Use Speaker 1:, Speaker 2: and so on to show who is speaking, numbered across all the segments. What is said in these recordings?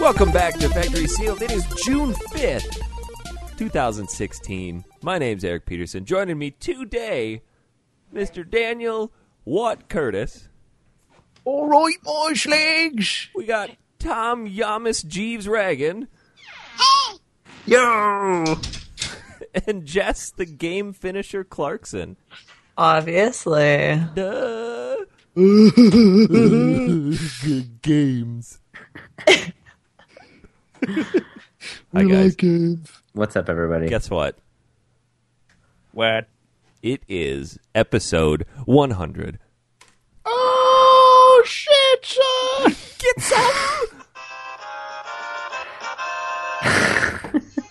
Speaker 1: Welcome back to Factory Sealed. It is June 5th, 2016. My name's Eric Peterson. Joining me today, Mr. Daniel Watt Curtis.
Speaker 2: All right, my slags.
Speaker 1: We got Tom Yamas Jeeves Ragan
Speaker 2: Yo.
Speaker 1: and Jess the Game Finisher Clarkson.
Speaker 3: Obviously.
Speaker 1: Duh. Good games. Hi, guys.
Speaker 4: What's up, everybody?
Speaker 1: Guess what?
Speaker 2: What?
Speaker 1: It is episode 100.
Speaker 2: Oh shit, son.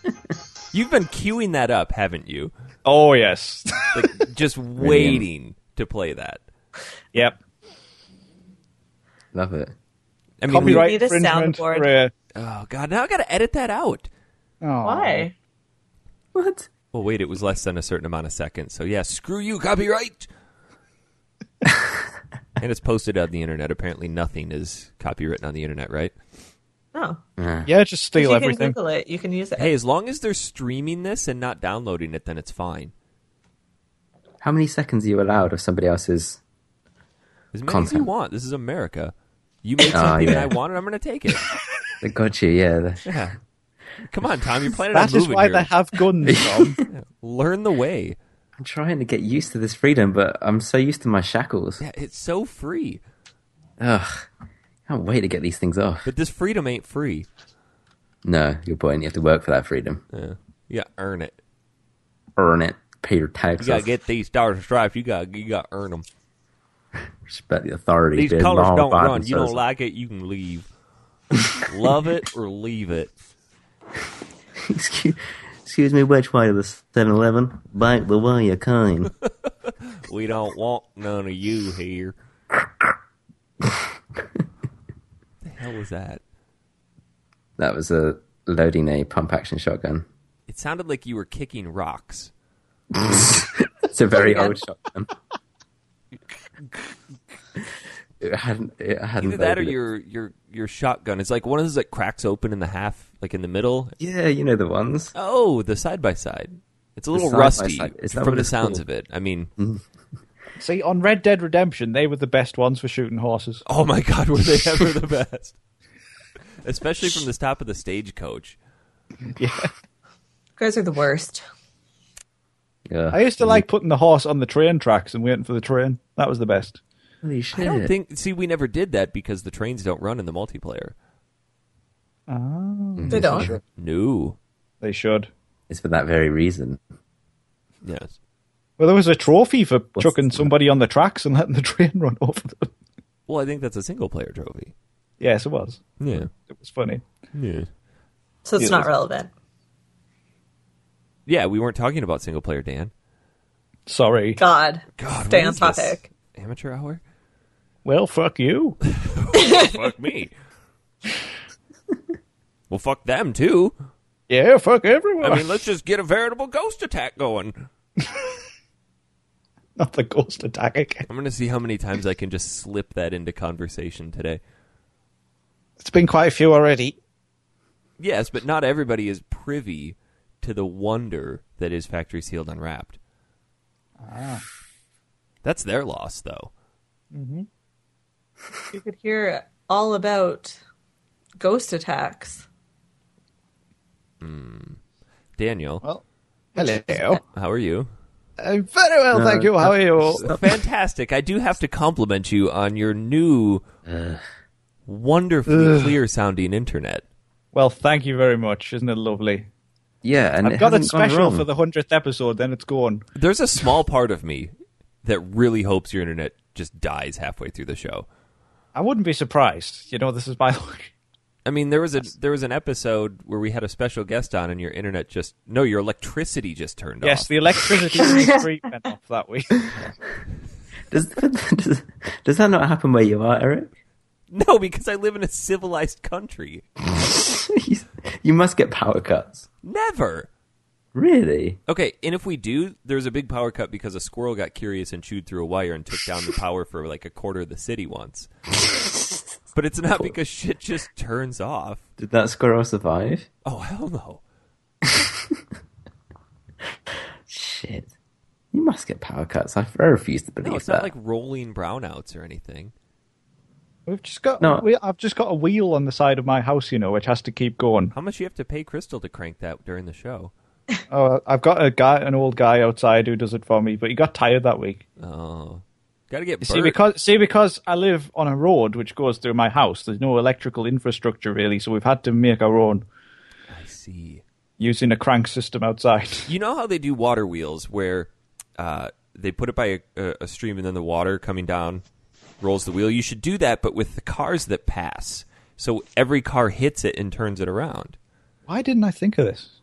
Speaker 1: Get some! You've been queuing that up, haven't you?
Speaker 2: Oh yes.
Speaker 1: Like, just waiting to play that.
Speaker 2: yep.
Speaker 4: Love it.
Speaker 1: I mean, we-
Speaker 2: Copyright
Speaker 3: need a
Speaker 2: infringement.
Speaker 3: soundboard.
Speaker 2: for,
Speaker 1: oh god, now I gotta edit that out.
Speaker 2: uh, oh.
Speaker 3: Why?
Speaker 4: What?
Speaker 1: Well, wait, it was less than a certain amount of seconds. So yeah, screw you, copyright. and it's posted on the internet. Apparently, nothing is copywritten on the internet, right?
Speaker 3: No.
Speaker 2: Yeah, just
Speaker 3: Oh.
Speaker 2: steal
Speaker 3: If you can
Speaker 2: everything.
Speaker 3: Google it. You can use it.
Speaker 1: Hey, as long as they're streaming this and not downloading it, then it's fine.
Speaker 4: How many seconds are you allowed of somebody else's?
Speaker 1: As many as you
Speaker 4: Content.
Speaker 1: want. This is America. You made
Speaker 4: Ah,
Speaker 1: something
Speaker 4: yeah.
Speaker 1: I wanted. I'm going to take it.
Speaker 4: They got you, yeah. the-
Speaker 1: Yeah. Come on, Tom. You're planning
Speaker 2: That
Speaker 1: on
Speaker 2: is
Speaker 1: moving
Speaker 2: why
Speaker 1: here.
Speaker 2: they have guns. Tom.
Speaker 1: Learn the way.
Speaker 4: I'm trying to get used to this freedom, but I'm so used to my shackles.
Speaker 1: Yeah, it's so free,
Speaker 4: Ugh. Can't wait to get these things off.
Speaker 1: but this freedom ain't free.
Speaker 4: No, your point. You have to work for that freedom.
Speaker 1: Yeah. You got to earn it.
Speaker 4: Earn it. Pay your
Speaker 1: You
Speaker 4: taxes.
Speaker 1: got to get these stars and stripes. You got you got to earn them.
Speaker 4: Respect the authority.
Speaker 1: These
Speaker 4: Be a
Speaker 1: colors don't
Speaker 4: law-abiding
Speaker 1: run. You don't
Speaker 4: citizen.
Speaker 1: like it, you can leave. Love it or leave it.
Speaker 4: excuse, excuse me, which way is the 7-Eleven? Back the way you came.
Speaker 1: We don't want none of you here. the hell was that?
Speaker 4: that was a loading a pump action shotgun.
Speaker 1: It sounded like you were kicking rocks.
Speaker 4: It's a very old shotgun. it hadn't. It hadn't
Speaker 1: Either that or
Speaker 4: loaded it.
Speaker 1: your your your shotgun. It's like one of those that cracks open in the half, like in the middle.
Speaker 4: Yeah, you know the ones.
Speaker 1: Oh, the side by side. It's a little
Speaker 4: side by
Speaker 1: rusty
Speaker 4: side. Is that
Speaker 1: from
Speaker 4: what
Speaker 1: the
Speaker 4: it's
Speaker 1: sounds
Speaker 4: called?
Speaker 1: of it. I mean,
Speaker 2: See, on Red Dead Redemption, they were the best ones for shooting horses.
Speaker 1: oh my god, were they ever the best? Especially from the top of the stagecoach.
Speaker 3: You guys are the worst.
Speaker 4: Yeah.
Speaker 2: I
Speaker 3: Mm.
Speaker 2: used to like putting the horse on the train tracks and waiting for the train. That was the best.
Speaker 4: Holy shit!
Speaker 1: I don't think. See, we never did that because the trains don't run in the multiplayer. Mm,
Speaker 3: They don't.
Speaker 1: No.
Speaker 2: They should.
Speaker 4: it's for that very reason.
Speaker 1: Yes.
Speaker 2: Well, there was a trophy for
Speaker 4: What's
Speaker 2: chucking
Speaker 4: the-
Speaker 2: somebody on the tracks and letting the train run over them.
Speaker 1: Well, I think that's a single player trophy.
Speaker 2: Yes, it was.
Speaker 1: Yeah.
Speaker 2: It was funny.
Speaker 1: Yeah.
Speaker 3: So it's
Speaker 2: Yeah,
Speaker 3: not
Speaker 2: that's-
Speaker 3: relevant.
Speaker 1: Yeah, we weren't talking about single player, Dan.
Speaker 2: Sorry.
Speaker 3: God.
Speaker 1: God,
Speaker 3: Stay
Speaker 1: what
Speaker 3: on
Speaker 1: is this?
Speaker 3: topic.
Speaker 1: Amateur hour?
Speaker 2: Well, fuck you.
Speaker 1: fuck me. well, fuck them too.
Speaker 2: Yeah, fuck everyone.
Speaker 1: I mean, let's just get a veritable ghost attack going.
Speaker 2: not the ghost attack again.
Speaker 1: I'm gonna see how many times I can just slip that into conversation today.
Speaker 2: It's been quite a few already.
Speaker 1: Yes, but not everybody is privy to the wonder that is Factory Sealed Unwrapped. That's their loss, though.
Speaker 3: You could hear all about ghost attacks.
Speaker 1: Daniel,
Speaker 2: Well, hello.
Speaker 1: how are you?
Speaker 2: I'm very well, thank you. How are you?
Speaker 1: Fantastic. I do have to compliment you on your new, wonderfully clear sounding internet.
Speaker 2: Well, thank you very much. Isn't it lovely?
Speaker 4: Yeah, and
Speaker 2: I've
Speaker 4: it
Speaker 2: got it
Speaker 4: hasn't gone
Speaker 2: special
Speaker 4: wrong.
Speaker 2: for the hundredth episode. Then it's gone.
Speaker 1: There's a small part of me that really hopes your internet just dies halfway through the show.
Speaker 2: I wouldn't be surprised. You know, this is my
Speaker 1: I mean, there was a there was an episode where we had a special guest on, and your internet just no, your electricity just turned
Speaker 2: yes.
Speaker 1: off.
Speaker 2: The electricity in the street went off that week.
Speaker 4: Does, does does that not happen where you are, Eric?
Speaker 1: No, because I live in a civilized country.
Speaker 4: you must get power cuts.
Speaker 1: Never.
Speaker 4: Really?
Speaker 1: Okay, and if we do, there's a big power cut because a squirrel got curious and chewed through a wire and took down the power for like a quarter of the city once. But it's not because shit just turns off.
Speaker 4: Did that squirrel survive?
Speaker 1: Oh hell no.
Speaker 4: Shit. You must get power cuts. I, I refuse to believe
Speaker 1: No, it's
Speaker 4: that.
Speaker 1: not like rolling brownouts or anything.
Speaker 2: We've just got.
Speaker 4: No.
Speaker 2: We, I've just got a wheel on the side of my house, you know, which has to keep going.
Speaker 1: How much you have to pay Crystal to crank that during the show?
Speaker 2: Oh, I've got a guy, an old guy outside who does it for me, but he got tired that week.
Speaker 1: Oh, gotta get
Speaker 2: You see,
Speaker 1: Bert.
Speaker 2: because see, because I live on a road which goes through my house. There's no electrical infrastructure really, so we've had to make our own
Speaker 1: I see.
Speaker 2: using a crank system outside.
Speaker 1: You know how they do water wheels where uh, they put it by a, a, a stream and then the water coming down rolls the wheel? You should do that, but with the cars that pass. So every car hits it and turns it around.
Speaker 2: Why didn't I think of this?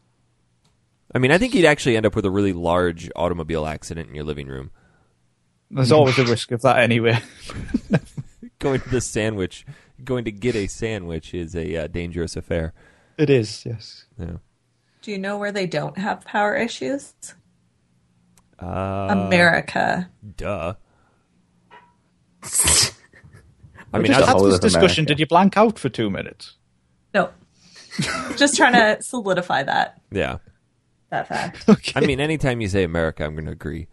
Speaker 1: I mean, I think you'd actually end up with a really large automobile accident in your living room.
Speaker 2: There's always a risk of that anyway.
Speaker 1: Going to the sandwich, going to get a sandwich is a uh, dangerous affair.
Speaker 2: it is, yes.
Speaker 1: Yeah.
Speaker 3: Do you know where they don't have power issues?
Speaker 1: Uh,
Speaker 3: America.
Speaker 1: duh. I
Speaker 2: I
Speaker 1: mean,
Speaker 2: just
Speaker 1: how's-
Speaker 2: had this
Speaker 4: all of America.
Speaker 2: discussion. Did you blank out for two minutes?
Speaker 3: No. Just trying to solidify that
Speaker 1: yeah.
Speaker 3: that fact,
Speaker 2: Okay.
Speaker 1: I mean, anytime you say America, I'm going to agree.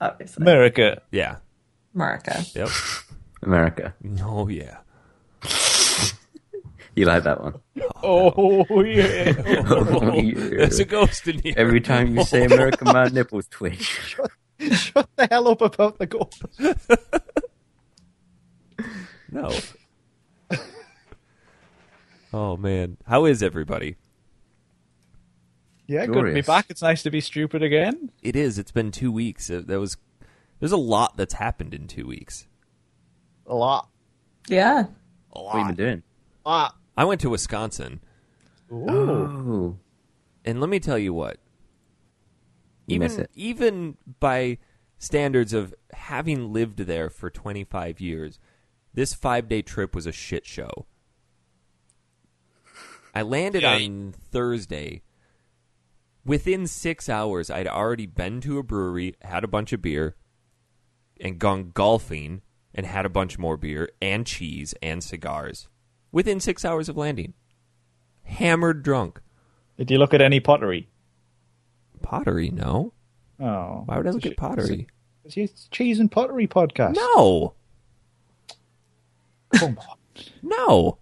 Speaker 3: obviously.
Speaker 2: America.
Speaker 1: Yeah.
Speaker 3: America.
Speaker 1: Yep.
Speaker 4: America.
Speaker 1: Oh, yeah.
Speaker 4: You like that one?
Speaker 2: Oh yeah.
Speaker 1: There's a ghost in here.
Speaker 4: Every time you say America, my nipples twitch.
Speaker 2: Shut the hell up about the goal.
Speaker 1: No. oh man, how is everybody?
Speaker 2: Yeah, good to be
Speaker 4: Glorious.
Speaker 2: back. It's nice to be stupid again.
Speaker 1: It is. It's been two weeks. Uh, That was. There's a lot that's happened in two weeks.
Speaker 2: A lot.
Speaker 3: Yeah.
Speaker 4: What have you been doing?
Speaker 2: lot.
Speaker 1: I went to Wisconsin,
Speaker 2: Ooh.
Speaker 4: Oh,
Speaker 1: and let me tell you what.
Speaker 4: You
Speaker 1: even
Speaker 4: miss it.
Speaker 1: even by standards of having lived there for 25 years, this five day trip was a shit show. I landed on Thursday. Within six hours, I'd already been to a brewery, had a bunch of beer, and gone golfing and had a bunch more beer and cheese and cigars. Within six hours of landing, hammered drunk.
Speaker 2: Did you look at any pottery?
Speaker 1: Pottery, no.
Speaker 2: Oh.
Speaker 1: Why would I look at pottery?
Speaker 2: It's a cheese and pottery podcast.
Speaker 1: No,
Speaker 2: Come on.
Speaker 1: no,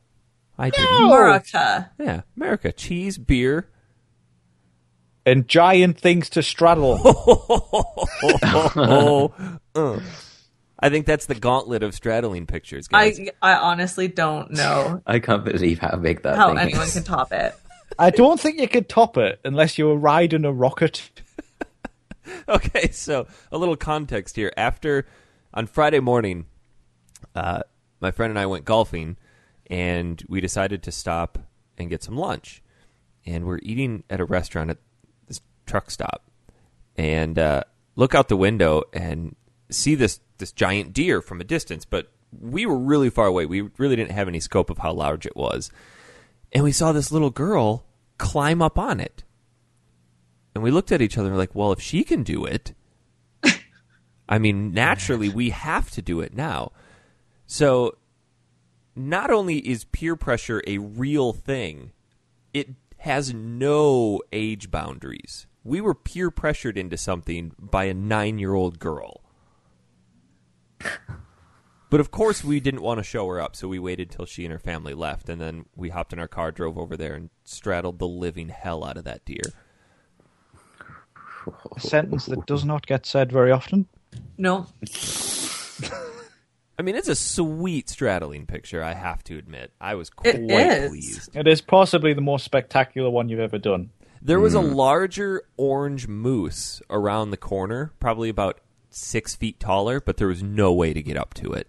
Speaker 1: I didn't.
Speaker 3: America.
Speaker 1: Yeah, America, cheese, beer.
Speaker 2: And giant things to straddle.
Speaker 1: Oh, uh. I think that's the gauntlet of straddling pictures, guys.
Speaker 3: I I honestly don't know
Speaker 4: I can't believe how big that
Speaker 3: how
Speaker 4: thing
Speaker 3: Oh, anyone
Speaker 4: is.
Speaker 3: can top it.
Speaker 2: I don't think you could top it unless you were riding a rocket.
Speaker 1: okay, so a little context here. After on Friday morning, uh, my friend and I went golfing, and we decided to stop and get some lunch. And we're eating at a restaurant at this truck stop, and uh, look out the window and see this this giant deer from a distance. But we were really far away. We really didn't have any scope of how large it was, and we saw this little girl climb up on it. And we looked at each other and were like, well, if she can do it, I mean, naturally, we have to do it now. So not only is peer pressure a real thing, it has no age boundaries. We were peer pressured into something by a nine year old girl. But of course, we didn't want to show her up, so we waited till she and her family left, and then we hopped in our car, drove over there, and straddled the living hell out of that deer.
Speaker 2: A sentence that does not get said very often.
Speaker 3: No.
Speaker 1: I mean, it's a sweet straddling picture. I have to admit, I was quite
Speaker 3: It is.
Speaker 1: pleased.
Speaker 2: It is possibly the most spectacular one you've ever done.
Speaker 1: There was a larger orange moose around the corner, probably about six feet taller, but there was no way to get up to it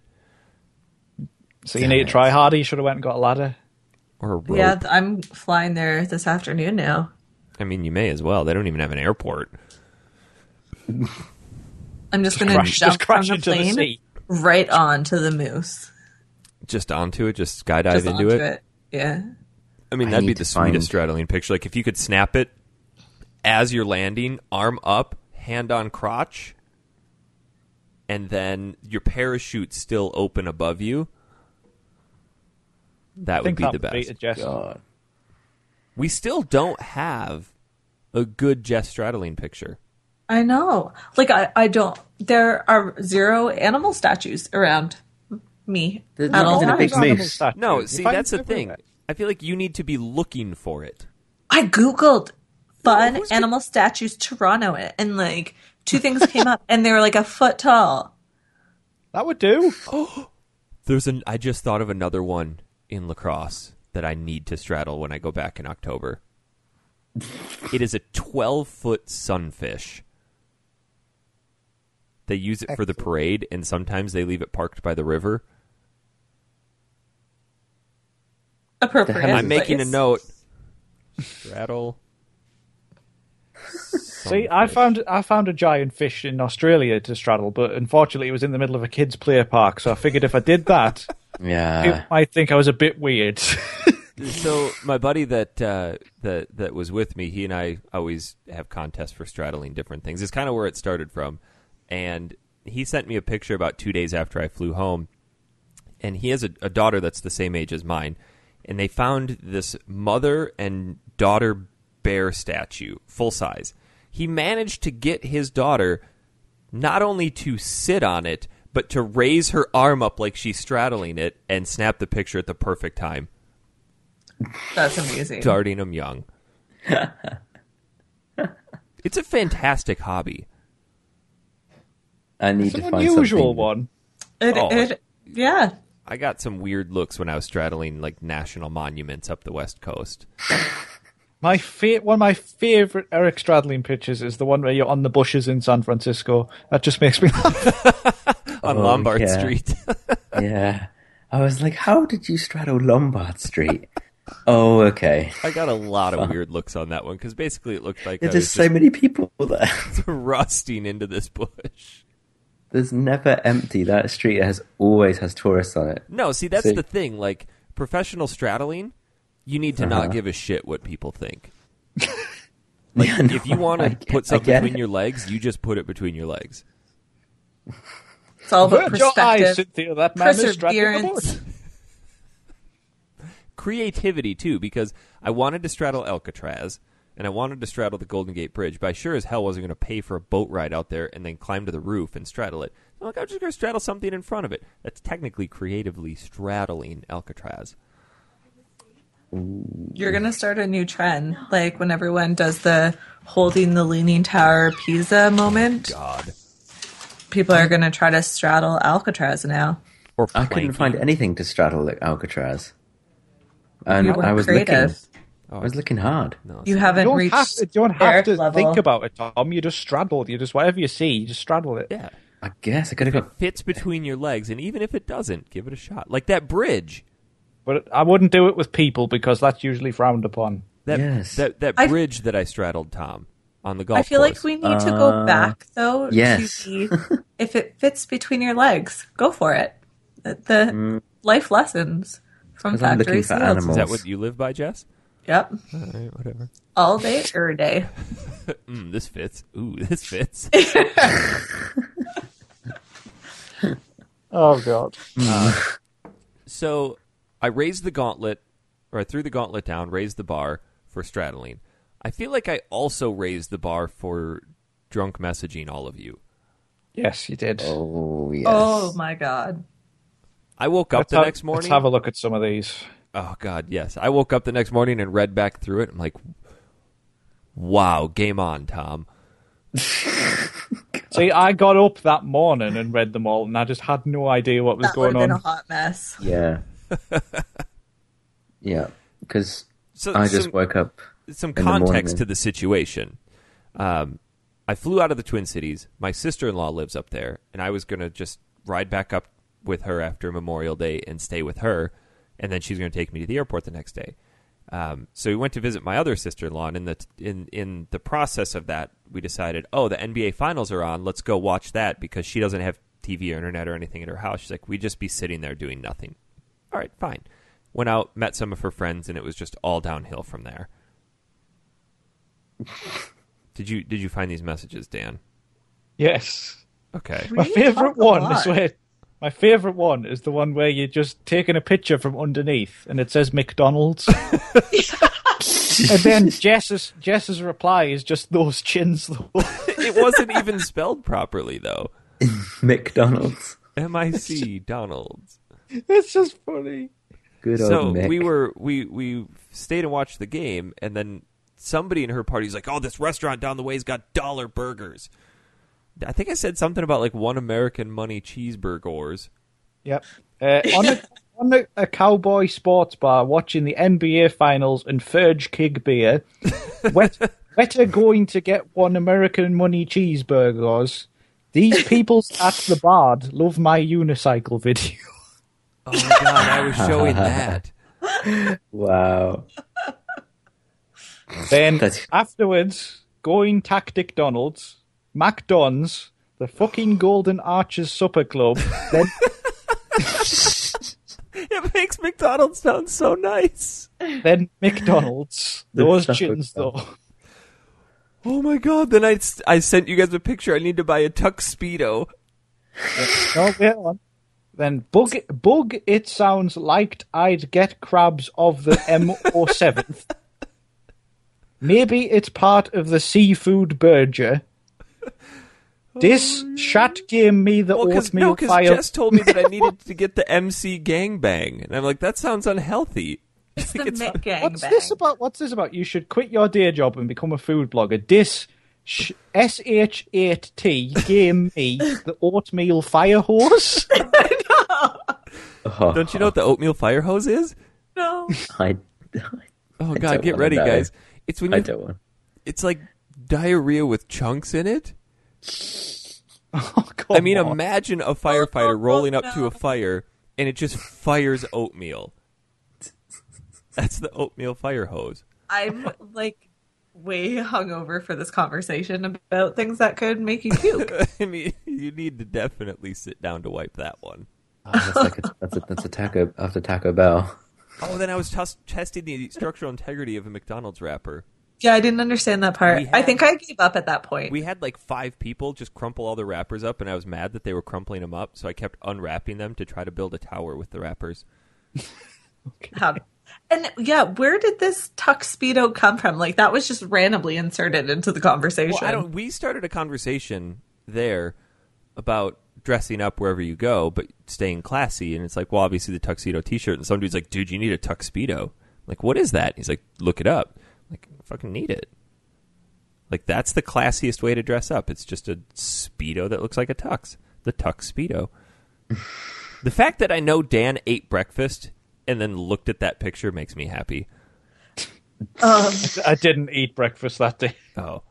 Speaker 2: So you need to try harder. You should have went and got a ladder.
Speaker 1: or a rope.
Speaker 3: Yeah, th- I'm flying there this afternoon now.
Speaker 1: I mean, you may as well. They don't even have an airport.
Speaker 3: I'm just, gonna
Speaker 2: crash-
Speaker 3: jump
Speaker 2: just crash
Speaker 3: from
Speaker 2: into
Speaker 3: the
Speaker 2: the
Speaker 3: plane
Speaker 2: sea.
Speaker 3: right onto the moose.
Speaker 1: Just onto it, just skydive
Speaker 3: Just
Speaker 1: into
Speaker 3: onto
Speaker 1: it.
Speaker 3: it. Yeah.
Speaker 1: I mean,
Speaker 4: I
Speaker 1: that'd be
Speaker 4: need
Speaker 1: the
Speaker 4: to find-
Speaker 1: sweetest straddling picture. Like if you could snap it as you're landing, arm up, hand on crotch, and then your parachute still open above you. That
Speaker 2: I
Speaker 1: would
Speaker 2: think
Speaker 1: be
Speaker 2: that
Speaker 1: the best.
Speaker 2: would beat a Jess.
Speaker 4: God.
Speaker 1: We still don't have a good Jess Stradling picture.
Speaker 3: I know. Like I, I don't. There are zero animal statues around me
Speaker 4: There's
Speaker 3: at
Speaker 4: not
Speaker 3: all
Speaker 4: even a
Speaker 3: times.
Speaker 4: big
Speaker 2: Animal
Speaker 4: moose.
Speaker 2: statue.
Speaker 1: No,
Speaker 2: You
Speaker 1: see,
Speaker 2: find
Speaker 1: that's
Speaker 2: it
Speaker 1: the thing.
Speaker 2: everywhere.
Speaker 1: I feel like you need to be looking for it.
Speaker 3: I googled fun
Speaker 1: Who's
Speaker 3: animal statues Toronto, and like two things came up, and they were like a foot tall.
Speaker 2: That would do.
Speaker 1: Oh There's an. I just thought of another one in lacrosse that I need to straddle when I go back in October. it is a 12 foot sunfish. They use it for the parade, and sometimes they leave it parked by the river.
Speaker 3: Appropriate.
Speaker 4: Yes,
Speaker 1: I'm making a
Speaker 3: place.
Speaker 1: note. Straddle.
Speaker 2: See, I found I found a giant fish in Australia to straddle, but unfortunately, it was in the middle of a kids' play park. So I figured if I did that,
Speaker 1: Uh.
Speaker 2: people
Speaker 4: Yeah.
Speaker 2: might think I was a bit weird.
Speaker 1: so my buddy that uh, that that was with me, he and I always have contests for straddling different things. It's kind of where it started from, and he sent me a picture about two days after I flew home, and he has a, a daughter that's the same age as mine, and they found this mother and daughter bear statue, full size. He managed to get his daughter not only to sit on it, but to raise her arm up like she's straddling it and snap the picture at the perfect time
Speaker 3: That's amazing.
Speaker 1: darting them young. it's a fantastic hobby.
Speaker 4: I need
Speaker 2: it's
Speaker 4: to
Speaker 2: an
Speaker 4: find
Speaker 2: unusual
Speaker 4: something.
Speaker 2: one.
Speaker 3: It,
Speaker 1: Oh.
Speaker 3: it, yeah.
Speaker 1: I got some weird looks when I was straddling like national monuments up the west coast.
Speaker 2: My fa- one of my favorite Eric Stradling pictures is the one where you're on the bushes in San Francisco. That just makes me laugh.
Speaker 1: On
Speaker 4: Oh,
Speaker 1: Lombard
Speaker 4: yeah.
Speaker 1: Street.
Speaker 4: Yeah. I was like, how did you straddle Lombard Street? oh, okay.
Speaker 1: I got a lot of weird looks on that one because basically it looked like I
Speaker 4: There's
Speaker 1: was
Speaker 4: just so many people there.
Speaker 1: just rusting into this bush.
Speaker 4: There's never empty. That street has always has tourists on it.
Speaker 1: No, see that's
Speaker 4: See?
Speaker 1: the thing. Like professional straddling, you need to
Speaker 4: Uh-huh.
Speaker 1: not give a shit what people think.
Speaker 4: Yeah, no,
Speaker 1: If you want
Speaker 4: I
Speaker 1: to
Speaker 4: get-
Speaker 1: put
Speaker 4: I
Speaker 1: something
Speaker 4: get
Speaker 1: between
Speaker 4: it.
Speaker 1: your legs, you just put it between your legs.
Speaker 3: It's all about
Speaker 2: Avert your eyes,
Speaker 3: perspective.
Speaker 2: Cynthia. That man is straddling a
Speaker 3: Perseverance.
Speaker 2: boat.
Speaker 1: creativity too because I wanted to straddle Alcatraz and I wanted to straddle the Golden Gate Bridge, but I sure as hell wasn't going to pay for a boat ride out there and then climb to the roof and straddle it. So I'm like, I'm just going to straddle something in front of it. That's technically creatively straddling Alcatraz.
Speaker 3: You're gonna start a new trend, like when everyone does the holding the leaning tower of Pisa moment.
Speaker 1: God.
Speaker 3: People are gonna try to straddle Alcatraz now.
Speaker 1: Or
Speaker 4: I
Speaker 1: planking.
Speaker 4: couldn't find anything to straddle like Alcatraz, and
Speaker 3: You were
Speaker 4: I was
Speaker 3: creative.
Speaker 4: looking. I was looking hard.
Speaker 1: Oh, No,
Speaker 3: You
Speaker 1: it's-
Speaker 2: You
Speaker 3: haven't
Speaker 2: don't
Speaker 3: reached
Speaker 2: have to, you don't
Speaker 3: their
Speaker 2: have to
Speaker 3: level.
Speaker 2: think about it, Tom. You just straddle. You just whatever you see, you just straddle it.
Speaker 1: yeah.
Speaker 4: I guess I could have got.
Speaker 1: Fits between your legs, and even if it doesn't, give it a shot. Like that bridge.
Speaker 2: But I wouldn't do it with people because that's usually frowned upon.
Speaker 1: That
Speaker 4: Yes.
Speaker 1: that, that
Speaker 3: I-
Speaker 1: bridge that I straddled, Tom, on the golf
Speaker 3: I feel like
Speaker 1: course.
Speaker 3: we need to go
Speaker 4: Uh,
Speaker 3: back though
Speaker 4: yes.
Speaker 3: to the, if it fits between your legs, go for it. The, the life lessons from
Speaker 4: 'Cause Mm. I'm
Speaker 3: factory
Speaker 4: looking for
Speaker 3: seals.
Speaker 1: Is
Speaker 4: animals.
Speaker 1: that what you live by, Jess?
Speaker 3: Yep.
Speaker 1: All right, whatever.
Speaker 3: All day, every day.
Speaker 1: Mm, this fits. Ooh, this fits.
Speaker 2: Oh God!
Speaker 1: so I raised the gauntlet, or I threw the gauntlet down, raised the bar for straddling. I feel like I also raised the bar for drunk messaging all of you.
Speaker 2: Yes, you did.
Speaker 4: Oh yes.
Speaker 3: Oh my god.
Speaker 1: I woke up
Speaker 2: Let's
Speaker 1: the
Speaker 2: have-
Speaker 1: next morning.
Speaker 2: Let's have a look at some of these.
Speaker 1: oh God, yes. I woke up the next morning and read back through it. I'm like, wow, game on, Tom.
Speaker 2: See, I got up that morning and read them all, and I just had no idea what was
Speaker 3: That would
Speaker 2: going
Speaker 3: have been a
Speaker 2: on.
Speaker 3: hot mess.
Speaker 4: Yeah. yeah, because
Speaker 1: So
Speaker 4: I just
Speaker 1: some-
Speaker 4: woke up.
Speaker 1: some
Speaker 4: the morning.
Speaker 1: context to the situation. Um, I flew out of the Twin Cities. My sister in law lives up there, and I was going to just ride back up with her after Memorial Day and stay with her, and then she's going to take me to the airport the next day. Um, so we went to visit my other sister in law, and in the in in the process of that, we decided, oh, the NBA finals are on. Let's go watch that because she doesn't have TV or internet or anything at her house. She's like, we'd just be sitting there doing nothing. All right, fine. Went out, met some of her friends, and it was just all downhill from there. Did you did you find these messages, Dan?
Speaker 2: Yes,
Speaker 1: Okay.
Speaker 2: my
Speaker 3: We
Speaker 2: favorite
Speaker 3: talk a
Speaker 2: one
Speaker 3: lot.
Speaker 2: is where My favourite one is the one where you're just taking a picture from underneath and it says McDonald's. and then Jess's Jess's reply is just those chins though.
Speaker 1: it wasn't even spelled properly though.
Speaker 4: McDonald's.
Speaker 1: M I C Donald's.
Speaker 2: it's just funny.
Speaker 4: Good
Speaker 1: so
Speaker 4: old Mick.
Speaker 1: we were we we stayed and watched the game, and then somebody in her party's like, "Oh, this restaurant down the way's got dollar burgers." I think I said something about like one American money cheeseburgers.
Speaker 2: Yep. Uh, on a, on a, a cowboy sports bar watching the NBA finals and Ferg Kig beer, wet, wetter going to get one American money cheeseburgers. These peoples at the bar love my unicycle video.
Speaker 1: Oh my god, I was showing that.
Speaker 4: Wow.
Speaker 2: Then
Speaker 4: That's-
Speaker 2: afterwards, going tactic Donald's, MacDon's, the fucking Golden Arches Supper Club. Then
Speaker 1: It makes McDonald's sound so nice.
Speaker 2: then McDonald's.
Speaker 4: The
Speaker 2: Those
Speaker 4: supper
Speaker 2: chins
Speaker 4: club.
Speaker 2: though.
Speaker 1: Oh my god! Then I s- I sent you guys a picture. I need to buy a Tux Speedo.
Speaker 2: No, wait on. Then bug bug. It sounds like I'd get crabs of the M or seventh. Maybe it's part of the seafood burger.
Speaker 4: Oh,
Speaker 2: This shat gave me the
Speaker 1: Well, because
Speaker 2: oatmeal fire.
Speaker 1: Jess told me that I needed to get the MC gangbang, and I'm like, that sounds unhealthy.
Speaker 3: It's the Mick gang
Speaker 2: What's this about? What's this about? You should quit your day job and become a food blogger. This S H eight T gave me the oatmeal fire horse.
Speaker 4: Oh,
Speaker 1: Don't you know what the oatmeal fire hose is?
Speaker 3: No.
Speaker 4: I,
Speaker 1: Oh
Speaker 4: I
Speaker 1: god,
Speaker 4: don't
Speaker 1: get
Speaker 4: wanna
Speaker 1: ready,
Speaker 4: know.
Speaker 1: guys! It's when
Speaker 4: I
Speaker 1: you,
Speaker 4: don't want.
Speaker 1: it's like diarrhea with chunks in it.
Speaker 2: Oh,
Speaker 1: I mean,
Speaker 2: come on.
Speaker 1: imagine a firefighter
Speaker 3: Oh,
Speaker 1: rolling up to
Speaker 3: no.
Speaker 1: a fire and it just fires oatmeal. That's the oatmeal fire hose.
Speaker 3: I'm like way hungover for this conversation about things that could make you puke.
Speaker 1: I mean, you need to definitely sit down to wipe that one.
Speaker 4: Oh,
Speaker 1: Ah,
Speaker 4: that's like a, that's a, that's a Taco after Taco Bell.
Speaker 1: Oh, then I was tus- testing the structural integrity of a McDonald's wrapper.
Speaker 3: yeah, I didn't understand that part.
Speaker 1: We
Speaker 3: I
Speaker 1: had-
Speaker 3: think I gave up at that point.
Speaker 1: We had like five people just crumple all the wrappers up, and I was mad that they were crumpling them up, so I kept unwrapping them to try to build a tower with the wrappers.
Speaker 3: How- and yeah, where did this tuck speedo come from? Like that was just randomly inserted into the conversation.
Speaker 1: Well, I don't. We started a conversation there about dressing up wherever you go, but staying classy. And it's like, well, obviously the tuxedo T-shirt. And some dude's like, dude, you need a tuxedo. I'm Like, what is that? He's like, look it up. I'm like, I fucking need it. Like that's the classiest way to dress up. It's just a speedo that looks like a tux. The tux speedo. the fact that I know Dan ate breakfast and then looked at that picture makes me happy.
Speaker 2: I didn't eat breakfast that day.
Speaker 1: Oh.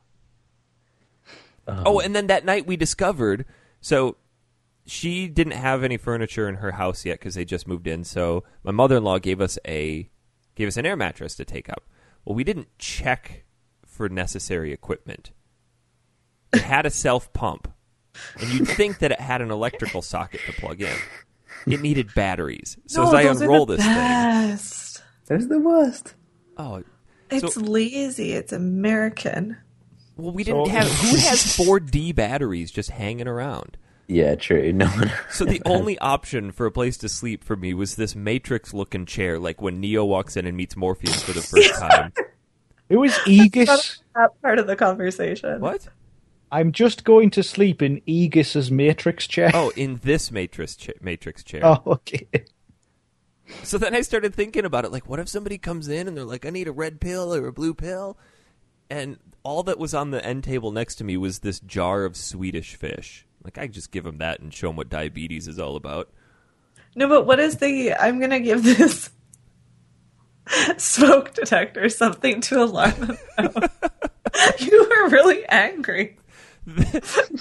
Speaker 1: oh, and then that night we discovered so she didn't have any furniture in her house yet because they just moved in. So my mother in law gave us a gave us an air mattress to take up. Well, we didn't check for necessary equipment. It had a self pump, and you'd think that it had an electrical socket to plug in. It needed batteries. So as I unroll this thing,
Speaker 3: best.
Speaker 4: That's the worst.
Speaker 1: oh,
Speaker 3: It's lazy. It's American.
Speaker 1: well, we didn't
Speaker 2: So-
Speaker 1: have. Who has four D batteries just hanging around?
Speaker 4: Yeah, true. No one.
Speaker 1: So the only option for a place to sleep for me was this matrix looking chair, like when Neo walks in and meets Morpheus for the first time.
Speaker 2: It was Aegis.
Speaker 3: That part of the conversation.
Speaker 1: what?
Speaker 2: I'm just going to sleep in Aegis's matrix chair.
Speaker 1: Oh, in this matrix cha- matrix chair.
Speaker 2: Oh, okay.
Speaker 1: So then I started thinking about it, like, what if somebody comes in and they're like, I need a red pill or a blue pill, and all that was on the end table next to me was this jar of Swedish fish. Like, I just give them that and show them what diabetes is all about.
Speaker 3: No, but what is the? I'm gonna give this smoke detector something to alarm them. about. you were really angry.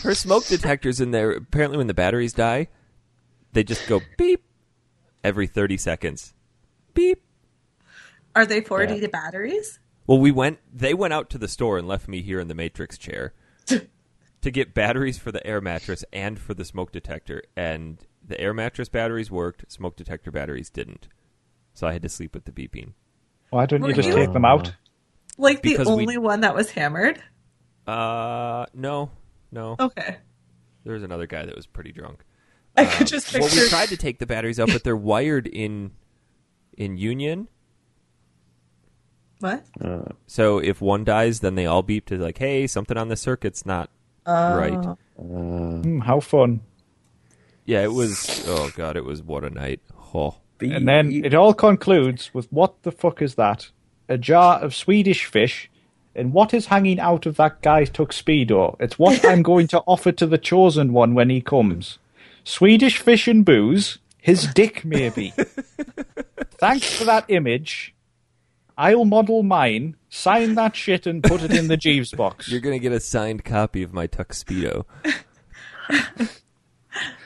Speaker 1: Her smoke detector's in there. Apparently, when the batteries die, they just go beep every thirty seconds. Beep.
Speaker 3: Are they 40 to batteries?
Speaker 1: Well, we went. They went out to the store and left me here in the Matrix chair to get batteries for the air mattress and for the smoke detector. And the air mattress batteries worked. Smoke detector batteries didn't. So I had to sleep with the beeping.
Speaker 2: Why don't you
Speaker 3: Were
Speaker 2: just
Speaker 3: you-
Speaker 2: take them out?
Speaker 3: Like the
Speaker 1: Because we-
Speaker 3: only one that was hammered?
Speaker 1: Uh, no, no.
Speaker 3: Okay.
Speaker 1: There was another guy that was pretty drunk.
Speaker 3: I could just
Speaker 1: Well,
Speaker 3: picture.
Speaker 1: Uh, we tried to take the batteries out, but they're wired in in union.
Speaker 3: what?
Speaker 1: So if one dies, then they all beep to like, "Hey, something on the circuit's not right."
Speaker 3: Oh.
Speaker 2: Hmm, how fun.
Speaker 1: Yeah, it was. Oh god, it was what a night. Oh,
Speaker 4: But you-
Speaker 2: And then
Speaker 4: you-
Speaker 2: it all concludes with what the fuck is that? A jar of Swedish fish, and what is hanging out of that guy's tuxedo? It's what I'm going to offer to the chosen one when he comes. Swedish fish and booze, his dick maybe. Thanks for that image. I'll model mine, sign that shit, and put it in the Jeeves box.
Speaker 1: you're gonna get a signed copy of my tuxedo.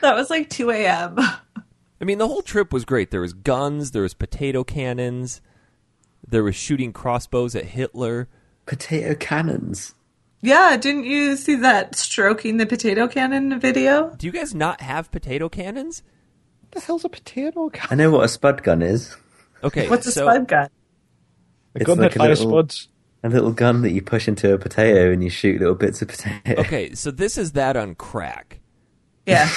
Speaker 3: That was like 2 a.m.
Speaker 1: I mean, the whole trip was great. There was guns, there was potato cannons, there was shooting crossbows at Hitler.
Speaker 4: potato cannons.
Speaker 3: yeah, didn't you see that stroking the potato cannon video?
Speaker 1: Do you guys not have potato cannons?
Speaker 2: What the hell's a potato can?
Speaker 4: I know what a spud gun is.
Speaker 1: Okay,
Speaker 3: What's a
Speaker 1: so
Speaker 3: spud gun?
Speaker 2: A
Speaker 4: It's
Speaker 2: gun
Speaker 4: like
Speaker 2: that
Speaker 4: a
Speaker 2: fires
Speaker 4: little-
Speaker 2: spuds.
Speaker 4: A little gun that you push into a potato and you shoot little bits of potato.
Speaker 1: okay, so this is that on crack.
Speaker 3: Yeah.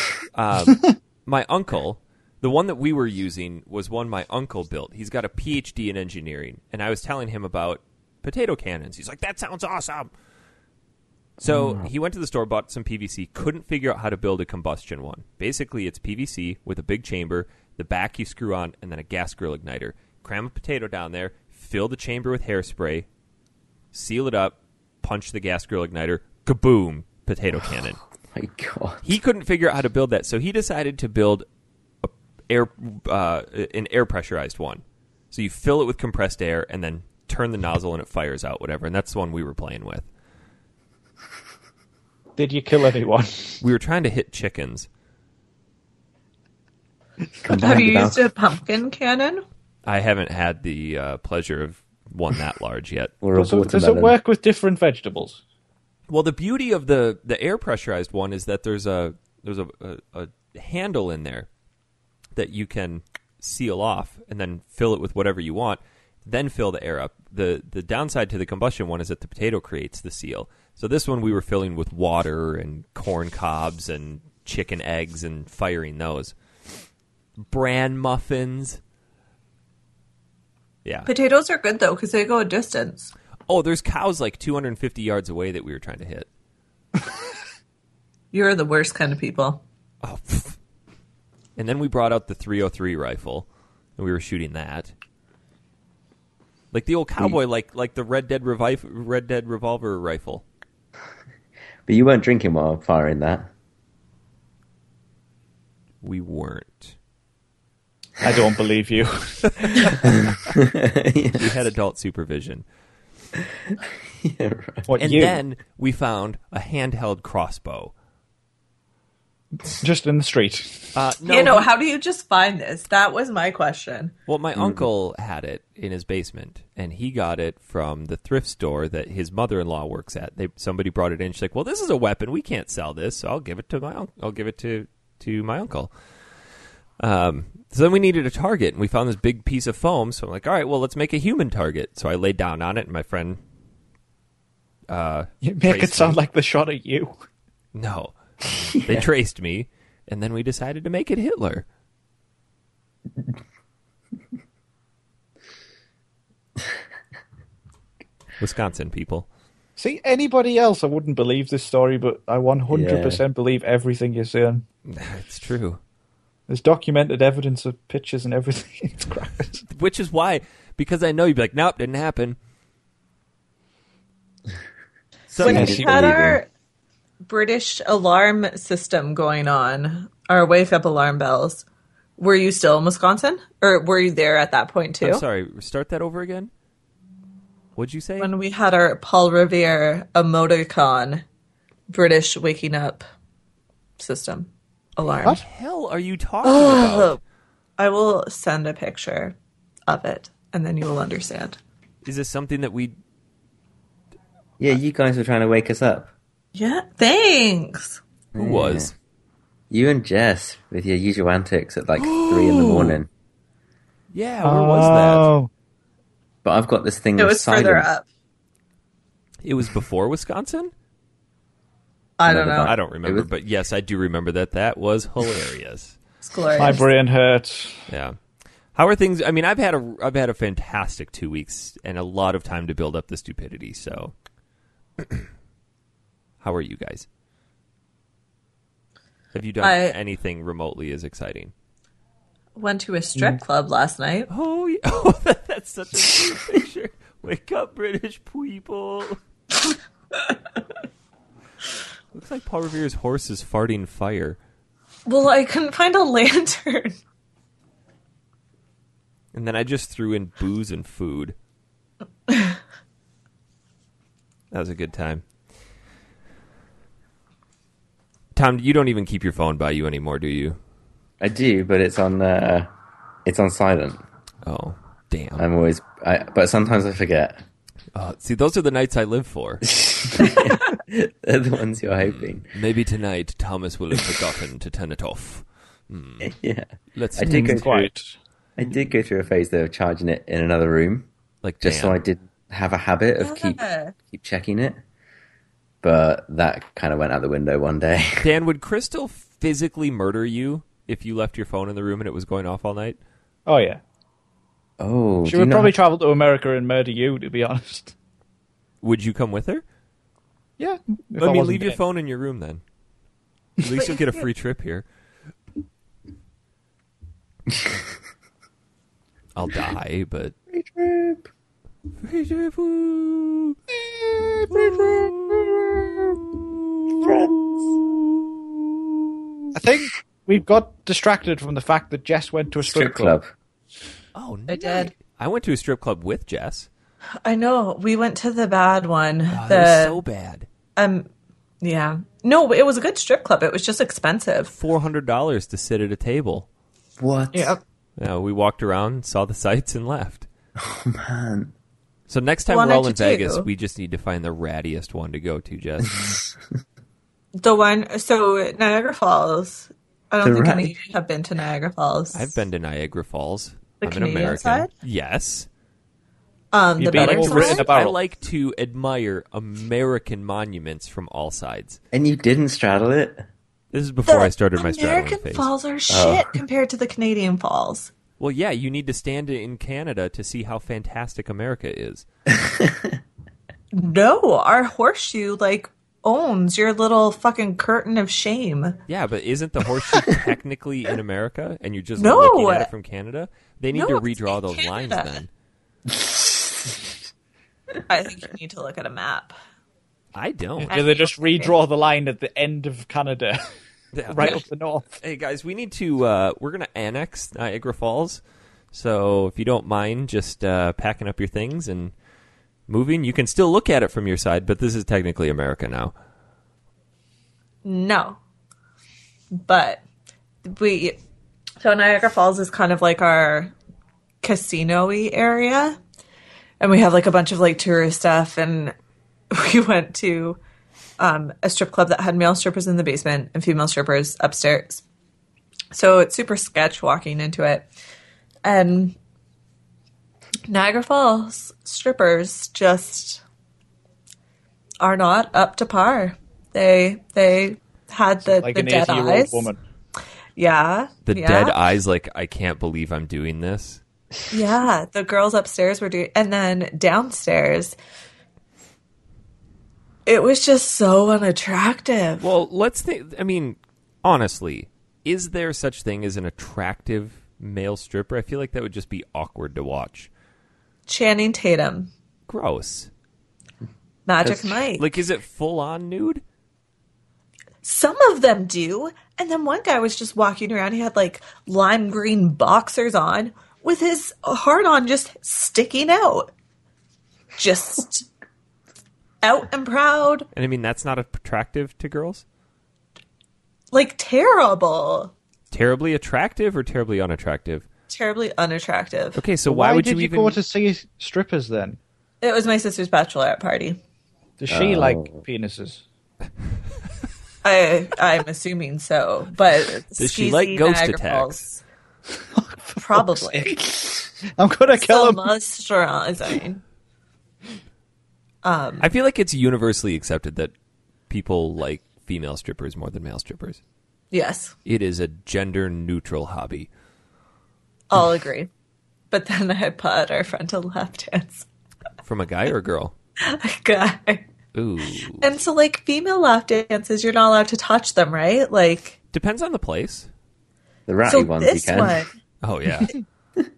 Speaker 1: my uncle, the one that we were using was one my uncle built. He's got a PhD in engineering, and I was telling him about potato cannons. He's like, "That sounds awesome." So he went to the store, bought some PVC, couldn't figure out how to build a combustion one. Basically, it's PVC with a big chamber, the back you screw on, and then a gas grill igniter. Cram a potato down there, fill the chamber with hairspray, seal it up, punch the gas grill igniter, kaboom, potato cannon
Speaker 4: My God.
Speaker 1: he couldn't figure out how to build that, so he decided to build a air uh, an air pressurized one. So you fill it with compressed air and then turn the nozzle and it fires out whatever. And that's the one we were playing with.
Speaker 2: Did you kill anyone?
Speaker 1: We were trying to hit chickens.
Speaker 3: Have
Speaker 4: Combined
Speaker 3: you
Speaker 4: with
Speaker 3: used a pumpkin cannon?
Speaker 1: I haven't had the uh, pleasure of one that large yet.
Speaker 4: Or a
Speaker 2: Does it, does it
Speaker 4: watermelon.
Speaker 2: work with different vegetables?
Speaker 1: Well, the beauty of the the air pressurized one is that there's a there's a, a, a handle in there that you can seal off and then fill it with whatever you want, then fill the air up. the The downside to the combustion one is that the potato creates the seal. So this one we were filling with water and corn cobs and chicken eggs and firing those bran muffins. Yeah.
Speaker 3: Potatoes are good though because they go a distance.
Speaker 1: Oh, there's cows like 250 yards away that we were trying to hit.
Speaker 3: You're the worst kind of people.
Speaker 1: Oh, pff. and then we brought out the 303 rifle, and we were shooting that. Like the old cowboy, like like the Red Dead Revive, Red Dead revolver rifle.
Speaker 4: But you weren't drinking while firing that.
Speaker 1: We weren't.
Speaker 2: I don't believe you.
Speaker 1: We had adult supervision,
Speaker 4: Yeah, right.
Speaker 2: What
Speaker 1: and
Speaker 2: you?
Speaker 1: then we found a handheld crossbow.
Speaker 2: just in the street.
Speaker 1: Uh, no,
Speaker 3: you know,
Speaker 1: he-
Speaker 3: how do you just find this? That was my question.
Speaker 1: well, my uncle had it in his basement, and he got it from the thrift store that his mother-in-law works at. They somebody brought it in. She's like, "Well, this is a weapon. We can't sell this, so I'll give it to my uncle. I'll give it to to my uncle." Um, so then we needed a target, and we found this big piece of foam. So I'm like, all right, well, let's make a human target. So I laid down on it, and my friend,
Speaker 2: You make it
Speaker 1: Tracy.
Speaker 2: sound like the shot at you.
Speaker 1: no, they traced me, and then we decided to make it Hitler. Wisconsin people.
Speaker 2: See, anybody else, I wouldn't believe this story, but I 100% believe everything you're saying.
Speaker 1: It's true.
Speaker 2: There's documented evidence of pictures and everything. It's cracked.
Speaker 1: Which is why, because I know you'd be like, nope, didn't happen. So
Speaker 3: when
Speaker 4: Yes,
Speaker 3: we
Speaker 4: you
Speaker 3: had
Speaker 4: believe
Speaker 3: our British alarm system going on, our wake up alarm bells, were you still in Wisconsin? Or were you there at that point too?
Speaker 1: I'm sorry, start that over again. What'd you say?
Speaker 3: When we had our Paul Revere emoticon British waking up system alarm.
Speaker 1: What the hell are you talking about?
Speaker 3: I will send a picture of it and then you will understand.
Speaker 1: Is this something that we
Speaker 4: yeah, you guys were trying to wake us up.
Speaker 3: Yeah. Thanks.
Speaker 1: who was?
Speaker 4: You and Jess with your usual antics at like three in the morning.
Speaker 1: Yeah, where
Speaker 4: Oh.
Speaker 1: was
Speaker 2: Oh,
Speaker 4: But I've got this thing.
Speaker 3: It
Speaker 4: with
Speaker 3: was further
Speaker 4: silence.
Speaker 3: up.
Speaker 1: that? It was before Wisconsin?
Speaker 3: I don't
Speaker 4: Another
Speaker 3: know.
Speaker 1: I don't remember,
Speaker 4: It was-
Speaker 1: but yes, I do remember that. That was hilarious.
Speaker 3: It's glorious.
Speaker 2: My brain hurts.
Speaker 1: yeah. How are things? I mean, I've had a I've had a fantastic two weeks and a lot of time to build up the stupidity. So, how are you guys? Have you done
Speaker 3: I-
Speaker 1: anything remotely as exciting?
Speaker 3: Went to a
Speaker 1: Mm.
Speaker 3: strip club last night.
Speaker 1: Oh, yeah. oh that, that's such a cute picture. Wake up, British people. Looks like Paul Revere's horse is farting fire,
Speaker 3: Well, I couldn't find a lantern.
Speaker 1: and then I just threw in booze and food. That was a good time. Tom, you don't even keep your phone by you anymore, do you?
Speaker 4: I do, but it's on uh, it's on silent.
Speaker 1: Oh, damn.
Speaker 4: I'm always, I, but sometimes I forget.
Speaker 1: Uh, see, those are the nights I live for.
Speaker 4: They're the ones you're hoping.
Speaker 1: Maybe tonight Thomas will have forgotten to turn it off.
Speaker 4: Yeah,
Speaker 1: Let's
Speaker 4: I did go through.
Speaker 2: Hmm. Quite.
Speaker 4: I did go through a phase though of charging it in another room,
Speaker 1: like
Speaker 4: just so
Speaker 1: damn.
Speaker 4: I didn't have a habit of keep
Speaker 3: Yeah.
Speaker 4: keep checking it. But that kind of went out the window one day.
Speaker 1: Dan, would Crystal physically murder you if you left your phone in the room and it was going off all night?
Speaker 2: Oh yeah,
Speaker 4: Oh,
Speaker 2: she
Speaker 4: do you
Speaker 2: would
Speaker 4: know-
Speaker 2: probably travel to America and murder you. To be honest.
Speaker 1: Would you come with her?
Speaker 2: Yeah. if
Speaker 1: Let
Speaker 2: I
Speaker 1: me
Speaker 2: wasn't
Speaker 1: leave your
Speaker 2: dead.
Speaker 1: phone in your room then. At least you'll get a free trip here. I'll die, but
Speaker 4: Free trip.
Speaker 1: free trip. Woo.
Speaker 2: I think we've got distracted from the fact that Jess went to a strip,
Speaker 4: Strip club.
Speaker 1: Oh, no.
Speaker 3: I did.
Speaker 1: I went to a strip club with Jess.
Speaker 3: I know. We went to the bad one.
Speaker 1: Oh,
Speaker 3: the
Speaker 1: that was so bad.
Speaker 3: um, yeah. No, it was a good strip club. It was just expensive.
Speaker 1: Four hundred dollars to sit at a table.
Speaker 4: What?
Speaker 1: Yeah, Uh, we walked around, saw the sights, and left.
Speaker 4: Man.
Speaker 1: So next time
Speaker 3: One
Speaker 1: we're
Speaker 3: or
Speaker 1: all in
Speaker 3: two.
Speaker 1: Vegas, we just need to find the rattiest one to go to, Jess.
Speaker 3: The one. So Niagara Falls. I don't
Speaker 4: The
Speaker 3: think
Speaker 4: right-
Speaker 3: any of you have been to Niagara Falls.
Speaker 1: I've been to Niagara Falls. I'm
Speaker 3: The
Speaker 1: an
Speaker 3: Canadian
Speaker 1: American.
Speaker 3: side?
Speaker 1: Yes.
Speaker 3: Um,
Speaker 2: You've
Speaker 3: the
Speaker 2: been
Speaker 3: better
Speaker 2: all written
Speaker 3: side?
Speaker 2: about-
Speaker 1: I
Speaker 2: Barrel.
Speaker 1: like to admire American monuments from all sides.
Speaker 4: And you didn't straddle it?
Speaker 1: This is
Speaker 3: The
Speaker 1: before I started my straddling
Speaker 3: American
Speaker 1: phase.
Speaker 3: Falls are shit compared to the Canadian Falls.
Speaker 1: Well, yeah, you need to stand in Canada to see how fantastic America is.
Speaker 3: No, our horseshoe like owns your little fucking curtain of shame.
Speaker 1: Yeah, but isn't the horseshoe technically in America and you're just
Speaker 3: No.
Speaker 1: looking at it from Canada? They need
Speaker 3: No,
Speaker 1: to
Speaker 3: it's
Speaker 1: redraw
Speaker 3: in
Speaker 1: those lines
Speaker 3: Canada.
Speaker 1: then.
Speaker 3: I think you need to look at a map.
Speaker 1: I don't.
Speaker 2: Do they just redraw the line at the end of Canada, right
Speaker 1: Yeah.
Speaker 2: up the north?
Speaker 1: Hey guys, we need to. Uh, we're gonna annex Niagara Falls, so if you don't mind, just uh, packing up your things and moving. You can still look at it from your side, but this is technically America now.
Speaker 3: No. But we so Niagara Falls is kind of like our casino y area. And we have like a bunch of like tourist stuff and we went to um, a strip club that had male strippers in the basement and female strippers upstairs. So it's super sketch walking into it. And Niagara Falls strippers just are not up to par. They they had the,
Speaker 2: Like
Speaker 3: the
Speaker 2: an
Speaker 3: dead
Speaker 2: eighty-year-old
Speaker 3: eyes.
Speaker 2: woman.
Speaker 3: Yeah.
Speaker 1: The
Speaker 3: yeah.
Speaker 1: dead eyes, like I can't believe I'm doing this.
Speaker 3: Yeah, the girls upstairs were doing, and then downstairs, it was just so unattractive.
Speaker 1: Well, let's think. I mean, honestly, is there such thing as an attractive male stripper? I feel like that would just be awkward to watch.
Speaker 3: Channing Tatum,
Speaker 1: Gross.
Speaker 3: Magic
Speaker 4: That's-
Speaker 3: Mike.
Speaker 1: Like, is it full on nude?
Speaker 3: Some of them do, and then one guy was just walking around. He had like lime green boxers on with his heart on, just sticking out, just out and proud,
Speaker 1: And I mean, that's not attractive to girls.
Speaker 3: like terrible,
Speaker 1: Terribly attractive or terribly unattractive?
Speaker 3: terribly unattractive.
Speaker 1: Okay, so why, would
Speaker 2: did
Speaker 1: you,
Speaker 2: you,
Speaker 1: even
Speaker 2: go to see strippers then?
Speaker 3: It was my sister's bachelorette party.
Speaker 2: Does she
Speaker 4: Oh.
Speaker 2: like penises?
Speaker 3: I I'm assuming so, but
Speaker 1: Does she
Speaker 3: skeezy
Speaker 1: like ghost
Speaker 3: Niagara
Speaker 1: attacks?
Speaker 3: Falls. Probably.
Speaker 2: I'm gonna kill
Speaker 3: Still
Speaker 2: him.
Speaker 3: moisturizing.
Speaker 1: I feel like it's universally accepted that people like female strippers more than male strippers.
Speaker 3: Yes,
Speaker 1: It is a gender neutral hobby.
Speaker 3: I'll agree. But then I put our frontal lap dance.
Speaker 1: From a guy or a girl?
Speaker 3: Guy.
Speaker 1: Ooh.
Speaker 3: And so, like, female lap dances, you're not allowed to touch them, right? Like,
Speaker 1: Depends on the place.
Speaker 4: The ratty
Speaker 3: so
Speaker 4: ones
Speaker 3: this
Speaker 4: you can.
Speaker 3: one.
Speaker 1: Oh yeah.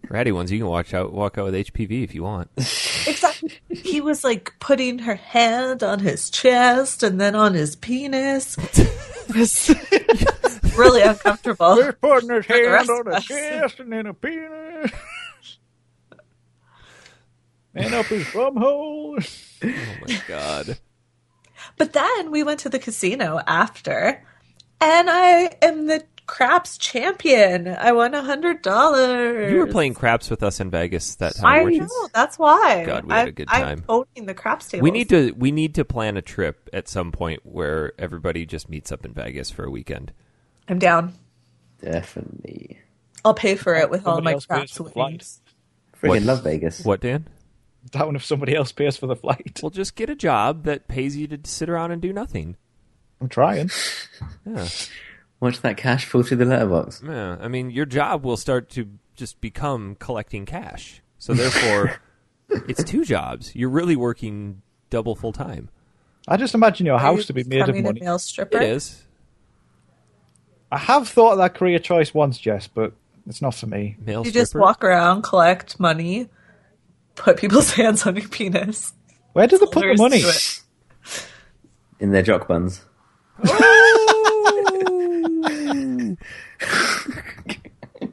Speaker 1: Ratty ones, you can watch out walk out with HPV if you want.
Speaker 3: Exactly. He was like putting her hand on his chest and then on his penis. It was really uncomfortable.
Speaker 2: putting his
Speaker 3: the
Speaker 2: hand
Speaker 3: rest
Speaker 2: on
Speaker 3: of
Speaker 2: his
Speaker 3: us.
Speaker 2: chest and then a penis. and up his bum hole.
Speaker 1: Oh my god.
Speaker 3: But then we went to the casino after, and I am the craps champion. I won a hundred dollars.
Speaker 1: You were playing craps with us in Vegas that time.
Speaker 3: I
Speaker 1: weren't you?
Speaker 3: know. That's why.
Speaker 1: God, we had a
Speaker 3: I'm-
Speaker 1: good time.
Speaker 3: I'm owning the craps table.
Speaker 1: We need to we need to plan a trip at some point where everybody just meets up in Vegas for a weekend.
Speaker 3: I'm down.
Speaker 4: Definitely.
Speaker 3: I'll pay for it with all
Speaker 2: Somebody
Speaker 3: my
Speaker 2: else pays
Speaker 3: craps
Speaker 2: for the flight.
Speaker 3: winnings.
Speaker 4: Freaking
Speaker 1: What-
Speaker 4: love Vegas.
Speaker 1: What, Dan?
Speaker 2: Down if somebody else pays for the flight.
Speaker 1: Well, just get a job that pays you to sit around and do nothing.
Speaker 2: I'm trying.
Speaker 1: Yeah.
Speaker 4: Watch that cash pull through the letterbox.
Speaker 1: Yeah, I mean, your job will start to just become collecting cash. So therefore, it's two jobs. You're really working double full time.
Speaker 2: I just imagine your house to be made of
Speaker 3: Becoming
Speaker 2: money.
Speaker 3: A male stripper.
Speaker 1: It is
Speaker 2: I have thought of that career choice once, Jess, but it's not for me.
Speaker 1: male.
Speaker 3: You just
Speaker 1: stripper.
Speaker 3: walk around, collect money, put people's hands on your penis.
Speaker 2: Where do they put the
Speaker 3: There's
Speaker 2: money?
Speaker 3: to it.
Speaker 4: In their jock buns.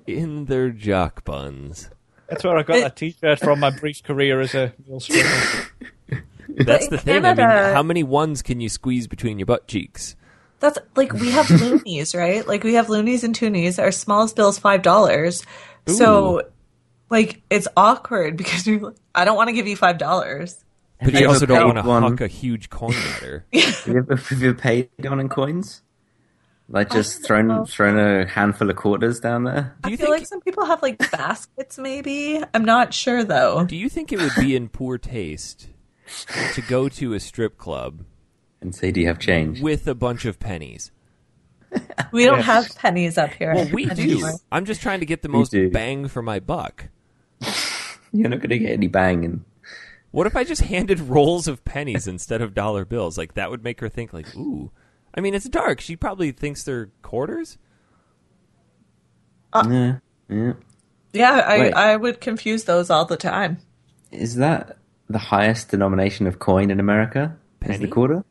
Speaker 1: in their jock buns.
Speaker 2: That's where I got that T-shirt from. My brief career as a meal stripper.
Speaker 1: That's
Speaker 3: in
Speaker 1: the thing. I mean,
Speaker 3: Canada-
Speaker 1: how many ones can you squeeze between your butt cheeks?
Speaker 3: That's like we have loonies, right? Like we have loonies and toonies. Our smallest bill is five dollars.
Speaker 1: Ooh.
Speaker 3: So like it's awkward because you're like, I don't want to give you five dollars.
Speaker 1: But
Speaker 4: you
Speaker 1: you also
Speaker 4: ever
Speaker 1: don't
Speaker 4: paid
Speaker 1: want to
Speaker 4: one?
Speaker 1: huck a huge coin at her.
Speaker 4: Have you ever have you paid one in coins? Like just thrown thrown a handful of quarters down there?
Speaker 1: Do you
Speaker 3: I feel
Speaker 1: think?
Speaker 3: like some people have like baskets maybe. I'm not sure though.
Speaker 1: do you think it would be in poor taste to go to a strip club
Speaker 4: And say, do you have change?
Speaker 1: with a bunch of pennies?
Speaker 3: We don't
Speaker 2: Yes.
Speaker 3: have pennies up here.
Speaker 1: Well, we do.
Speaker 3: anymore.
Speaker 1: I'm just trying to get the most
Speaker 4: do.
Speaker 1: bang for my buck.
Speaker 4: You're not going to get any bang. And
Speaker 1: What if I just handed rolls of pennies instead of dollar bills? Like that would make her think like, "Ooh." I mean, it's dark. She probably thinks they're quarters.
Speaker 2: Uh.
Speaker 4: yeah, yeah.
Speaker 3: Yeah, I,
Speaker 4: Wait.
Speaker 3: I would confuse those all the time.
Speaker 4: Is that the highest denomination of coin in America? Is
Speaker 1: Penny?
Speaker 4: the quarter?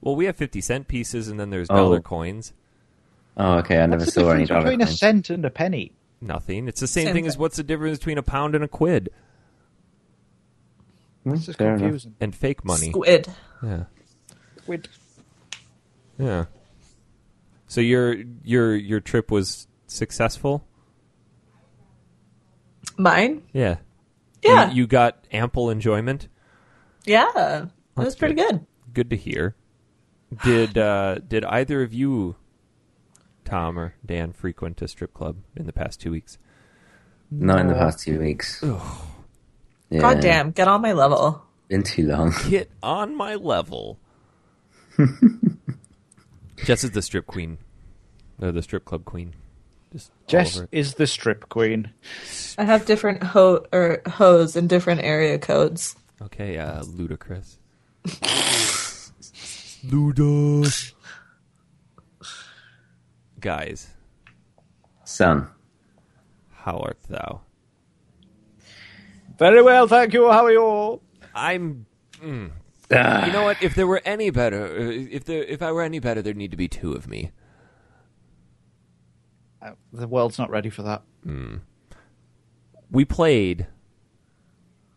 Speaker 1: Well, we have 50 cent pieces and then there's
Speaker 4: Oh.
Speaker 1: dollar coins.
Speaker 4: Oh, okay. I never
Speaker 2: What's the
Speaker 4: saw any
Speaker 2: difference
Speaker 4: dollar
Speaker 2: between a
Speaker 4: coins.
Speaker 2: cent and a penny?
Speaker 1: Nothing. It's the same,
Speaker 3: Same
Speaker 1: thing as
Speaker 3: thing.
Speaker 1: what's the difference between a pound and a quid
Speaker 4: Hmm,
Speaker 2: This is
Speaker 4: fair enough.
Speaker 2: confusing.
Speaker 1: and fake money.
Speaker 3: Squid.
Speaker 1: Yeah.
Speaker 2: We'd-
Speaker 1: Yeah. So your your your trip was successful?
Speaker 3: Mine?
Speaker 1: Yeah.
Speaker 3: Yeah.
Speaker 1: You, you got ample enjoyment.
Speaker 3: yeah. That was pretty
Speaker 1: good.
Speaker 3: good.
Speaker 1: Good to hear. Did uh did either of you Tom or Dan frequent a strip club in the past 2 weeks?
Speaker 4: Not in the past two weeks. Yeah,
Speaker 3: God damn, get on my level.
Speaker 4: Been too long.
Speaker 1: Get on my level. Jess is the strip queen. Or the strip club queen. Just all
Speaker 2: Jess
Speaker 1: over it.
Speaker 2: is the strip queen.
Speaker 3: I have different ho or hoes in different area codes.
Speaker 1: Okay, uh, ludicrous. Luda. Guys,
Speaker 4: Son.
Speaker 1: how art thou?
Speaker 2: Very well, thank you. How are you all?
Speaker 1: I'm. mm.
Speaker 4: Ah.
Speaker 1: You know what? If there were any better, uh, if there, if I were any better, there'd need to be two of me.
Speaker 2: Uh, The world's not ready for that.
Speaker 1: We played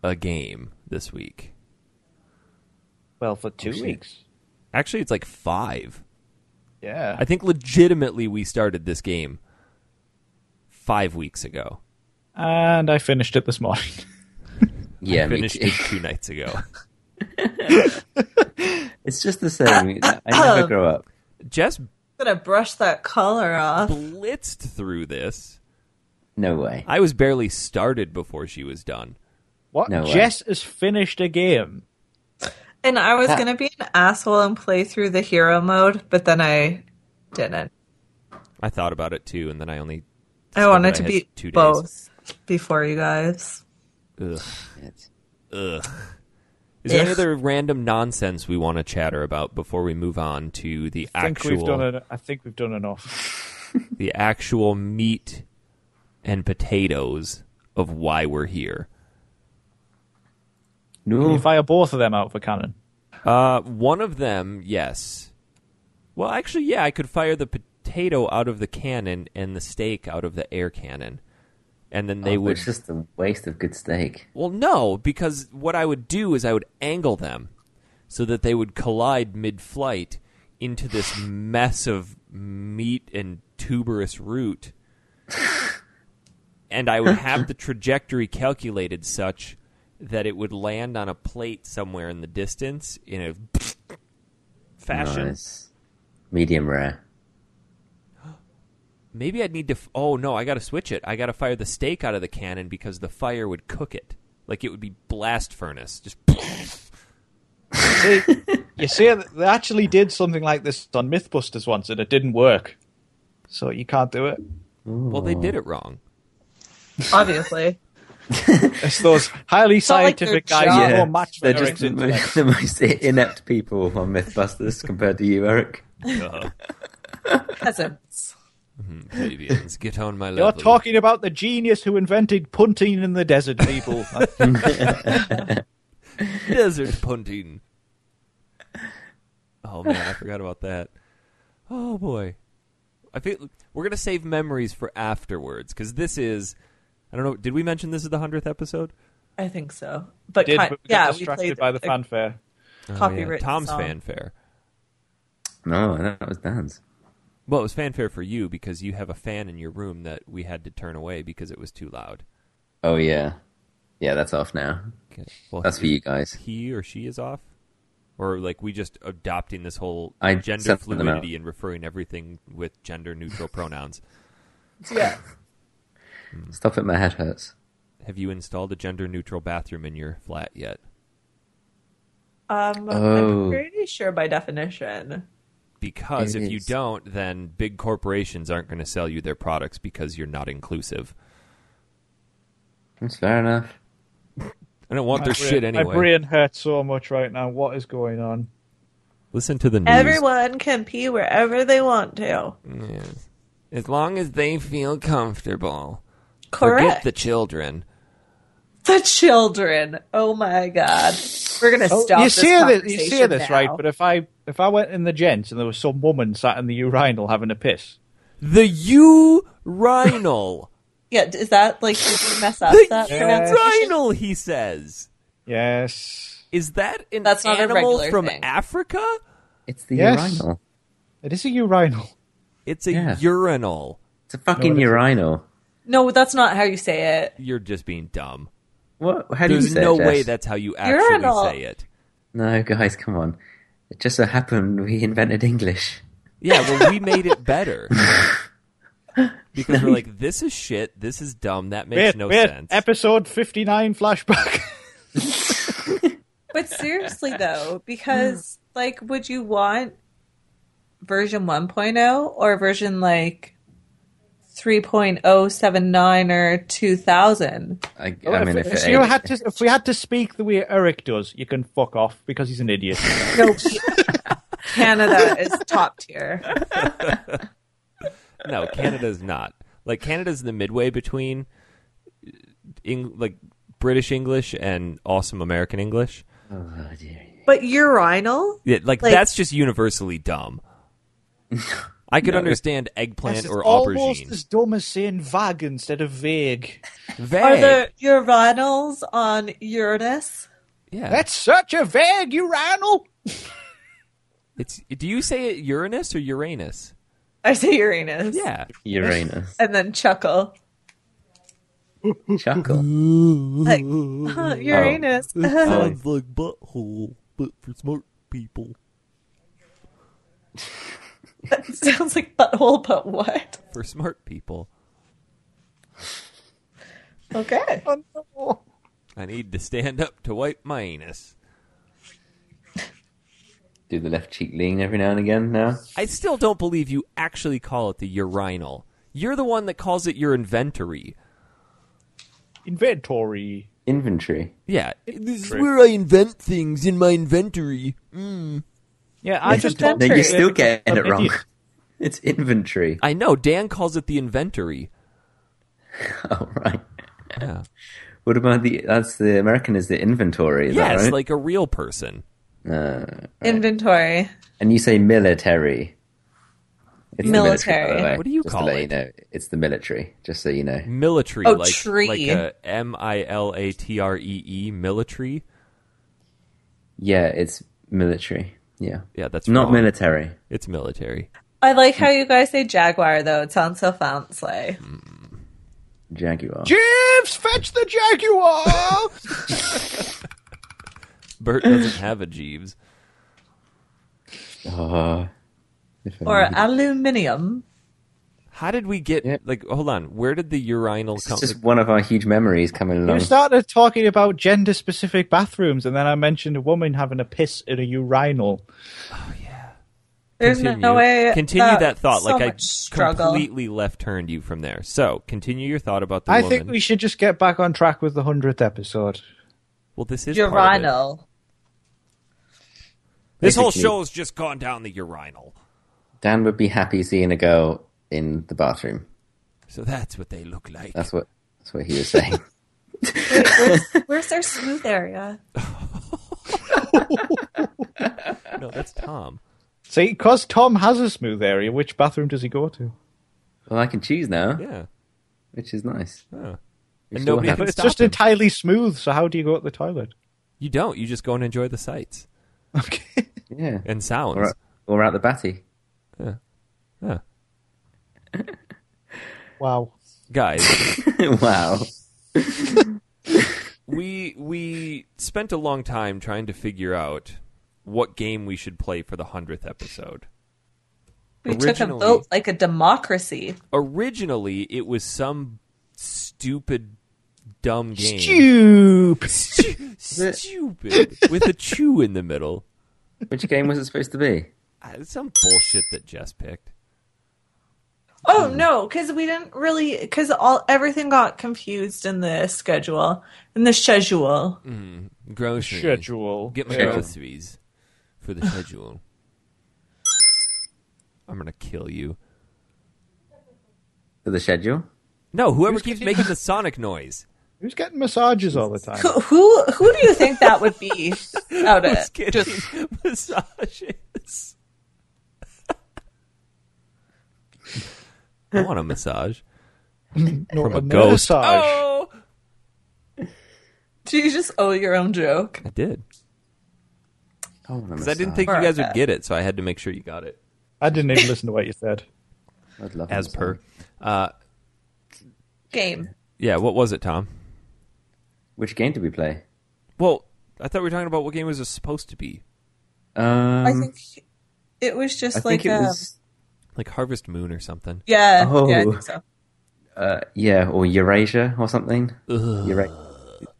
Speaker 1: a game this week.
Speaker 2: Well, for two
Speaker 4: shit.
Speaker 2: weeks.
Speaker 1: Actually, it's like five.
Speaker 2: Yeah.
Speaker 1: I think legitimately we started this game five weeks ago.
Speaker 2: And I finished it this morning.
Speaker 4: Yeah, me
Speaker 1: Finished
Speaker 4: too.
Speaker 1: it two nights ago.
Speaker 4: it's just the same. I never grow up.
Speaker 1: Jess
Speaker 3: I'm gonna brush that color off.
Speaker 1: blitzed through this.
Speaker 4: No way.
Speaker 1: I was barely started before she was done.
Speaker 2: What?
Speaker 4: No way.
Speaker 2: Jess has finished a game.
Speaker 3: And I was gonna be an asshole and play through the hero mode, but then I didn't.
Speaker 1: I thought about it too, and then I only.
Speaker 3: I wanted
Speaker 1: I
Speaker 3: to
Speaker 1: had
Speaker 3: beat
Speaker 1: two days.
Speaker 3: both before you guys.
Speaker 1: Ugh.
Speaker 4: It's-
Speaker 1: Ugh. Is there any
Speaker 3: Ugh.
Speaker 1: other random nonsense we want to chatter about before we move on to the
Speaker 2: I think
Speaker 1: actual
Speaker 2: we've done en- I think we've done enough.
Speaker 1: the actual meat and potatoes of why we're here?
Speaker 2: Can you
Speaker 4: No.
Speaker 2: fire both of them out of a cannon?
Speaker 1: Uh, one of them, yes. Well, actually, yeah, I could fire the potato out of the cannon and the steak out of the air cannon, and then they
Speaker 4: Oh,
Speaker 1: would
Speaker 4: It's just a waste of good steak.
Speaker 1: Well, no, because what I would do is I would angle them so that they would collide mid flight into this mess of meat and tuberous root. and I would have the trajectory calculated such that it would land on a plate somewhere in the distance in a fashion.
Speaker 4: Nice. Medium rare.
Speaker 1: Maybe I'd need to. F- oh no, I got to switch it. I got to fire the steak out of the cannon because the fire would cook it. Like it would be blast furnace. Just
Speaker 2: See, you see, they actually did something like this on MythBusters once, and it didn't work. So you can't do it.
Speaker 1: well, they did it wrong.
Speaker 3: Obviously.
Speaker 2: It's those highly
Speaker 3: not like
Speaker 2: scientific
Speaker 3: their
Speaker 2: guys
Speaker 3: job.
Speaker 2: who are match
Speaker 4: they're
Speaker 2: with their
Speaker 4: just the mo-
Speaker 2: intellect.
Speaker 4: the most inept people on MythBusters compared to you, Eric.
Speaker 3: Peasants.
Speaker 1: Fabians, get on my level.
Speaker 2: You're talking about the genius who invented punting in the desert, people.
Speaker 1: desert punting. Oh man, I forgot about that. Oh boy, I feel we're gonna save memories for afterwards because this is. I don't know. Did we mention this is the hundredth episode?
Speaker 3: I think so. But,
Speaker 2: did,
Speaker 3: kind-
Speaker 2: but we got
Speaker 3: yeah, we
Speaker 2: distracted
Speaker 3: played
Speaker 2: by the
Speaker 3: a
Speaker 1: Oh,
Speaker 2: fanfare.
Speaker 1: yeah.
Speaker 3: copywritten
Speaker 1: Tom's
Speaker 3: song.
Speaker 1: fanfare.
Speaker 4: No, that was Dan's.
Speaker 1: Well, it was fanfare for you because you have a fan in your room that we had to turn away because it was too loud.
Speaker 4: Oh yeah, yeah, that's off now.
Speaker 1: Okay. Well,
Speaker 4: That's for you guys.
Speaker 1: he or she is off, or like we just adopting this whole
Speaker 4: I
Speaker 1: gender
Speaker 4: sent them out.
Speaker 1: fluidity and referring everything with gender neutral pronouns.
Speaker 3: Yeah.
Speaker 4: Stop it, my head hurts.
Speaker 1: Have you installed a gender neutral bathroom in your flat yet?
Speaker 3: Um,
Speaker 4: Oh.
Speaker 3: I'm pretty sure by definition.
Speaker 1: Because
Speaker 4: It
Speaker 1: if you
Speaker 4: is.
Speaker 1: don't, then big corporations aren't going to sell you their products because you're not inclusive.
Speaker 4: That's fair enough.
Speaker 1: I don't want their
Speaker 2: brain-
Speaker 1: shit
Speaker 2: My
Speaker 1: anyway.
Speaker 2: brain hurts so much right now. What is going on?
Speaker 1: Listen to the news.
Speaker 3: Everyone can pee wherever they want to.
Speaker 1: Yes. As long as they feel comfortable. Forget
Speaker 3: Correct.
Speaker 1: the children.
Speaker 3: the children. Oh my god. We're gonna
Speaker 2: Oh,
Speaker 3: stop.
Speaker 2: you
Speaker 3: this
Speaker 2: see this, you
Speaker 3: conversation
Speaker 2: see this,
Speaker 3: now.
Speaker 2: right? But if I if I went in the gents and there was some woman sat in the urinal having a piss,
Speaker 1: The urinal.
Speaker 3: yeah, is that like did you mess up
Speaker 1: the
Speaker 3: that pronunciation?
Speaker 1: urinal, he says.
Speaker 2: yes,
Speaker 1: Is that an
Speaker 3: That's not a
Speaker 1: animal
Speaker 3: regular
Speaker 1: from
Speaker 3: thing.
Speaker 1: Africa?
Speaker 4: It's the
Speaker 2: Yes.
Speaker 4: urinal.
Speaker 2: it is a urinal.
Speaker 1: It's a
Speaker 4: Yeah.
Speaker 1: urinal.
Speaker 4: It's a fucking urinal.
Speaker 3: No, that's not how you say it.
Speaker 1: You're just being dumb.
Speaker 4: What? How do you
Speaker 1: There's
Speaker 4: say it,
Speaker 1: no
Speaker 4: Jess?
Speaker 1: way that's how you actually
Speaker 3: Urinal.
Speaker 1: say it.
Speaker 4: No, guys, come on. It just so happened we invented English.
Speaker 1: Yeah, well, we made it better. Because we're like, this is shit. This is dumb. That makes
Speaker 2: Wait,
Speaker 1: no
Speaker 2: wait,
Speaker 1: sense.
Speaker 2: episode fifty nine flashback.
Speaker 3: But seriously though, because like would you want version 1.0 or version like 3.079 or 2000?
Speaker 4: I, I
Speaker 1: Oh,
Speaker 2: Well,
Speaker 4: mean,
Speaker 2: if,
Speaker 4: if,
Speaker 2: if
Speaker 4: it
Speaker 2: you
Speaker 4: ain't-
Speaker 2: had to, if we had to speak the way Eric does, you can fuck off because he's an idiot.
Speaker 3: No. Canada is top tier.
Speaker 1: no, Canada's not. Like, Canada's the midway between, uh, Eng- like, British English and awesome American English.
Speaker 4: Oh, dear.
Speaker 3: But urinal?
Speaker 1: Yeah, like,
Speaker 3: Like-
Speaker 1: that's just universally dumb. I could
Speaker 4: No.
Speaker 1: understand eggplant
Speaker 2: Yes,
Speaker 1: or
Speaker 2: it's almost
Speaker 1: aubergine.
Speaker 2: as dumb as saying vag instead of vague.
Speaker 1: Vague.
Speaker 3: Are there urinals on Uranus?
Speaker 1: Yeah.
Speaker 2: That's such a vague urinal.
Speaker 1: It's do you say it Uranus or Uranus?
Speaker 3: I say Uranus.
Speaker 1: Yeah.
Speaker 4: Uranus.
Speaker 3: And then chuckle.
Speaker 4: Chuckle.
Speaker 3: Like, huh, Uranus.
Speaker 4: Sounds
Speaker 1: like butthole, but for smart people.
Speaker 3: That sounds like butthole, but what?
Speaker 1: For smart people.
Speaker 3: Okay.
Speaker 1: I need to stand up to wipe my anus.
Speaker 4: do the left cheek lean every now and again now.
Speaker 1: I still don't believe you actually call it the urinal. You're the one that calls it your inventory.
Speaker 2: Inventory.
Speaker 4: Inventory.
Speaker 1: Yeah, this is
Speaker 2: True.
Speaker 1: where I invent things in my inventory.
Speaker 2: Yeah, I
Speaker 3: It's
Speaker 2: just
Speaker 3: a
Speaker 2: don't
Speaker 3: Inventory.
Speaker 4: No,
Speaker 2: get
Speaker 4: you're still getting it
Speaker 2: I'm
Speaker 4: wrong.
Speaker 2: idiot.
Speaker 4: It's inventory.
Speaker 1: I know. Dan calls it the inventory.
Speaker 4: Oh right. What about the? That's the American is the inventory. Is
Speaker 1: yes,
Speaker 4: that right?
Speaker 1: like a real person.
Speaker 3: Inventory.
Speaker 4: and you say military. It's the
Speaker 3: Military.
Speaker 4: by the way,
Speaker 1: What do you
Speaker 4: just
Speaker 1: call
Speaker 4: to let You
Speaker 1: it?
Speaker 4: know, it's the military. Just so you know.
Speaker 1: Military,
Speaker 3: Oh,
Speaker 1: like
Speaker 3: tree.
Speaker 1: like a M I L A T R E E military.
Speaker 4: Yeah, it's military. Yeah.
Speaker 1: Yeah, that's
Speaker 4: Not
Speaker 1: wrong.
Speaker 4: military.
Speaker 1: It's military.
Speaker 3: I like how you guys say jaguar though. It sounds so fancy.
Speaker 1: Mm.
Speaker 4: Jaguar.
Speaker 2: Jeeves, fetch the Jaguar!
Speaker 1: Bert doesn't have a Jeeves.
Speaker 4: Oh, if
Speaker 3: Or
Speaker 4: only.
Speaker 3: aluminium.
Speaker 1: How did we get
Speaker 4: Yeah.
Speaker 1: like? Hold on. Where did the urinal come?
Speaker 4: it's just one of our huge memories coming
Speaker 2: you
Speaker 4: along.
Speaker 2: started talking about gender specific bathrooms, and then I mentioned a woman having a piss in a urinal.
Speaker 3: There's no way.
Speaker 1: Continue that thought.
Speaker 3: so
Speaker 1: like I
Speaker 3: much struggle.
Speaker 1: completely left turned you from there. So continue your thought about the
Speaker 2: I
Speaker 1: woman.
Speaker 2: think we should just get back on track with the 100th episode.
Speaker 1: well, this is part of it.
Speaker 3: urinal.
Speaker 1: This whole
Speaker 4: Basically.
Speaker 1: show's just gone down the urinal.
Speaker 4: Dan would be happy seeing a girl in the bathroom.
Speaker 1: So that's what they look like.
Speaker 4: That's what that's what he was saying.
Speaker 3: Where's their smooth area?
Speaker 1: no, that's Tom.
Speaker 2: See, because Tom has a smooth area, which bathroom does he go to?
Speaker 4: well, I can choose now,
Speaker 1: Yeah.
Speaker 4: which is nice.
Speaker 1: Huh.
Speaker 4: We
Speaker 1: And
Speaker 4: still
Speaker 1: nobody
Speaker 4: have-
Speaker 1: can
Speaker 2: But it's
Speaker 1: stop
Speaker 2: just
Speaker 1: him.
Speaker 2: entirely smooth, so how do you go to the toilet?
Speaker 1: You don't. You just go and enjoy the sights
Speaker 2: Okay.
Speaker 4: Yeah.
Speaker 1: and sounds.
Speaker 4: Or, or out the batty.
Speaker 1: Yeah.
Speaker 2: Wow.
Speaker 1: Guys,
Speaker 4: wow.
Speaker 1: we we spent a long time trying to figure out what game we should play for the hundredth episode.
Speaker 3: We took a
Speaker 1: Originally-
Speaker 3: vote like a democracy.
Speaker 1: Originally, it was some stupid, dumb game.
Speaker 2: Stupid.
Speaker 1: Stu- stupid with a chew in the middle.
Speaker 4: Which game was it supposed to be?
Speaker 1: Ah, it's Some bullshit that Jess picked.
Speaker 3: Oh
Speaker 1: Mm.
Speaker 3: no, because we didn't really because all everything got confused in the schedule in the schedule.
Speaker 1: Mm. Grocery.
Speaker 2: Schedule.
Speaker 1: Get my
Speaker 4: Schedule.
Speaker 1: groceries for the schedule. I'm gonna kill you.
Speaker 4: For the schedule?
Speaker 1: No, whoever keeps making the sonic noise.
Speaker 2: Who's getting massages all the time?
Speaker 3: Who, who who do you think that would be out of
Speaker 1: Who's getting massages? I want a massage.
Speaker 2: Not
Speaker 1: From a ghost.
Speaker 2: massage.
Speaker 1: Oh,
Speaker 3: Do you just owe your own joke?
Speaker 1: I did
Speaker 4: Oh,
Speaker 1: because I didn't think you guys
Speaker 4: uh,
Speaker 1: would get it, so I had to make sure you got it.
Speaker 2: I didn't even listen to what you said.
Speaker 4: I'd love
Speaker 1: As
Speaker 4: a massage.
Speaker 1: per, Uh,
Speaker 3: Game.
Speaker 1: yeah. What was it, Tom?
Speaker 4: Which game did we play?
Speaker 1: Well, I thought we were talking about what game was it supposed to be,
Speaker 4: Um,
Speaker 3: I think it was just
Speaker 4: I
Speaker 3: like uh,
Speaker 4: think
Speaker 3: a
Speaker 4: it was.
Speaker 1: like Harvest Moon or something.
Speaker 3: yeah.
Speaker 4: Oh.
Speaker 3: yeah I think so.
Speaker 4: Uh, yeah, or Eurasia or something. Eura-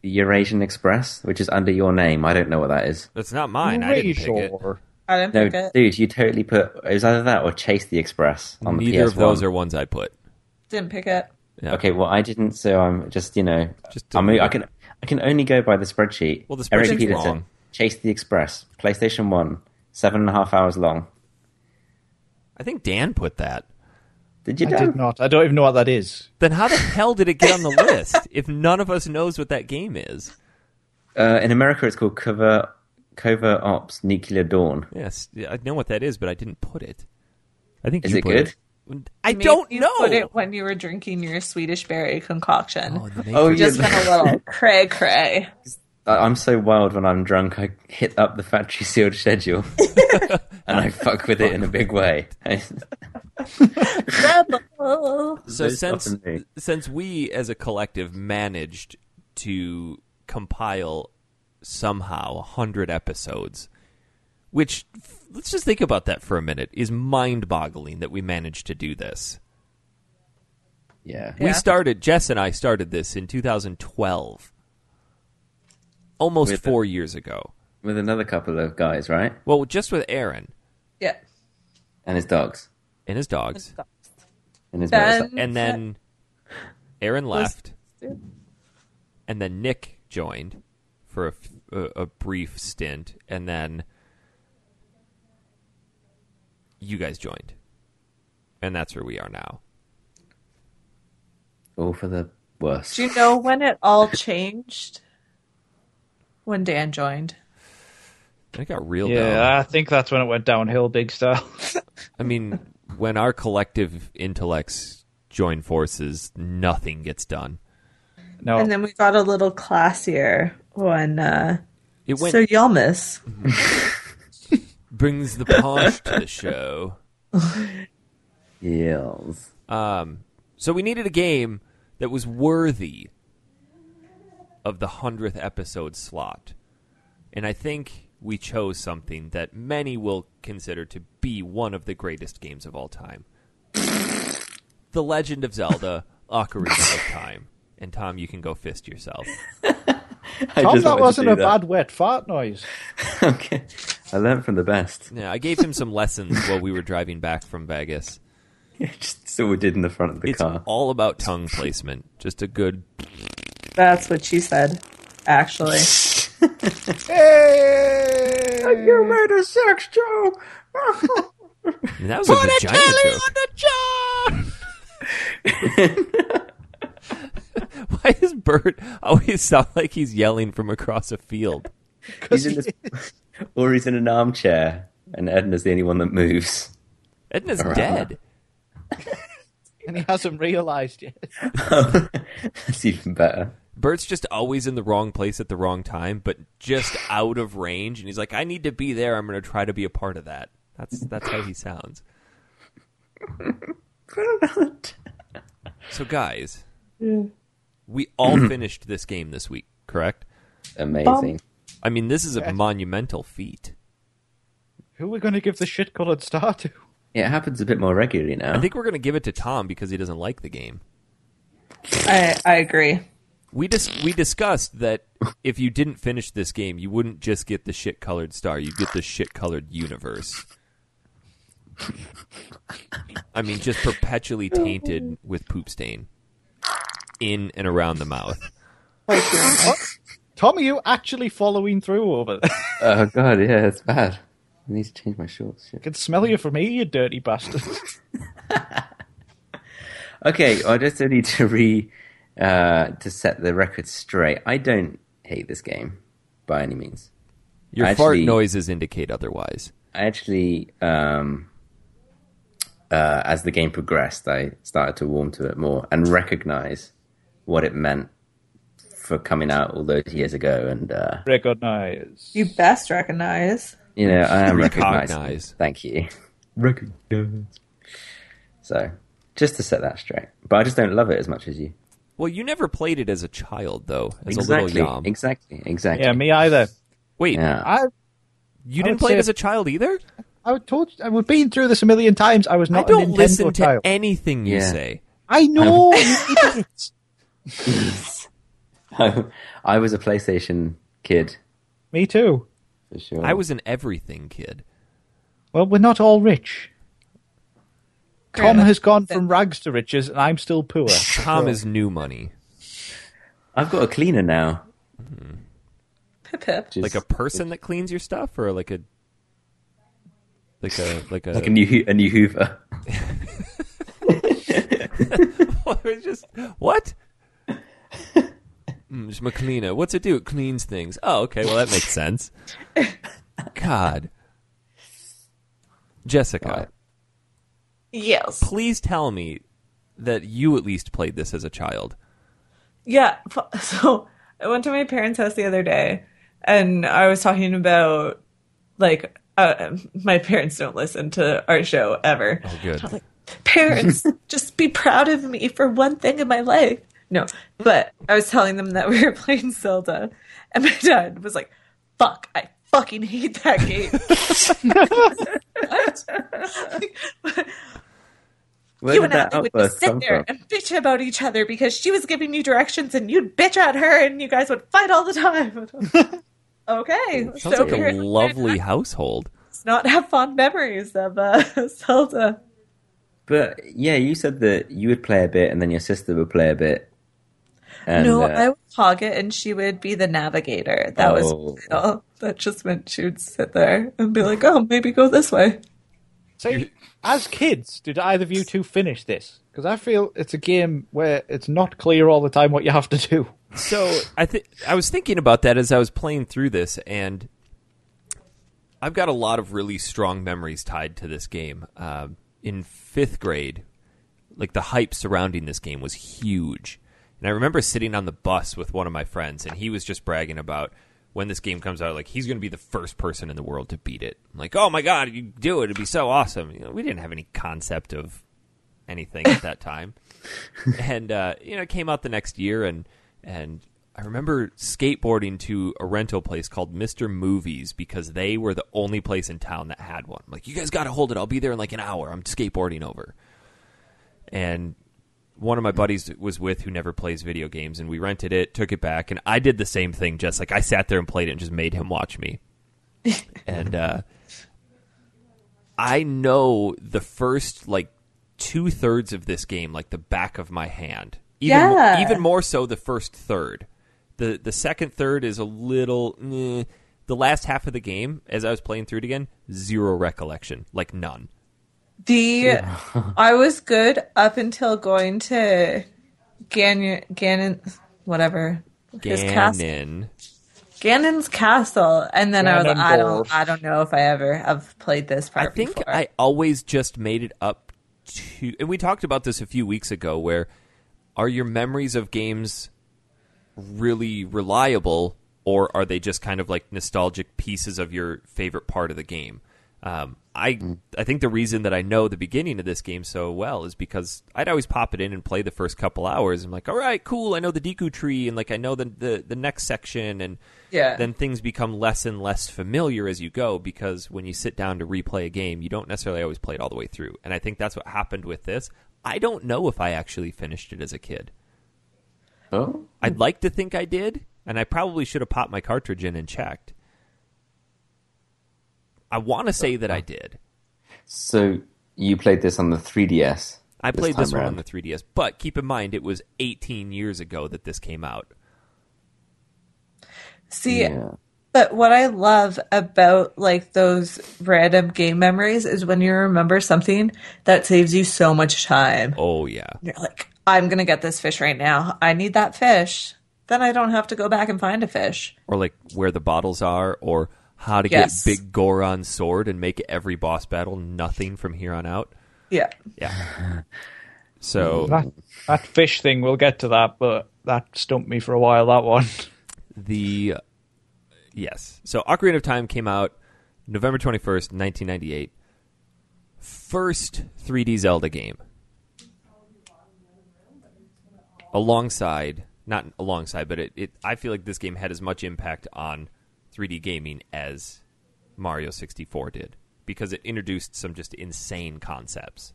Speaker 4: Eurasian Express, which is under your name. I don't know what that is.
Speaker 1: That's not mine. I didn't pick it.
Speaker 2: Erasure.
Speaker 3: I didn't
Speaker 4: No,
Speaker 3: think it.
Speaker 4: dude, you totally put. It was either that or Chase the Express on the
Speaker 1: Neither
Speaker 4: PS1.
Speaker 1: of those are ones I put.
Speaker 3: Didn't pick it.
Speaker 1: Yeah.
Speaker 4: Okay, well, I didn't, so I'm just you know,
Speaker 1: Just
Speaker 4: I'm,
Speaker 1: delete
Speaker 4: I
Speaker 1: it.
Speaker 4: can I can only go by the spreadsheet.
Speaker 1: Well, the
Speaker 4: Eric
Speaker 1: spreadsheet's
Speaker 4: Peterson,
Speaker 1: wrong.
Speaker 4: Chase the Express, PlayStation One, seven and a half hours long.
Speaker 1: I think Dan put that.
Speaker 4: Did you?
Speaker 2: I
Speaker 4: know?
Speaker 2: did not. I don't even know what that is.
Speaker 1: Then how the hell did it get on the list if none of us knows what that game is?
Speaker 4: Uh, in America, it's called Covert Covert Ops Nuclear Dawn.
Speaker 1: Yes, yeah, I know what that is, but I didn't put it. I think
Speaker 4: Is
Speaker 1: you
Speaker 4: it
Speaker 1: put
Speaker 4: good?
Speaker 1: It. I
Speaker 3: Maybe
Speaker 1: don't
Speaker 3: you
Speaker 1: know.
Speaker 3: Put it when you were drinking your Swedish berry concoction.
Speaker 1: Oh, the
Speaker 4: Oh,
Speaker 1: Matrix.
Speaker 3: just
Speaker 4: yeah.
Speaker 3: been a little cray cray.
Speaker 4: I- I'm so wild when I'm drunk. I hit up the factory sealed schedule, and I fuck with it in a big way.
Speaker 3: Rebel.
Speaker 1: so
Speaker 4: Based off
Speaker 1: since
Speaker 4: of me.
Speaker 1: since we as a collective managed to compile somehow 100 episodes which f- let's just think about that for a minute is mind-boggling that we managed to do this
Speaker 4: yeah,
Speaker 1: we
Speaker 3: Yeah.
Speaker 1: started jess and i started this in 2012 almost
Speaker 4: With-
Speaker 1: four years ago
Speaker 4: with another couple of guys, right?
Speaker 1: Well, just with Aaron
Speaker 3: Yeah.
Speaker 4: And his dogs.
Speaker 1: and his dogs,
Speaker 4: And his motorcycle.
Speaker 3: Ben
Speaker 1: and then Aaron left,
Speaker 3: Yeah.
Speaker 1: and then Nick joined for a, f- a- a brief stint, and then you guys joined, and that's where we are now.
Speaker 4: all for the worst.
Speaker 3: Do you know when it all changed? When Dan joined.
Speaker 1: And it got
Speaker 4: Oh,
Speaker 1: real. dumb.
Speaker 2: Yeah, I think that's when it went downhill big style.
Speaker 1: I mean, when our collective intellects join forces, nothing gets done.
Speaker 4: Oh.
Speaker 2: No,
Speaker 3: And then we got a little classier when uh
Speaker 1: It went
Speaker 3: Sir Yelmus.
Speaker 1: brings the punch to the show.
Speaker 4: Yells.
Speaker 1: So we needed a game that was worthy of the hundredth episode slot, and I think we chose something that many will consider to be one of the greatest games of all time: The Legend of Zelda: Ocarina of Time. And Tom, you can go fist yourself.
Speaker 4: I
Speaker 2: Tom,
Speaker 4: just wanted
Speaker 2: that
Speaker 4: to
Speaker 2: wasn't
Speaker 4: do
Speaker 2: a
Speaker 4: that.
Speaker 2: bad wet fart noise.
Speaker 4: okay. I learned from the best.
Speaker 1: Yeah, I gave him some lessons while we were driving back from Vegas.
Speaker 4: just so we did in the front of the
Speaker 1: It's
Speaker 4: car.
Speaker 1: all about tongue placement. Just a good.
Speaker 3: That's what she said, actually.
Speaker 4: You made a sex joke.
Speaker 1: and that was a vagina joke. Why does Bert always sound like he's yelling from across a field?
Speaker 4: he's in this, or he's in an armchair, and Edna's the only one that moves.
Speaker 1: Edna's
Speaker 4: Around.
Speaker 1: dead.
Speaker 2: and he hasn't realised yet.
Speaker 4: That's even better.
Speaker 1: Bert's just always in the wrong place at the wrong time, but just out of range. And he's like, "I need to be there. I'm going to try to be a part of that." That's that's how he sounds. So, guys, we all finished this game this week, correct?
Speaker 4: Amazing.
Speaker 1: I mean, this is a monumental feat.
Speaker 2: Who are we going to give the shit coloured star to?
Speaker 4: It happens a bit more regularly now.
Speaker 1: I think we're going to give it to Tom because he doesn't like the game.
Speaker 3: I, I agree.
Speaker 1: We dis- we discussed that if you didn't finish this game, you wouldn't just get the shit colored star, you'd get the shit colored universe. I mean, just perpetually tainted with poop stain in and around the mouth.
Speaker 2: Tom, are you actually following through over there?
Speaker 4: oh god, yeah, it's bad. I need to change my shorts.
Speaker 2: I
Speaker 4: Shit.
Speaker 2: can smell you from here, you dirty bastard.
Speaker 4: Okay, I just need to re uh, to set the record straight. I don't hate this game by any means.
Speaker 1: Your fart
Speaker 4: Actually-
Speaker 1: noises indicate otherwise.
Speaker 4: I actually, um, uh, as the game progressed, I started to warm to it more and recognize what it meant for coming out all those years ago. And uh,
Speaker 2: Recognise.
Speaker 3: You best recognize.
Speaker 4: you know, I am
Speaker 1: Recognize.
Speaker 4: recognized. Thank you. Recognize. So, just to set that straight, but I just don't love it as much as you.
Speaker 1: Well, you never played it as a child, though, as a
Speaker 4: exactly,
Speaker 1: little yom.
Speaker 4: exactly, exactly.
Speaker 2: Yeah, me either.
Speaker 1: Wait,
Speaker 4: Yeah.
Speaker 2: I,
Speaker 1: you
Speaker 2: I
Speaker 1: didn't
Speaker 2: would
Speaker 1: play
Speaker 2: say
Speaker 1: it
Speaker 2: if-
Speaker 1: as a child either?
Speaker 2: I told you, we've been through this a million times. I was
Speaker 1: I
Speaker 2: not a
Speaker 1: don't
Speaker 2: Nintendo
Speaker 1: listen to
Speaker 2: child.
Speaker 1: anything you
Speaker 4: Yeah.
Speaker 1: say.
Speaker 2: I know. you idiots.
Speaker 4: I was a PlayStation kid
Speaker 2: Me too.
Speaker 4: for sure.
Speaker 1: I was an everything kid.
Speaker 2: Well, we're not all rich. Tom
Speaker 3: Yeah.
Speaker 2: has gone from rags to riches, and I'm still poor.
Speaker 1: Tom is new money.
Speaker 4: I've got a cleaner now.
Speaker 3: Pip pip.
Speaker 4: which is-
Speaker 1: like a person that cleans your stuff or like a like a like a
Speaker 4: like a new Hoo- a new Hoover.
Speaker 1: It's just what mm, just my cleaner what's it do it cleans things oh okay well that makes sense god jessica
Speaker 4: Right.
Speaker 3: Yes.
Speaker 1: please tell me that you at least played this as a child
Speaker 3: Yeah. f- So I went to my parents' house the other day and I was talking about, like, uh, my parents don't listen to our show ever.
Speaker 1: oh good
Speaker 3: like, parents, just be proud of me for one thing in my life. No, but I was telling them that we were playing Zelda, and my dad was like, fuck, I fucking hate that game. What?
Speaker 4: Where
Speaker 3: you
Speaker 4: did
Speaker 3: and I
Speaker 4: that
Speaker 3: would just
Speaker 4: outburst
Speaker 3: sit
Speaker 4: come
Speaker 3: there
Speaker 4: from?
Speaker 3: and bitch about each other because she was giving you directions and you'd bitch at her and you guys would fight all the time. Okay,
Speaker 1: Sounds
Speaker 3: so
Speaker 1: like a
Speaker 3: apparently
Speaker 1: lovely household.
Speaker 3: does not have fond memories of uh, Zelda.
Speaker 4: But yeah, you said that you would play a bit, and then your sister would play a bit. And,
Speaker 3: no,
Speaker 4: uh,
Speaker 3: I would hog it, and she would be the navigator. That
Speaker 4: Oh.
Speaker 3: was all. That just meant she would sit there and be like, "Oh, maybe go this way."
Speaker 2: See, as kids, did either of you two finish this? Because I feel it's a game where it's not clear all the time what you have to do.
Speaker 1: So I think I was thinking about that as I was playing through this, and I've got a lot of really strong memories tied to this game. Um in fifth grade, like the hype surrounding this game was huge, and I remember sitting on the bus with one of my friends, and he was just bragging about when this game comes out, like he's going to be the first person in the world to beat it. I'm like, oh my god, you do it! It'd be so awesome. You know, we didn't have any concept of anything at that time and uh, you know, it came out the next year, and and I remember skateboarding to a rental place called Mister Movies because they were the only place in town that had one. I'm like, you guys got to hold it. I'll be there in like an hour. I'm skateboarding over, and one of my buddies was with who never plays video games, and we rented it, took it back, and I did the same thing. Just like I sat there and played it, and just made him watch me, and. uh I know the first like two thirds of this game, like the back of my hand. Even
Speaker 3: Yeah.
Speaker 1: mo- even more so the first third. The the second third is a little. eh. The last half of the game, as I was playing through it again, zero recollection, like none.
Speaker 3: The I was good up until going to Ganon, Ganon whatever his castle,
Speaker 1: Ganon.
Speaker 3: Ganon's castle, and then I was like, I
Speaker 2: Ganondorf.
Speaker 3: don't, I don't know if I ever have played this
Speaker 1: I
Speaker 3: part.
Speaker 1: think
Speaker 3: before.
Speaker 1: I always just made it up to, and we talked about this a few weeks ago. Where are your memories of games really reliable, or are they just kind of like nostalgic pieces of your favorite part of the game? Um, I I think the reason that I know the beginning of this game so well is because I'd always pop it in and play the first couple hours. I'm like, all right, cool. I know the Deku tree, and like I know the the, the next section, and
Speaker 3: Yeah.
Speaker 1: then things become less and less familiar as you go because when you sit down to replay a game, you don't necessarily always play it all the way through. And I think that's what happened with this. I don't know if I actually finished it as a kid.
Speaker 4: oh,
Speaker 1: I'd like to think I did, and I probably should have popped my cartridge in and checked. I want to say that I did.
Speaker 4: so you played this on the 3DS.
Speaker 1: I played
Speaker 4: time
Speaker 1: this one on
Speaker 4: round.
Speaker 1: the 3DS, but keep in mind it was 18 years ago that this came out.
Speaker 3: see. But what I love about like those random game memories is when you remember something that saves you so much time.
Speaker 1: Oh yeah.
Speaker 3: You're like, I'm gonna get this fish right now. I need that fish. Then I don't have to go back and find a fish.
Speaker 1: or like where the bottles are, or how to
Speaker 3: Yes.
Speaker 1: get Big Goron's sword and make every boss battle nothing from here on out.
Speaker 3: Yeah.
Speaker 1: So
Speaker 2: That, that fish thing, we'll get to that, but that stumped me for a while, that one.
Speaker 1: the yes, so Ocarina of Time came out November twenty first, nineteen ninety eight. First 3D Zelda game, alongside not alongside, but it, it I feel like this game had as much impact on 3D gaming as Mario sixty four did because it introduced some just insane concepts.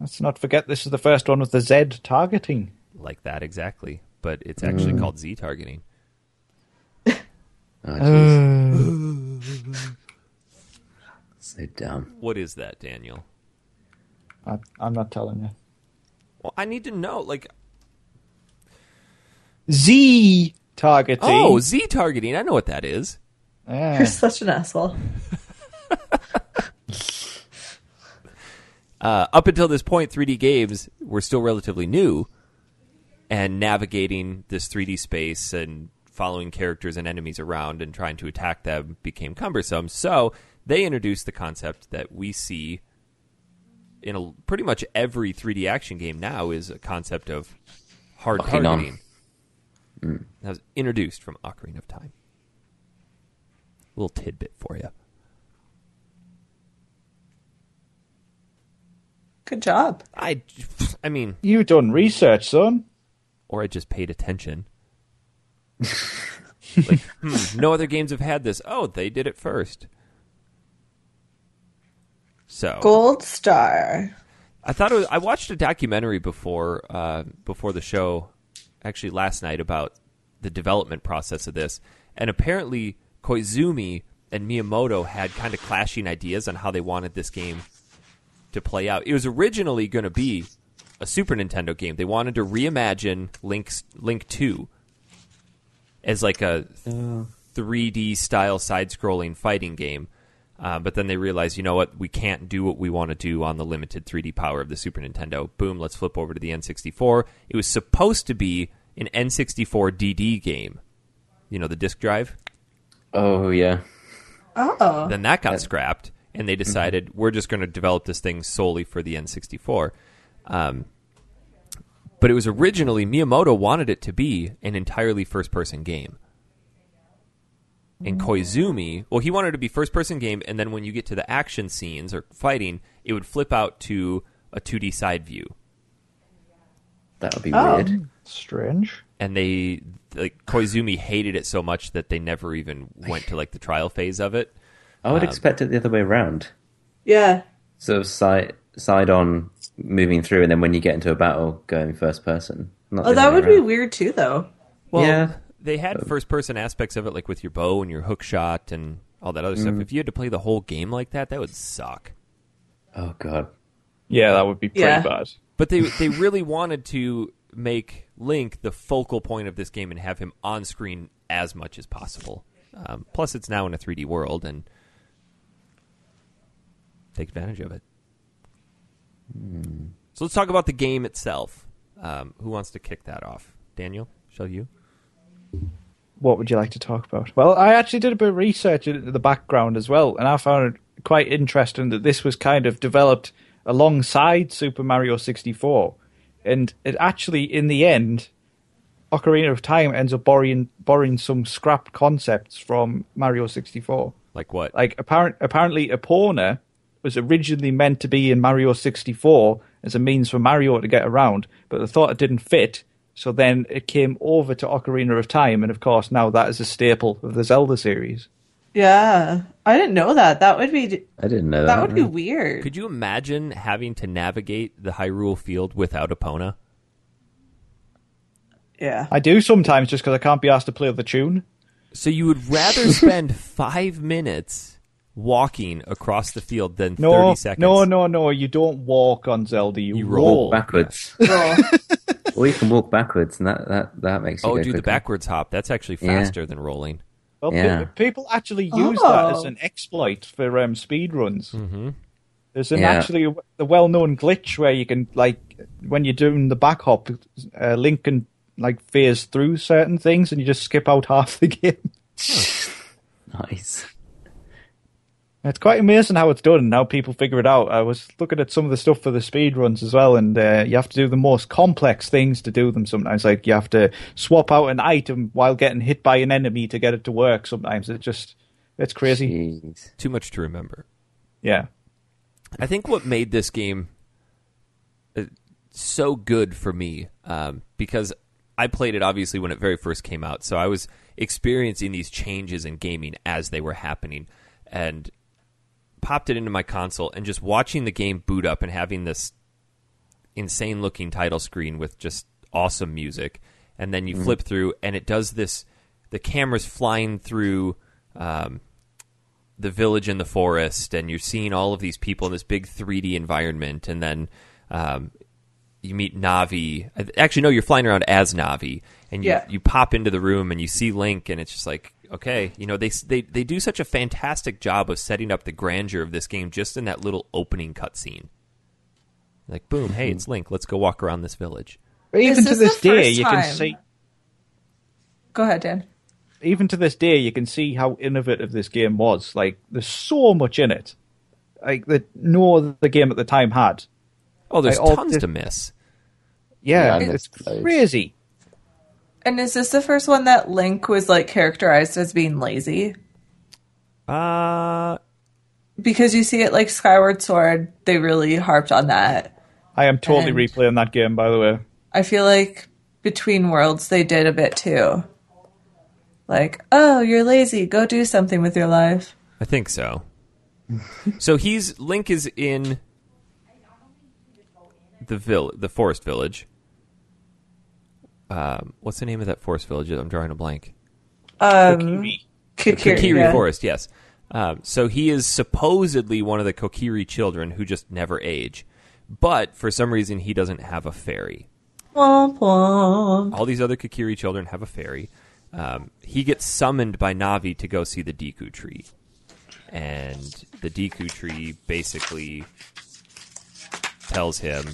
Speaker 2: Let's not forget this is the first one with the Z targeting.
Speaker 1: like that exactly, but it's actually called Z targeting.
Speaker 4: Oh, jeez.
Speaker 1: Uh.
Speaker 4: Oh, so dumb.
Speaker 1: What is that, Daniel?
Speaker 2: I, I'm not telling you.
Speaker 1: Well, I need to know. Like,
Speaker 2: Z targeting.
Speaker 1: oh, Z targeting. I know what that is.
Speaker 2: Yeah.
Speaker 3: You're such an asshole.
Speaker 1: Uh, up until this point, 3D games were still relatively new, and navigating this 3D space and following characters and enemies around and trying to attack them became cumbersome. So they introduced the concept that we see in a, pretty much every 3D action game now is a concept of hard
Speaker 4: Ocarina.
Speaker 1: targeting. That was introduced from Ocarina of Time. Little tidbit for you.
Speaker 3: Good job.
Speaker 1: I, I mean,
Speaker 2: you done research, son.
Speaker 1: or I just paid attention. like, hmm, no other games have had this. Oh, they did it first. So
Speaker 3: Gold star.
Speaker 1: I thought it was, I watched a documentary before uh, before the show, actually last night about the development process of this, And apparently, Koizumi and Miyamoto had kind of clashing ideas on how they wanted this game to play out. It was originally going to be a Super Nintendo game. They wanted to reimagine Link's Link Two as like a 3D style side-scrolling fighting game. Uh, but then they realized, you know what, we can't do what we want to do on the limited 3D power of the Super Nintendo. Boom, let's flip over to the N64. It was supposed to be an N64 DD game, you know, the disk drive.
Speaker 4: Oh yeah.
Speaker 3: Oh.
Speaker 1: Then that got scrapped, and they decided we're just going to develop this thing solely for the N64. Um, but it was originally Miyamoto wanted it to be an entirely first-person game. And Koizumi, well, he wanted it to be first-person game, and then when you get to the action scenes or fighting, it would flip out to a 2D side view.
Speaker 4: That would be
Speaker 3: Oh.
Speaker 4: weird.
Speaker 2: Strange.
Speaker 1: and they like Koizumi hated it so much that they never even went to like the trial phase of it.
Speaker 4: I
Speaker 1: Um,
Speaker 4: would expect it the other way around.
Speaker 3: Yeah.
Speaker 4: Sort of side side on moving through and then when you get into a battle going first person. Not the
Speaker 3: Oh, that
Speaker 4: other way
Speaker 3: would be
Speaker 4: around.
Speaker 3: weird too, though.
Speaker 1: Well,
Speaker 4: Yeah.
Speaker 1: they had first person aspects of it like with your bow and your hook shot and all that other stuff. If you had to play the whole game like that, that would suck.
Speaker 4: Oh god.
Speaker 2: Yeah, that would be pretty
Speaker 3: Yeah.
Speaker 2: bad.
Speaker 1: But they they really wanted to make Link the focal point of this game and have him on screen as much as possible. Um, plus, it's now in a 3D world and take advantage of it. So let's talk about the game itself. Um, who wants to kick that off? Daniel, shall you?
Speaker 2: What would you like to talk about? Well, I actually did a bit of research into the background as well, and I found it quite interesting that this was kind of developed alongside Super Mario 64. And it actually, in the end, Ocarina of Time ends up borrowing, borrowing some scrap concepts from Mario 64.
Speaker 1: Like what?
Speaker 2: Like apparent, apparently, a pawner was originally meant to be in Mario 64 as a means for Mario to get around, but they thought it didn't fit. So then it came over to Ocarina of Time, and of course now that is a staple of the Zelda series.
Speaker 3: Yeah. I didn't know that. That would be
Speaker 4: I didn't know that.
Speaker 3: that would be
Speaker 4: no.
Speaker 3: weird.
Speaker 1: Could you imagine having to navigate the Hyrule Field without Epona?
Speaker 3: yeah.
Speaker 2: I do sometimes just because I can't be asked to play the tune.
Speaker 1: So you would rather spend five minutes walking across the field than
Speaker 2: No,
Speaker 1: 30 seconds?
Speaker 2: no, no, no. You don't walk on Zelda. You,
Speaker 1: You roll.
Speaker 2: roll.
Speaker 4: backwards. or you can walk backwards and that that, that makes you
Speaker 1: Oh,
Speaker 4: go
Speaker 1: do the
Speaker 4: quicker.
Speaker 1: backwards hop. That's actually
Speaker 4: Yeah.
Speaker 1: faster than rolling.
Speaker 2: Well, pe-
Speaker 4: Yeah.
Speaker 2: people actually use
Speaker 3: Oh.
Speaker 2: that as an exploit for um, speed runs. Mm-hmm. There's an
Speaker 4: Yeah.
Speaker 2: actually the well-known glitch where you can like when you're doing the back hop, uh, Link can like phase through certain things and you just skip out half the game.
Speaker 4: Nice.
Speaker 2: It's quite amazing how it's done and how people figure it out. I was looking at some of the stuff for the speed runs as well, and uh, you have to do the most complex things to do them sometimes. Like you have to swap out an item while getting hit by an enemy to get it to work. Sometimes it just it's crazy.
Speaker 4: Jeez.
Speaker 1: Too much to remember.
Speaker 2: Yeah.
Speaker 1: I think what made this game uh, so good for me, um, because I played it obviously when it very first came out, so I was experiencing these changes in gaming as they were happening, and popped it into my console and just watching the game boot up and having this insane looking title screen with just awesome music and then you flip through and it does this the camera's flying through um, the village in the forest and you're seeing all of these people in this big 3d environment and then um, you meet navi actually no you're flying around as navi and you,
Speaker 3: Yeah.
Speaker 1: you pop into the room and you see link and it's just like okay you know they, they, they do such a fantastic job of setting up the grandeur of this game just in that little opening cutscene like boom hey it's link let's go walk around this village
Speaker 2: But even
Speaker 3: This
Speaker 2: to
Speaker 3: is the
Speaker 2: this day,
Speaker 3: first
Speaker 2: you can
Speaker 3: time.
Speaker 2: see.
Speaker 3: Go ahead, Dan.
Speaker 2: Even to this day, you can see how innovative this game was. Like, there's so much in it, like that no other game at the time had.
Speaker 1: oh there's
Speaker 2: I all-
Speaker 1: tons to miss
Speaker 2: Yeah,
Speaker 4: Yeah,
Speaker 2: it's
Speaker 4: that's close.
Speaker 2: crazy.
Speaker 3: And is this the first one that Link was like characterized as being lazy?
Speaker 1: uh
Speaker 3: Because you see it like Skyward Sword, they really harped on that.
Speaker 2: I am totally
Speaker 3: And-
Speaker 2: replaying that game, by the way.
Speaker 3: I feel like Between Worlds they did a bit too. Like, oh, you're lazy, go do something with your life.
Speaker 1: i think so so he's link is in the vill- the forest village um, what's the name of that forest village i'm drawing a blank
Speaker 3: Kukiri,
Speaker 1: Kokiri
Speaker 3: yeah.
Speaker 1: Forest, yes. Um, so he is supposedly one of the Kokiri children who just never age. But for some reason, he doesn't have a fairy.
Speaker 3: Womp womp.
Speaker 1: All these other Kokiri children have a fairy. Um, he gets summoned by Navi to go see the Deku tree. And the Deku tree basically tells him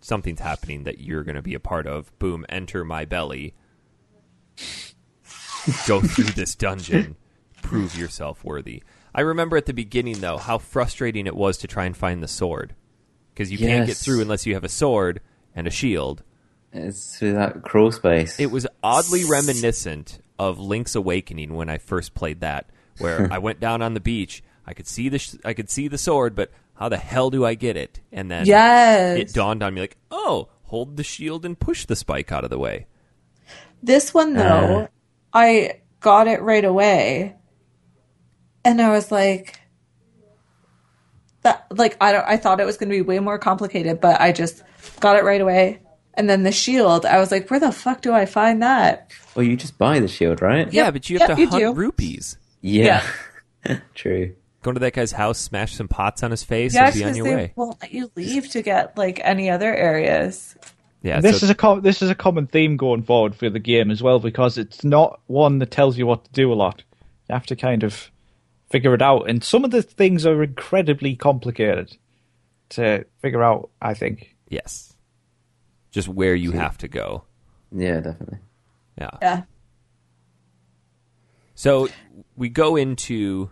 Speaker 1: something's happening that you're going to be a part of. Boom, enter my belly. Go through this dungeon. Prove yourself worthy. I remember at the beginning, though, how frustrating it was to try and find the sword. Because you can't get
Speaker 4: Yes.
Speaker 1: through unless you have a sword and a shield.
Speaker 4: It's through that crawl space.
Speaker 1: It was oddly reminiscent of Link's Awakening when I first played that, where I went down on the beach. I could see the sh- I could see the sword, but how the hell do I get it? And then
Speaker 3: Yes.
Speaker 1: it dawned on me like, oh, hold the shield and push the spike out of the way.
Speaker 3: This one though,
Speaker 4: Uh.
Speaker 3: I got it right away, and I was like, that like I don't. I thought it was going to be way more complicated, but I just got it right away. And then the shield, I was like, where the fuck do I find that?
Speaker 4: Well, Oh, you just buy the shield, right?
Speaker 1: yeah, but you have
Speaker 3: yep,
Speaker 1: to
Speaker 3: you
Speaker 1: hunt
Speaker 3: do.
Speaker 1: rupees.
Speaker 4: Yeah. True.
Speaker 1: Go to that guy's house, smash some pots on his face,
Speaker 3: Yeah,
Speaker 1: and be on
Speaker 3: because
Speaker 1: your
Speaker 3: they
Speaker 1: way.
Speaker 3: won't let you leave to get like any other areas.
Speaker 1: Yeah,
Speaker 2: this
Speaker 1: so
Speaker 2: is a com- this is a common theme going forward for the game as well because it's not one that tells you what to do a lot. You have to kind of figure it out, and some of the things are incredibly complicated to figure out. I think.
Speaker 1: yes, just where you have to go.
Speaker 4: Yeah, definitely.
Speaker 1: Yeah.
Speaker 3: Yeah.
Speaker 1: So we go into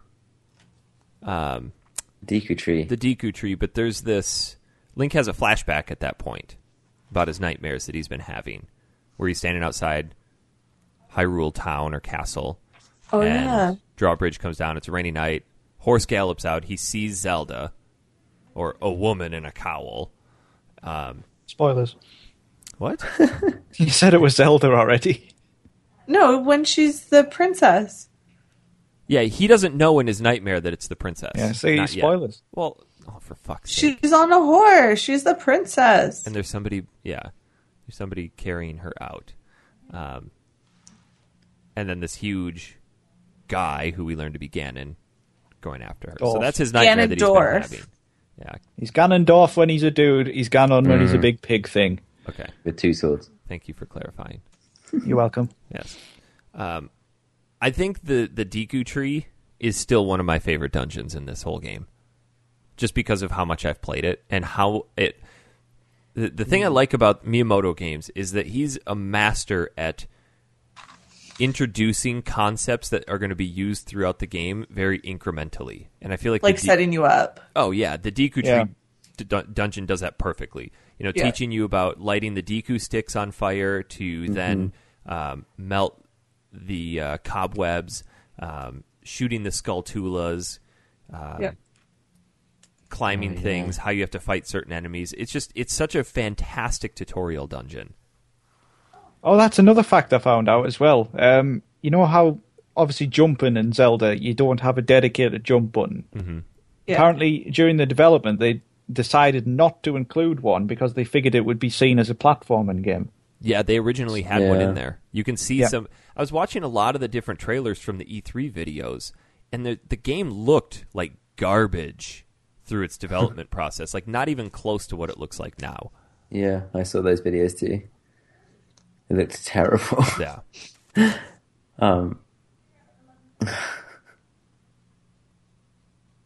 Speaker 4: Deku tree.
Speaker 1: the Deku tree, but there's this. Link has a flashback at that point about his nightmares that he's been having, where he's standing outside Hyrule Town or Castle.
Speaker 3: Oh
Speaker 1: and
Speaker 3: yeah.
Speaker 1: Drawbridge comes down. It's a rainy night. Horse gallops out. He sees Zelda, or a woman in a cowl.
Speaker 2: Spoilers.
Speaker 1: What?
Speaker 2: You said it was Zelda already.
Speaker 3: No, when she's the princess.
Speaker 1: yeah, he doesn't know in his nightmare that it's the princess.
Speaker 2: Yeah, see,
Speaker 1: Not yet.
Speaker 2: spoilers.
Speaker 1: Well, oh, for fuck's sake.
Speaker 3: She's on a horse. She's the princess.
Speaker 1: and there's somebody yeah there's somebody carrying her out um, and then this huge guy who we learn to be ganon going after her so
Speaker 2: Dolph.
Speaker 1: that's his nightmare that he's been
Speaker 3: Ganondorf.
Speaker 1: having yeah
Speaker 2: He's Ganondorf when he's a dude. He's Ganon when he's a big pig thing.
Speaker 1: okay
Speaker 4: With two swords.
Speaker 1: thank you for clarifying
Speaker 2: You're welcome.
Speaker 1: yes um, i think the the deku tree is still one of my favorite dungeons in this whole game just because of how much i've played it and how it the, the thing i like about miyamoto games is that he's a master at introducing concepts that are going to be used throughout the game very incrementally and i feel like
Speaker 3: like
Speaker 1: the De-
Speaker 3: setting you up.
Speaker 1: Oh yeah, the Deku tree
Speaker 2: Yeah.
Speaker 1: d- dun- dungeon does that perfectly. You know,
Speaker 3: Yeah.
Speaker 1: teaching you about lighting the Deku sticks on fire to
Speaker 3: Mm-hmm.
Speaker 1: then um, melt the uh, cobwebs, um, shooting the skulltulas,
Speaker 3: yeah.
Speaker 1: climbing things, how you have to fight certain enemies. It's just it's such a fantastic tutorial dungeon.
Speaker 2: Oh, that's another fact I found out as well. Um, you know how obviously jumping in Zelda, you don't have a dedicated jump button.
Speaker 3: Yeah.
Speaker 2: Apparently, during the development, they decided not to include one because they figured it would be seen as a platforming game.
Speaker 1: Yeah, they originally had one
Speaker 4: Yeah.
Speaker 1: in there. You can see
Speaker 2: Yeah.
Speaker 1: some. I was watching a lot of the different trailers from the E3 videos, and the the game looked like garbage through its development process. Like not even close to what it looks like now.
Speaker 4: Yeah, I saw those videos too. It looked terrible.
Speaker 1: Yeah,
Speaker 4: um,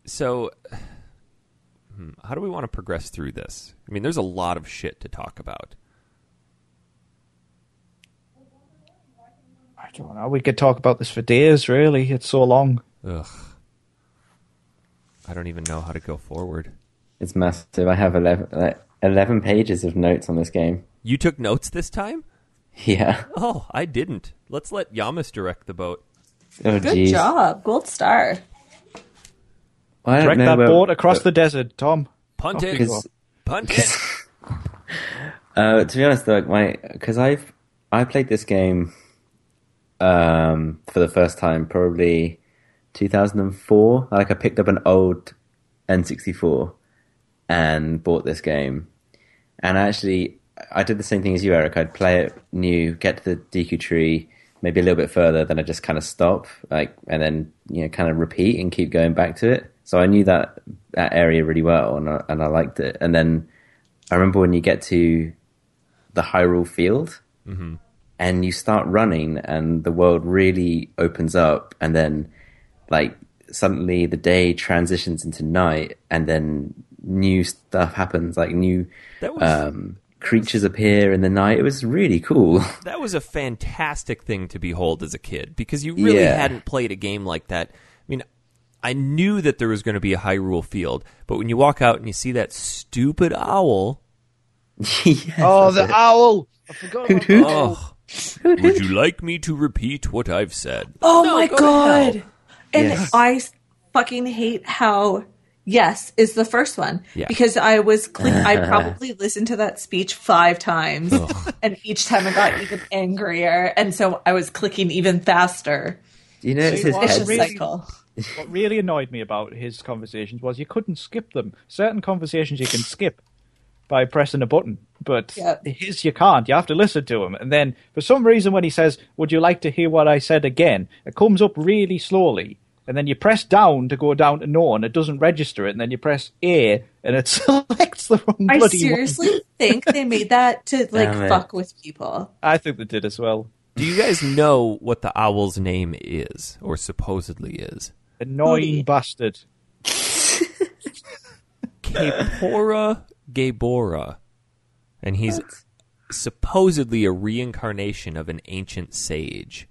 Speaker 1: So, hmm, how do we want to progress through this? I mean, there's a lot of shit to talk about.
Speaker 2: I don't know. We could talk about this for days, really. It's so long.
Speaker 1: Ugh. I don't even know how to go forward.
Speaker 4: it's massive. I have 11, like, 11 pages of notes on this game.
Speaker 1: You took notes this time?
Speaker 4: Yeah.
Speaker 1: Oh, I didn't. Let's let Yamas direct the boat.
Speaker 4: Oh,
Speaker 3: Good
Speaker 4: geez.
Speaker 3: job. Gold star.
Speaker 4: Well, I don't
Speaker 2: Direct
Speaker 4: know
Speaker 2: that
Speaker 4: where-
Speaker 2: boat across the desert, Tom.
Speaker 1: Punt
Speaker 2: Off you
Speaker 1: it.
Speaker 2: go.
Speaker 1: Punt it.
Speaker 4: Uh, to be honest, though, like my because I've I played this game um, for the first time probably 2004. Like I picked up an old N64 and bought this game, and I actually I did the same thing as you, Eric. I'd play it new, get to the Deku Tree, maybe a little bit further, then I just kind of stop, like, and then you know, kind of repeat and keep going back to it. So I knew that that area really well, and I, and I liked it. And then I remember when you get to the Hyrule Field, and you start running, and the world really opens up, and then like suddenly the day transitions into night, and then new stuff happens, like new
Speaker 1: That was-
Speaker 4: um, creatures appear in the night. It was really cool.
Speaker 1: That was a fantastic thing to behold as a kid because you really
Speaker 4: Yeah.
Speaker 1: hadn't played a game like that. I mean, I knew that there was going to be a Hyrule Field, but when you walk out and you see that stupid owl,
Speaker 4: Yes,
Speaker 2: Oh,
Speaker 4: that's
Speaker 2: the
Speaker 4: it.
Speaker 2: owl! I forgot. About
Speaker 4: hoot.
Speaker 2: the owl.
Speaker 1: oh, would you like me to repeat what I've said?
Speaker 3: Oh my god! and
Speaker 4: Yes.
Speaker 3: I s- fucking hate how yes is the first one
Speaker 1: Yeah.
Speaker 3: because I was cle- I probably listened to that speech five times, and each time I got even angrier, and so I was clicking even faster.
Speaker 4: You know, it's
Speaker 2: See,
Speaker 4: his
Speaker 2: what I
Speaker 4: head.
Speaker 3: Vicious
Speaker 2: really-
Speaker 3: cycle.
Speaker 2: What really annoyed me about his conversations was you couldn't skip them. Certain conversations you can skip by pressing a button, but
Speaker 3: Yeah.
Speaker 2: his you can't. You have to listen to him. And then for some reason, when he says, "Would you like to hear what I said again?" it comes up really slowly, and then you press down to go down to no, and it doesn't register it. And then you press A, and it selects the wrong
Speaker 3: I
Speaker 2: bloody one.
Speaker 3: seriously think they made that to like
Speaker 4: Damn it.
Speaker 3: fuck with people.
Speaker 2: I think they did as well.
Speaker 1: Do you guys know what the owl's name is, or supposedly is?
Speaker 2: Annoying bastard.
Speaker 1: Capora Gabora. And he's supposedly a reincarnation of an ancient sage.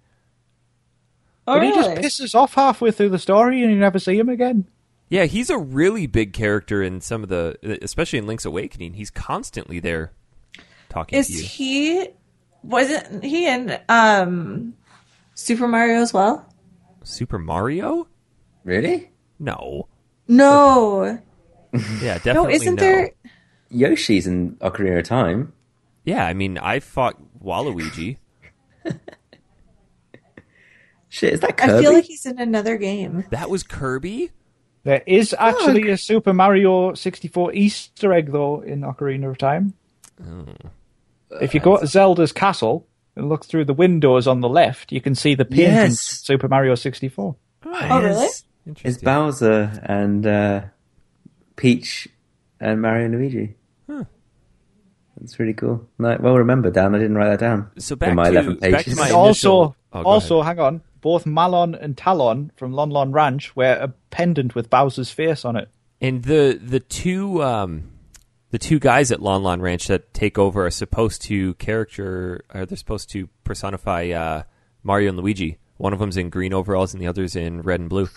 Speaker 3: Oh,
Speaker 2: but he just
Speaker 3: really?
Speaker 2: pisses off halfway through the story, and you never see him again.
Speaker 1: Yeah, he's a really big character in some of the, especially in Link's Awakening. He's constantly there talking
Speaker 3: Is
Speaker 1: to you.
Speaker 3: he wasn't he in um Super Mario as well?
Speaker 1: Super Mario?
Speaker 4: Really?
Speaker 1: No.
Speaker 3: No.
Speaker 1: Yeah, definitely
Speaker 3: No, isn't there
Speaker 4: Yoshi's in Ocarina of Time.
Speaker 1: Yeah, I mean, I fought Waluigi.
Speaker 4: Shit, is that Kirby?
Speaker 3: I feel like he's in another game.
Speaker 1: That was Kirby.
Speaker 2: There is actually a Super Mario 64 Easter egg, though, in Ocarina of Time. If you go to Zelda's castle and look through the windows on the left, you can see the painting
Speaker 4: Yes.
Speaker 2: Super Mario 64.
Speaker 3: Oh, really?
Speaker 4: Yes. It's Bowser and uh, Peach and Mario and Luigi. That's really cool. No, well remembered, Dan. I didn't write that down.
Speaker 1: So back
Speaker 4: in my
Speaker 1: to-
Speaker 4: 11
Speaker 1: back
Speaker 4: pages.
Speaker 1: to my-
Speaker 2: And also,
Speaker 1: initial- oh, go
Speaker 2: also, hang on, both Malon and Talon from Lon Lon Ranch wear a pendant with Bowser's face on it.
Speaker 1: And the the two um, the two guys at Lon Lon Ranch that take over are supposed to character, or they're supposed to personify uh, Mario and Luigi. One of them's in green overalls, and the other's in red and blue.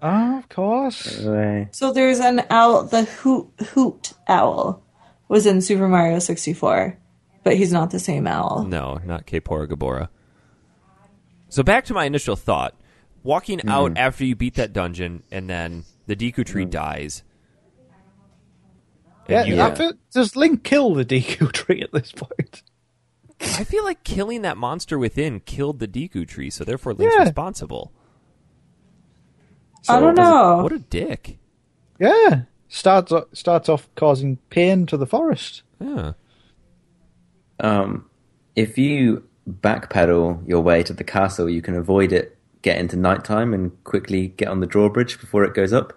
Speaker 2: Ah, of course.
Speaker 4: Anyway,
Speaker 3: So there's an owl the hoot hoot owl was in Super Mario sixty four, but he's not the same owl.
Speaker 1: No, not Kapora Gabora. So back to my initial thought. Walking
Speaker 2: Hmm.
Speaker 1: out after you beat that dungeon and then the Deku tree dies.
Speaker 2: Yeah,
Speaker 1: And you-
Speaker 2: I feel- Does Link kill the DQ tree at this point?
Speaker 1: I feel like killing that monster within killed the Deku tree, so therefore Link's
Speaker 2: Yeah.
Speaker 1: responsible.
Speaker 3: I don't know.
Speaker 1: What a dick.
Speaker 2: Yeah. Starts, o- starts off causing pain to the forest.
Speaker 1: Yeah.
Speaker 4: um, if you backpedal your way to the castle, you can avoid it, get into nighttime, and quickly get on the drawbridge before it goes up.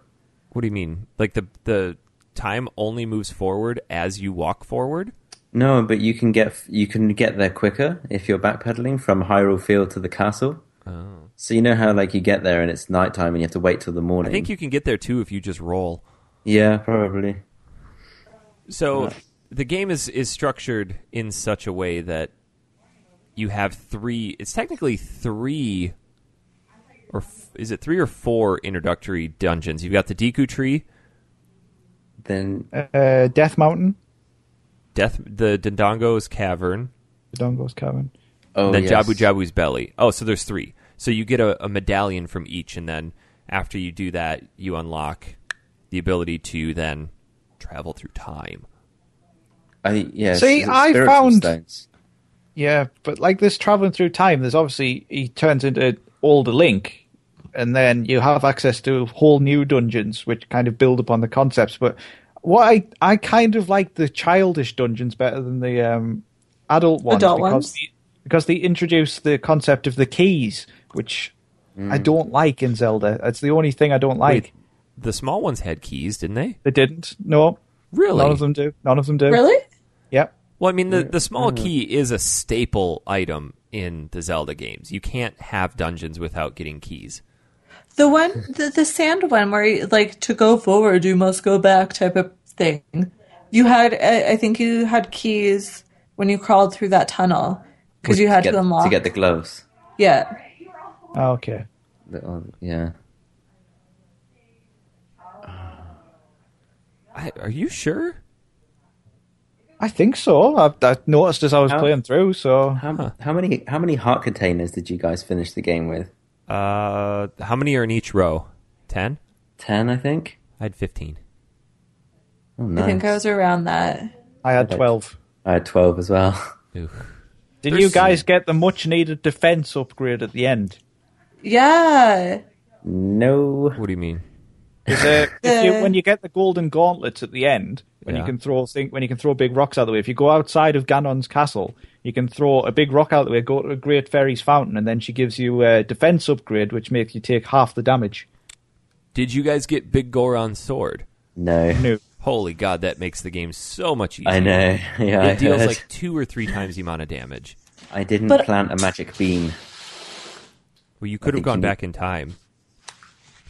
Speaker 1: What do you mean? Like the the time only moves forward as you walk forward?
Speaker 4: No, but you can get you can get there quicker if you're backpedaling from Hyrule Field to the castle. Oh. So you know how like you get there and it's nighttime and you have to wait till the morning.
Speaker 1: I think you can get there too if you just roll.
Speaker 4: Yeah, probably.
Speaker 1: So the game is is structured in such a way that you have three. It's technically three, or f- is it three or four introductory dungeons? You've got the Deku Tree,
Speaker 4: Then
Speaker 2: Uh, Death Mountain,
Speaker 1: Death, the Dodongo's Cavern,
Speaker 2: the Dongo's Cavern.
Speaker 4: oh,
Speaker 1: then
Speaker 4: yes.
Speaker 1: Jabu Jabu's Belly. Oh, so there's three. So you get a, a medallion from each, and then after you do that, you unlock the ability to then travel through time.
Speaker 4: I, yes,
Speaker 2: See,
Speaker 4: it's
Speaker 2: I
Speaker 4: spiritual
Speaker 2: found-
Speaker 4: stones.
Speaker 2: Yeah, but like this traveling through time, there's obviously he turns into older Link, and then you have access to whole new dungeons which kind of build upon the concepts. But what I I kind of like the childish dungeons better than the um, adult ones.
Speaker 3: Adult
Speaker 2: because
Speaker 3: ones?
Speaker 2: the- because they introduced the concept of the keys, which I don't like in Zelda. It's the only thing I don't like.
Speaker 1: The small ones had keys, didn't they?
Speaker 2: They didn't. No,
Speaker 1: Really?
Speaker 2: none of them do. None of them do.
Speaker 3: Really?
Speaker 2: Yep.
Speaker 1: Well, I mean, the, the small
Speaker 4: Mm-hmm.
Speaker 1: key is a staple item in the Zelda games. You can't have dungeons without getting keys.
Speaker 3: The one, the, the sand one, where you, like to go forward, you must go back, type of thing. You had, I I think you had keys when you crawled through that tunnel because you had to,
Speaker 4: get,
Speaker 3: unlock.
Speaker 4: to get the gloves.
Speaker 3: yeah,
Speaker 2: Oh, okay.
Speaker 4: Little, yeah.
Speaker 1: I, are you sure?
Speaker 2: I think so. I, I noticed as I was
Speaker 4: How-
Speaker 2: playing through. So
Speaker 4: How, how many how many heart containers did you guys finish the game with?
Speaker 1: Uh, how many are in each row? Ten?
Speaker 4: Ten, I think.
Speaker 1: I had fifteen.
Speaker 4: Oh, nice.
Speaker 3: I think I was around that.
Speaker 2: I had twelve.
Speaker 4: I had twelve as well.
Speaker 1: Ooh.
Speaker 2: Did
Speaker 1: There's-
Speaker 2: you guys get the much needed defense upgrade at the end?
Speaker 3: Yeah,
Speaker 4: No,
Speaker 1: What do you mean?
Speaker 2: Is it- if you,
Speaker 3: Uh.
Speaker 2: when you get the golden gauntlets at the end, when
Speaker 1: Yeah.
Speaker 2: you can throw thing, when you can throw big rocks out of the way, if you go outside of Ganon's castle, you can throw a big rock out of the way, go to a great fairy's fountain, and then she gives you a defense upgrade, which makes you take half the damage.
Speaker 1: Did you guys get Big Goron's sword?
Speaker 4: no,
Speaker 2: No,
Speaker 1: Holy God, that makes the game so much easier.
Speaker 4: I know. Yeah, I
Speaker 1: It deals
Speaker 4: heard.
Speaker 1: like two or three times the amount of damage.
Speaker 4: I didn't
Speaker 3: But-
Speaker 4: plant a magic bean.
Speaker 1: Well, you could have
Speaker 4: think
Speaker 1: gone
Speaker 4: you-
Speaker 1: back in time.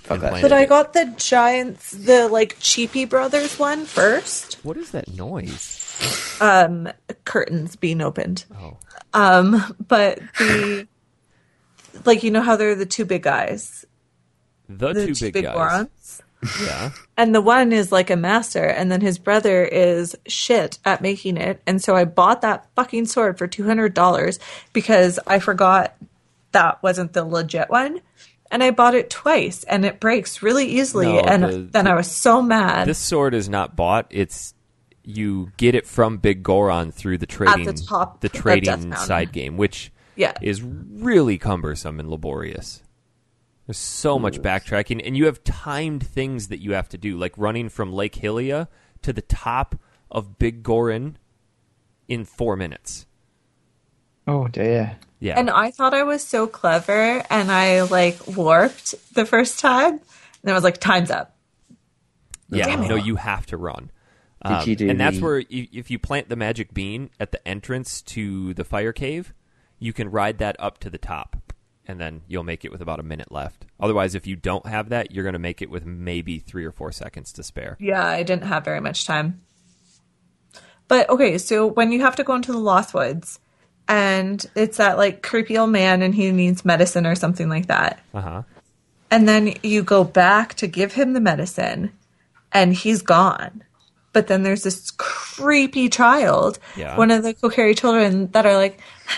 Speaker 4: Fuck
Speaker 1: And
Speaker 4: that.
Speaker 1: plant
Speaker 3: but
Speaker 1: it.
Speaker 3: I got the Giants, the like Cheapy Brothers one first.
Speaker 1: What is that noise?
Speaker 3: Um, curtains being opened.
Speaker 1: Oh,
Speaker 3: Um, but the like you know how they're the two big guys,
Speaker 1: the,
Speaker 3: the
Speaker 1: two, big, guys.
Speaker 3: Gorons.
Speaker 1: Yeah.
Speaker 3: And the one is like a master, and then his brother is shit at making it. And so I bought that fucking sword for $200 because I forgot that wasn't the legit one. And I bought it twice, and it breaks really easily.
Speaker 1: No,
Speaker 3: and
Speaker 1: the-
Speaker 3: then I was so mad.
Speaker 1: This sword is not bought. It's you get it from Big Goron through the trading
Speaker 3: top
Speaker 1: the
Speaker 3: of Death
Speaker 1: trading
Speaker 3: Mountain.
Speaker 1: side game, which
Speaker 3: Yeah.
Speaker 1: is really cumbersome and laborious. There's so much backtracking, and you have timed things that you have to do, like running from Lake Hylia to the top of Big Goron in four minutes.
Speaker 2: oh dear.
Speaker 1: Yeah,
Speaker 3: and I thought I was so clever, and I like warped the first time. And I was like, time's up.
Speaker 1: yeah. No, you have to run. Um,
Speaker 4: Did you do
Speaker 1: and that's
Speaker 4: the-
Speaker 1: where you, if you plant the magic bean at the entrance to the fire cave, you can ride that up to the top, and then you'll make it with about a minute left. Otherwise, if you don't have that, you're going to make it with maybe three or four seconds to spare.
Speaker 3: Yeah, I didn't have very much time. But okay, so when you have to go into the Lost Woods and it's that like creepy old man and he needs medicine or something like that.
Speaker 1: Uh huh.
Speaker 3: And then you go back to give him the medicine and he's gone. But then there's this creepy child,
Speaker 1: Yeah.
Speaker 3: one of the Kokiri children that are like,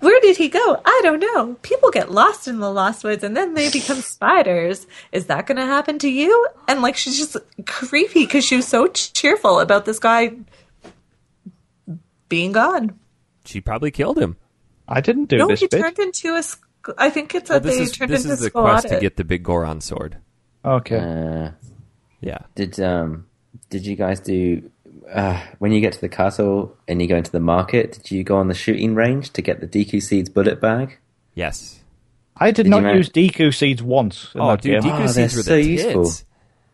Speaker 3: Where did he go? I don't know. People get lost in the Lost Woods and then they become spiders. Is that going to happen to you? And like, she's just creepy because she was so cheerful about this guy being gone.
Speaker 1: She probably killed him.
Speaker 2: I didn't do
Speaker 3: No,
Speaker 2: this
Speaker 3: he
Speaker 2: bit.
Speaker 3: turned into a. sk- I think it's
Speaker 1: Well,
Speaker 3: that
Speaker 1: Oh, this
Speaker 3: they
Speaker 1: is
Speaker 3: turned
Speaker 1: this
Speaker 3: into
Speaker 1: is the quest to
Speaker 3: Sklotic.
Speaker 1: get the big Goron sword.
Speaker 2: Okay.
Speaker 4: Uh,
Speaker 1: Yeah.
Speaker 4: did um did you guys do uh, when you get to the castle and you go into the market? Did you go on the shooting range to get the Deku Seeds bullet bag?
Speaker 1: Yes.
Speaker 2: I did
Speaker 4: Did you
Speaker 2: not
Speaker 4: ma-
Speaker 2: use Deku seeds once. In
Speaker 1: Oh,
Speaker 2: that
Speaker 1: dude,
Speaker 2: game.
Speaker 1: Deku
Speaker 4: Oh, they're
Speaker 1: seeds were the
Speaker 4: so useful.
Speaker 1: tits.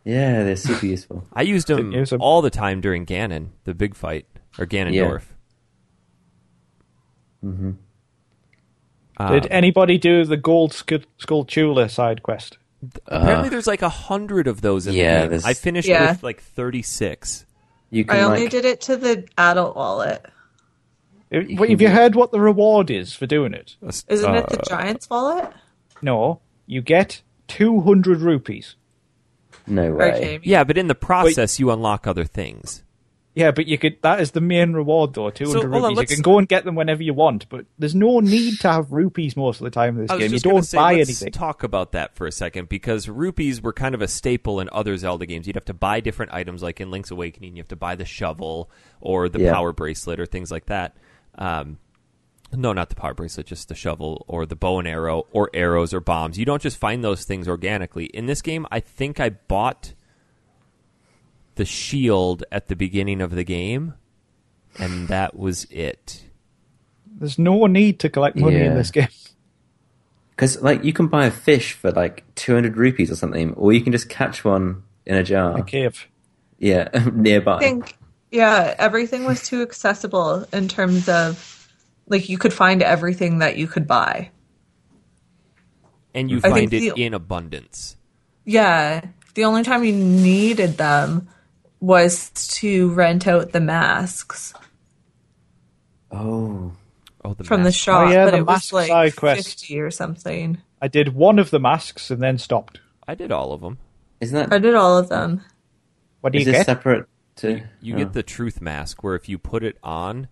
Speaker 4: Yeah, they're super useful.
Speaker 1: I used them
Speaker 2: Didn't use 'em.
Speaker 1: all the time during Ganon, the big fight, or Ganondorf. Mm-hmm.
Speaker 4: uh,
Speaker 2: Did anybody do the gold sc- Skulltula side quest?
Speaker 1: Apparently, there's like a hundred of those in
Speaker 4: Yeah,
Speaker 1: the game.
Speaker 4: there's-
Speaker 1: I finished
Speaker 3: Yeah.
Speaker 1: with like 36.
Speaker 4: You can
Speaker 3: I only
Speaker 4: like,
Speaker 3: did it to the adult wallet.
Speaker 2: Have
Speaker 4: can
Speaker 2: you
Speaker 4: do-
Speaker 2: heard what the reward is for doing it?
Speaker 3: Isn't
Speaker 4: Uh,
Speaker 3: it
Speaker 1: Uh,
Speaker 3: the giant's wallet?
Speaker 2: No, you get 200 rupees.
Speaker 4: no
Speaker 3: Or
Speaker 4: way.
Speaker 3: Jamie?
Speaker 1: Yeah, but in the process, you unlock other things.
Speaker 2: Yeah, but you could. That is the main reward, though. 200
Speaker 1: So, hold on,
Speaker 2: rupees. you
Speaker 1: let's-
Speaker 2: can go and get them whenever you want, but there's no need to have rupees most of the time in this
Speaker 1: I was
Speaker 2: game. You
Speaker 1: just gonna
Speaker 2: don't
Speaker 1: say,
Speaker 2: buy
Speaker 1: let's
Speaker 2: anything.
Speaker 1: Talk about that for a second because rupees were kind of a staple in other Zelda games. You'd have to buy different items, like in Link's Awakening, you have to buy the shovel or the
Speaker 4: Yeah.
Speaker 1: power bracelet or things like that. Um, no, not the power bracelet, just the shovel or the bow and arrow or arrows or bombs. You don't just find those things organically. In this game, I think I bought the shield at the beginning of the game, and that was it.
Speaker 2: There's no need to collect money in
Speaker 4: Yeah.
Speaker 2: this game.
Speaker 4: Because like you can buy a fish for like two hundred rupees or something, or you can just catch one in a jar.
Speaker 2: A cave.
Speaker 4: Yeah,
Speaker 3: I
Speaker 4: nearby.
Speaker 3: think, yeah, everything was too accessible in terms of like you could find everything that you could buy.
Speaker 1: and you
Speaker 3: I
Speaker 1: find
Speaker 3: think
Speaker 1: it
Speaker 3: the-
Speaker 1: in abundance.
Speaker 3: Yeah. The only time you needed them was to rent out the masks
Speaker 4: Oh,
Speaker 1: Oh, the
Speaker 3: from the
Speaker 1: mask.
Speaker 3: shop,
Speaker 2: Oh, yeah,
Speaker 3: but
Speaker 2: the
Speaker 3: it
Speaker 2: mask
Speaker 3: was like
Speaker 2: side quest.
Speaker 3: 50 or something.
Speaker 2: I did one of the masks and then stopped.
Speaker 1: I did all of them.
Speaker 4: isn't
Speaker 3: I
Speaker 4: that
Speaker 3: did all of them.
Speaker 2: What do
Speaker 4: is
Speaker 2: you
Speaker 4: this
Speaker 2: get?
Speaker 4: separate to?
Speaker 1: You
Speaker 4: oh.
Speaker 1: get the truth mask, where if you put it on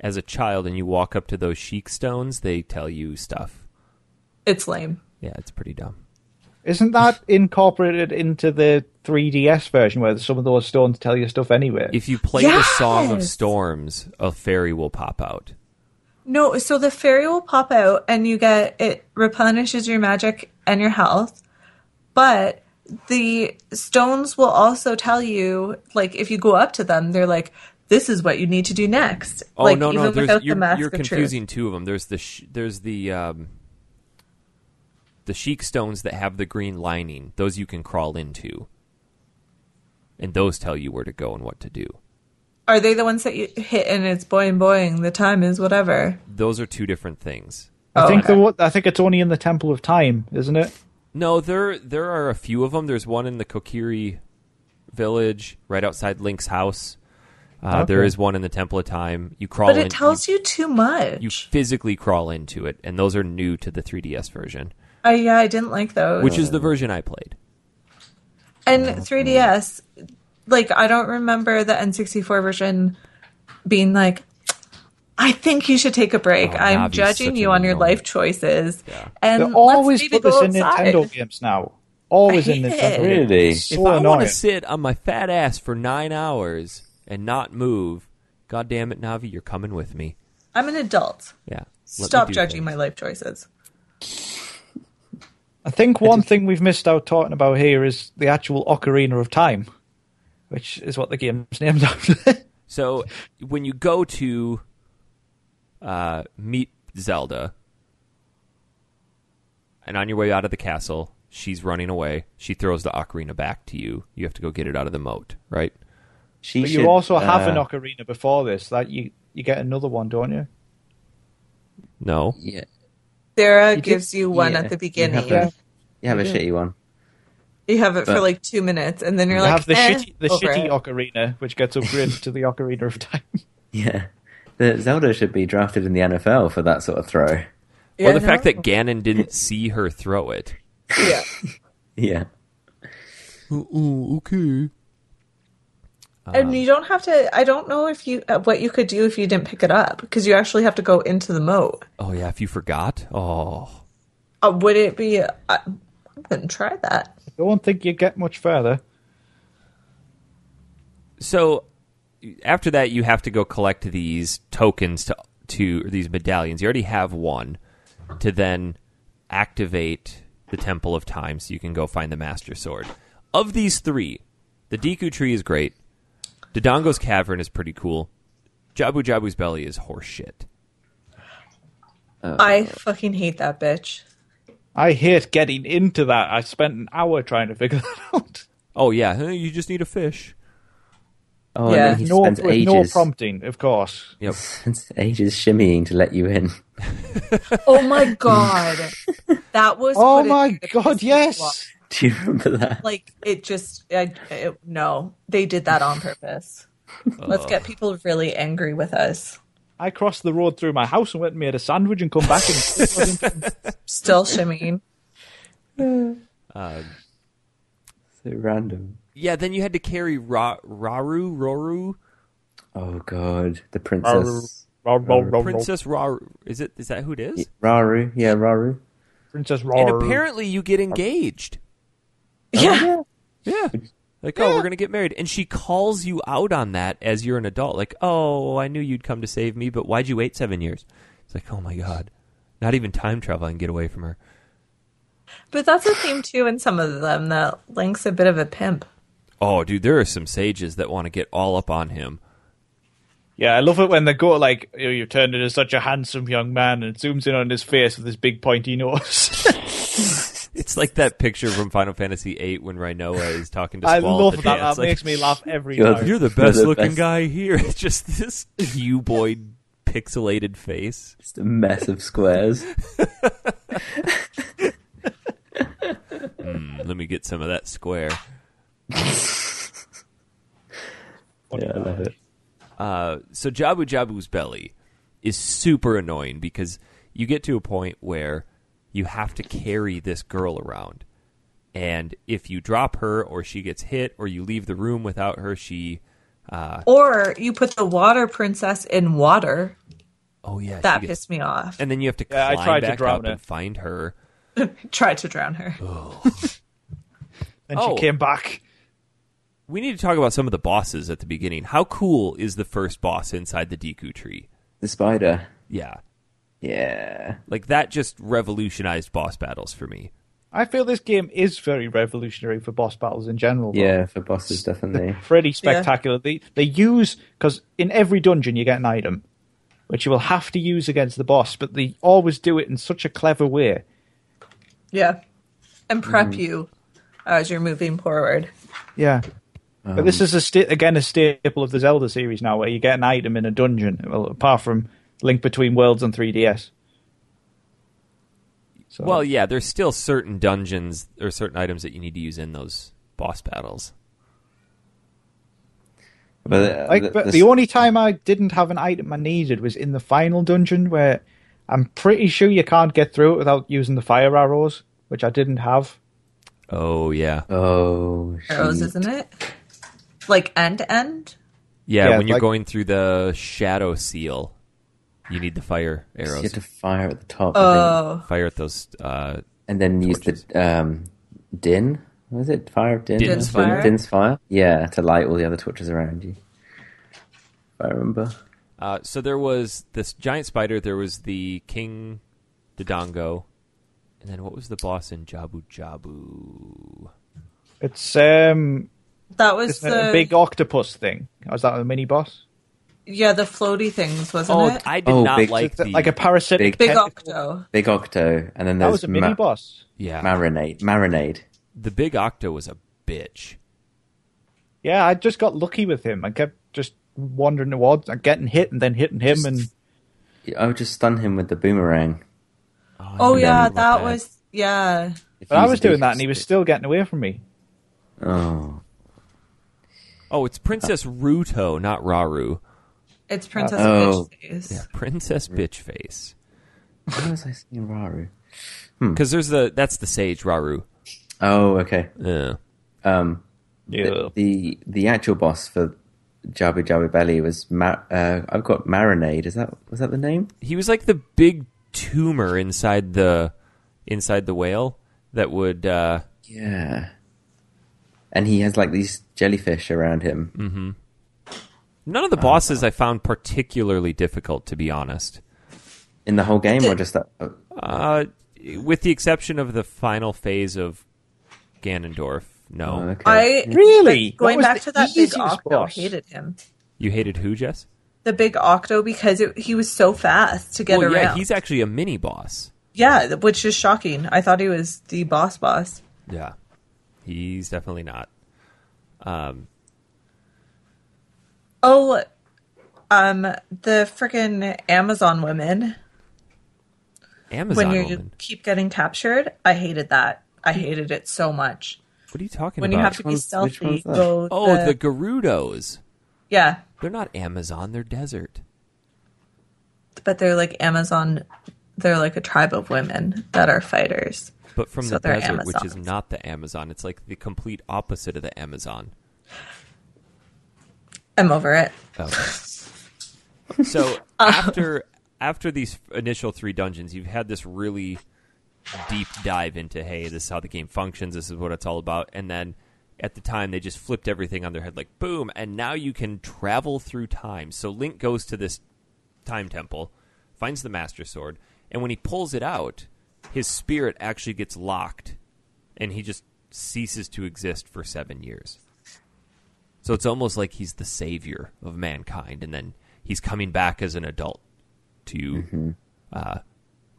Speaker 1: as a child and you walk up to those chic stones, they tell you stuff.
Speaker 3: It's lame.
Speaker 1: Yeah, it's pretty dumb.
Speaker 2: Isn't that incorporated into the 3DS version where some of those stones tell you stuff anyway?
Speaker 1: If you play the Song of
Speaker 3: Yes!
Speaker 1: Storms, a fairy will pop out.
Speaker 3: No, so the fairy will pop out and you get it replenishes your magic and your health. But the stones will also tell you, like, if you go up to them, they're like, this is what you need to do next.
Speaker 1: Oh
Speaker 3: like,
Speaker 1: no, no,
Speaker 3: even
Speaker 1: there's
Speaker 3: without
Speaker 1: you're,
Speaker 3: the mask
Speaker 1: you're
Speaker 3: of truth.
Speaker 1: confusing two of them. There's the sh- there's the um, the chic stones that have the green lining. Those you can crawl into, and those tell you where to go and what to do.
Speaker 3: Are they the ones that you hit and it's boing boing, the time is whatever?
Speaker 1: Those are two different things.
Speaker 2: I
Speaker 3: Oh,
Speaker 2: think
Speaker 3: okay.
Speaker 2: the one- I think it's only in the Temple of Time, isn't it?
Speaker 1: No, there there are a few of them. There's one in the Kokiri village, right outside Link's house. Uh, There
Speaker 2: Okay.
Speaker 1: is one in the Temple of Time. You crawl
Speaker 3: But
Speaker 1: in,
Speaker 3: it tells you too much.
Speaker 1: you physically crawl into it, and those are new to the 3DS version,
Speaker 3: I, yeah, I didn't like
Speaker 2: Uh,
Speaker 3: those.
Speaker 1: which is the version I played.
Speaker 3: And
Speaker 1: Oh,
Speaker 3: 3DS, like, I don't remember the N64 version being like, I think you should take a break.
Speaker 1: Oh,
Speaker 3: I'm
Speaker 1: Navi's
Speaker 3: judging
Speaker 1: such
Speaker 3: you
Speaker 1: an
Speaker 3: on your
Speaker 1: annoying-
Speaker 3: life choices.
Speaker 2: They
Speaker 3: And
Speaker 2: always
Speaker 3: let's maybe
Speaker 2: put this
Speaker 3: go
Speaker 2: in
Speaker 3: outside.
Speaker 2: Nintendo games now. Always in
Speaker 3: I hate
Speaker 2: Nintendo.
Speaker 3: it.
Speaker 2: games.
Speaker 4: Really?
Speaker 2: It's
Speaker 1: If
Speaker 2: So
Speaker 1: I want
Speaker 2: annoying.
Speaker 1: to sit on my fat ass for nine hours and not move, God damn it, Navi, you're coming with me.
Speaker 3: I'm an adult.
Speaker 1: Yeah. let me
Speaker 3: Stop
Speaker 1: do things.
Speaker 3: judging my life choices.
Speaker 2: I think one thing we've missed out talking about here is the actual Ocarina of Time, which is what the game's named after.
Speaker 1: So when you go to uh, meet Zelda, and on your way out of the castle, she's running away. She throws the ocarina back to you. You have to go get it out of the moat, right?
Speaker 4: She
Speaker 2: but you
Speaker 4: should,
Speaker 2: also have an
Speaker 4: uh,
Speaker 2: Ocarina before this. That you you get another one, don't you?
Speaker 1: No.
Speaker 4: Yeah,
Speaker 3: Sarah
Speaker 4: did-
Speaker 3: gives you one
Speaker 4: yeah,
Speaker 3: at the
Speaker 4: You
Speaker 3: beginning.
Speaker 4: have, a, you have a shitty one.
Speaker 3: You have it for
Speaker 4: But-
Speaker 3: like two minutes, and then you're
Speaker 2: you
Speaker 3: like,
Speaker 2: have the
Speaker 3: eh,
Speaker 2: shitty the
Speaker 3: over
Speaker 2: shitty
Speaker 3: it.
Speaker 2: Ocarina, which gets upgraded to the Ocarina of Time.
Speaker 4: Yeah, the Zelda should be drafted in the NFL for that sort of throw.
Speaker 1: or
Speaker 3: Yeah,
Speaker 1: the fact
Speaker 3: no.
Speaker 1: that Ganon didn't see her throw it.
Speaker 3: Yeah.
Speaker 4: Yeah,
Speaker 1: Oh, okay. Um,
Speaker 3: and you don't have to. I don't know if you uh, what you could do if you didn't pick it up because you actually have to go into the moat.
Speaker 1: Oh yeah, if you forgot. Oh.
Speaker 3: Uh, would it be? I, I wouldn't try that.
Speaker 2: I don't think you get much further.
Speaker 1: So after that, you have to go collect these tokens to to or these medallions. You already have one to then activate the Temple of Time, so you can go find the Master Sword. Of these three, the Deku Tree is great. Dodongo's Cavern is pretty cool. Jabu Jabu's Belly is horseshit.
Speaker 3: I fucking hate that bitch.
Speaker 2: I hate getting into that. I spent an hour trying to figure that out.
Speaker 1: Oh yeah, huh, you just need a fish.
Speaker 4: Oh,
Speaker 3: Yeah.
Speaker 4: and then he
Speaker 2: No,
Speaker 4: spends
Speaker 2: with
Speaker 4: ages,
Speaker 2: no prompting, of course.
Speaker 1: Yep.
Speaker 4: spends ages shimmying to let you in.
Speaker 3: Oh my god, that was.
Speaker 2: Oh
Speaker 3: what it-
Speaker 2: my
Speaker 3: it pissed
Speaker 2: god,
Speaker 3: me off.
Speaker 2: yes.
Speaker 4: Do you remember that?
Speaker 3: Like it just, I, it, no, they did that on purpose. Let's get people really angry with us.
Speaker 2: I crossed the road through my house and went and made a sandwich and come back and
Speaker 3: Still shimmying.
Speaker 4: So random.
Speaker 1: Yeah, then you had to carry Ra- Raru Roru
Speaker 4: Oh god, the princess
Speaker 1: Princess Raru. Is it? Is that who it is?
Speaker 4: Raru. Yeah, Raru.
Speaker 2: Princess
Speaker 1: And
Speaker 2: Roar.
Speaker 1: apparently, you get engaged.
Speaker 3: Yeah,
Speaker 1: Yeah. Like, oh, we're going to get married. And she calls you out on that as you're an adult. Like, oh, I knew you'd come to save me, but why'd you wait seven years? It's like, oh my God. Not even time travel I can get away from her.
Speaker 3: but that's a theme too in some of them that Link's a bit of a pimp.
Speaker 1: Oh, dude, there are some sages that want to get all up on him.
Speaker 2: Yeah, I love it when they go like, you know, you've turned into such a handsome young man, and it zooms in on his face with his big pointy nose.
Speaker 1: It's like that picture from Final Fantasy VIII when Rhinoa is talking to
Speaker 2: I
Speaker 1: Squall. at
Speaker 2: love
Speaker 1: the
Speaker 2: that.
Speaker 1: Dance.
Speaker 2: That
Speaker 1: Like,
Speaker 2: makes me laugh every
Speaker 4: Good.
Speaker 2: time.
Speaker 1: You're the
Speaker 4: You're the
Speaker 1: best looking
Speaker 4: best.
Speaker 1: guy here. It's just this cuboid pixelated face.
Speaker 4: Just a mess of squares.
Speaker 1: Mm, let me get some of that square.
Speaker 4: yeah, I love it.
Speaker 1: Uh, so Jabu Jabu's belly is super annoying because you get to a point where you have to carry this girl around. And if you drop her or she gets hit or you leave the room without her, she
Speaker 3: Or you put the water princess in water.
Speaker 1: oh yeah, she
Speaker 3: That
Speaker 1: gets-
Speaker 3: pissed me off.
Speaker 1: and then you have to
Speaker 2: Yeah, I
Speaker 1: climb
Speaker 2: tried to
Speaker 1: back
Speaker 2: drown
Speaker 1: up
Speaker 2: her.
Speaker 1: and find her.
Speaker 3: Tried to drown her.
Speaker 2: And
Speaker 1: Oh.
Speaker 2: she came back.
Speaker 1: We need to talk about some of the bosses at the beginning. How cool is the first boss inside the Deku tree?
Speaker 4: The spider.
Speaker 1: Yeah.
Speaker 4: Yeah.
Speaker 1: Like that just revolutionized boss battles for me.
Speaker 2: I feel this game is very revolutionary for boss battles in general. though.
Speaker 4: Yeah, for bosses, definitely.
Speaker 2: pretty spectacular. They they use because in every dungeon you get an item, which you will have to use against the boss, but they always do it in such a clever way.
Speaker 3: Yeah. And prep you as you're moving forward.
Speaker 2: Yeah. but this is a sta- again a staple of the Zelda series now, where you get an item in a dungeon. Well, apart from Link Between Worlds and 3DS. So,
Speaker 1: Well, yeah, there's still certain dungeons or certain items that you need to use in those boss battles.
Speaker 4: But, uh,
Speaker 2: like, but the only time I didn't have an item I needed was in the final dungeon, where I'm pretty sure you can't get through it without using the fire arrows, which I didn't have.
Speaker 1: Oh yeah.
Speaker 4: Oh,
Speaker 3: Arrows,
Speaker 4: shoot.
Speaker 3: isn't it? Like end to end?
Speaker 1: Yeah,
Speaker 2: Yeah,
Speaker 1: when you're
Speaker 2: like-
Speaker 1: going through the shadow seal, you need the fire
Speaker 4: You
Speaker 1: arrows.
Speaker 4: have to fire at the top, I think,
Speaker 3: Oh.
Speaker 1: Fire at those uh
Speaker 4: and then use the um, din. Was it fire of din?
Speaker 1: Din's
Speaker 4: Din-
Speaker 3: fire.
Speaker 4: Din's fire. Yeah, to light all the other torches around you. If I remember.
Speaker 1: Uh, so there was this giant spider. There was the king, the dongo, and then what was the boss in Jabu Jabu?
Speaker 2: It's um,
Speaker 3: That was
Speaker 2: Isn't it
Speaker 3: the
Speaker 2: a big octopus thing. Or is that a mini boss?
Speaker 3: yeah, the floaty things, wasn't
Speaker 1: Oh,
Speaker 3: it?
Speaker 1: I did
Speaker 4: Oh,
Speaker 1: not
Speaker 4: big-
Speaker 1: like the
Speaker 2: like a parasitic.
Speaker 4: Big-
Speaker 3: big
Speaker 2: tentacle.
Speaker 3: octo.
Speaker 4: Big Octo, and then
Speaker 2: That
Speaker 4: there's
Speaker 2: was a mini
Speaker 4: ma-
Speaker 2: boss.
Speaker 1: yeah.
Speaker 4: Marinade. Marinade.
Speaker 1: The big octo was a bitch.
Speaker 2: Yeah, I just got lucky with him. I kept just wandering towards and getting hit and then hitting him and
Speaker 4: I would just stun him with the boomerang.
Speaker 1: I
Speaker 3: Oh
Speaker 1: remember
Speaker 3: yeah, that,
Speaker 1: that.
Speaker 3: was yeah.
Speaker 4: If
Speaker 2: but I
Speaker 4: he's
Speaker 2: was
Speaker 4: a
Speaker 2: doing
Speaker 4: big-
Speaker 2: that and he was still getting away from me.
Speaker 4: Oh,
Speaker 1: Oh, it's Princess Ruto, not Raru.
Speaker 2: Uh,
Speaker 3: It's Princess
Speaker 4: Oh.
Speaker 3: Bitch Face.
Speaker 1: Princess Bitch Face.
Speaker 4: why was I seeing Raru?
Speaker 1: Because there's the that's the sage Raru.
Speaker 4: Oh, okay.
Speaker 1: Yeah.
Speaker 4: Um,
Speaker 2: Yeah.
Speaker 4: the, the the actual boss for Jabu Jabu Belly was Ma- uh, I've got Marinade. Is that was that the name?
Speaker 1: He was like the big tumor inside the inside the whale that would. uh
Speaker 4: Yeah. And he has like these jellyfish around him.
Speaker 1: None of the bosses I found particularly difficult, to be honest.
Speaker 4: in the whole game, or just that? oh,
Speaker 1: Uh, with the exception of the final phase of Ganondorf, no.
Speaker 4: Oh, okay.
Speaker 3: I
Speaker 2: Really? That
Speaker 3: going
Speaker 2: was
Speaker 3: back
Speaker 2: the
Speaker 3: to that big
Speaker 2: easiest
Speaker 3: octo
Speaker 2: boss.
Speaker 3: hated him.
Speaker 1: You hated who, Jess?
Speaker 3: The big octo because it, he was so fast to get
Speaker 1: well,
Speaker 3: around.
Speaker 1: yeah, he's actually a mini boss.
Speaker 3: Yeah, th- which is shocking. I thought he was the boss boss.
Speaker 1: Yeah, he's definitely not.
Speaker 3: Oh, um, the freaking Amazon women.
Speaker 1: Amazon
Speaker 3: When you
Speaker 1: woman.
Speaker 3: keep getting captured, I hated that. I hated it so much.
Speaker 1: What are you talking
Speaker 3: When
Speaker 1: about?
Speaker 3: you have to be
Speaker 4: one's- which
Speaker 3: stealthy,
Speaker 4: one's that?
Speaker 3: go.
Speaker 1: oh, the... Gerudos.
Speaker 3: yeah,
Speaker 1: They're not Amazon. They're desert.
Speaker 3: but they're like Amazon. They're like a tribe of women that are fighters.
Speaker 1: But from
Speaker 3: So
Speaker 1: the
Speaker 3: they're
Speaker 1: desert, which is
Speaker 3: Amazons.
Speaker 1: not the Amazon. It's like the complete opposite of the Amazon.
Speaker 3: I'm over it.
Speaker 1: So after after these initial three dungeons, you've had this really deep dive into hey, this is how the game functions. This is what it's all about. And then at the time, they just flipped everything on their head, like boom. And now you can travel through time. So Link goes to this time temple, finds the Master Sword, and when he pulls it out, his spirit actually gets locked, and he just ceases to exist for seven years. So it's almost like he's the savior of mankind, and then he's coming back as an adult to uh,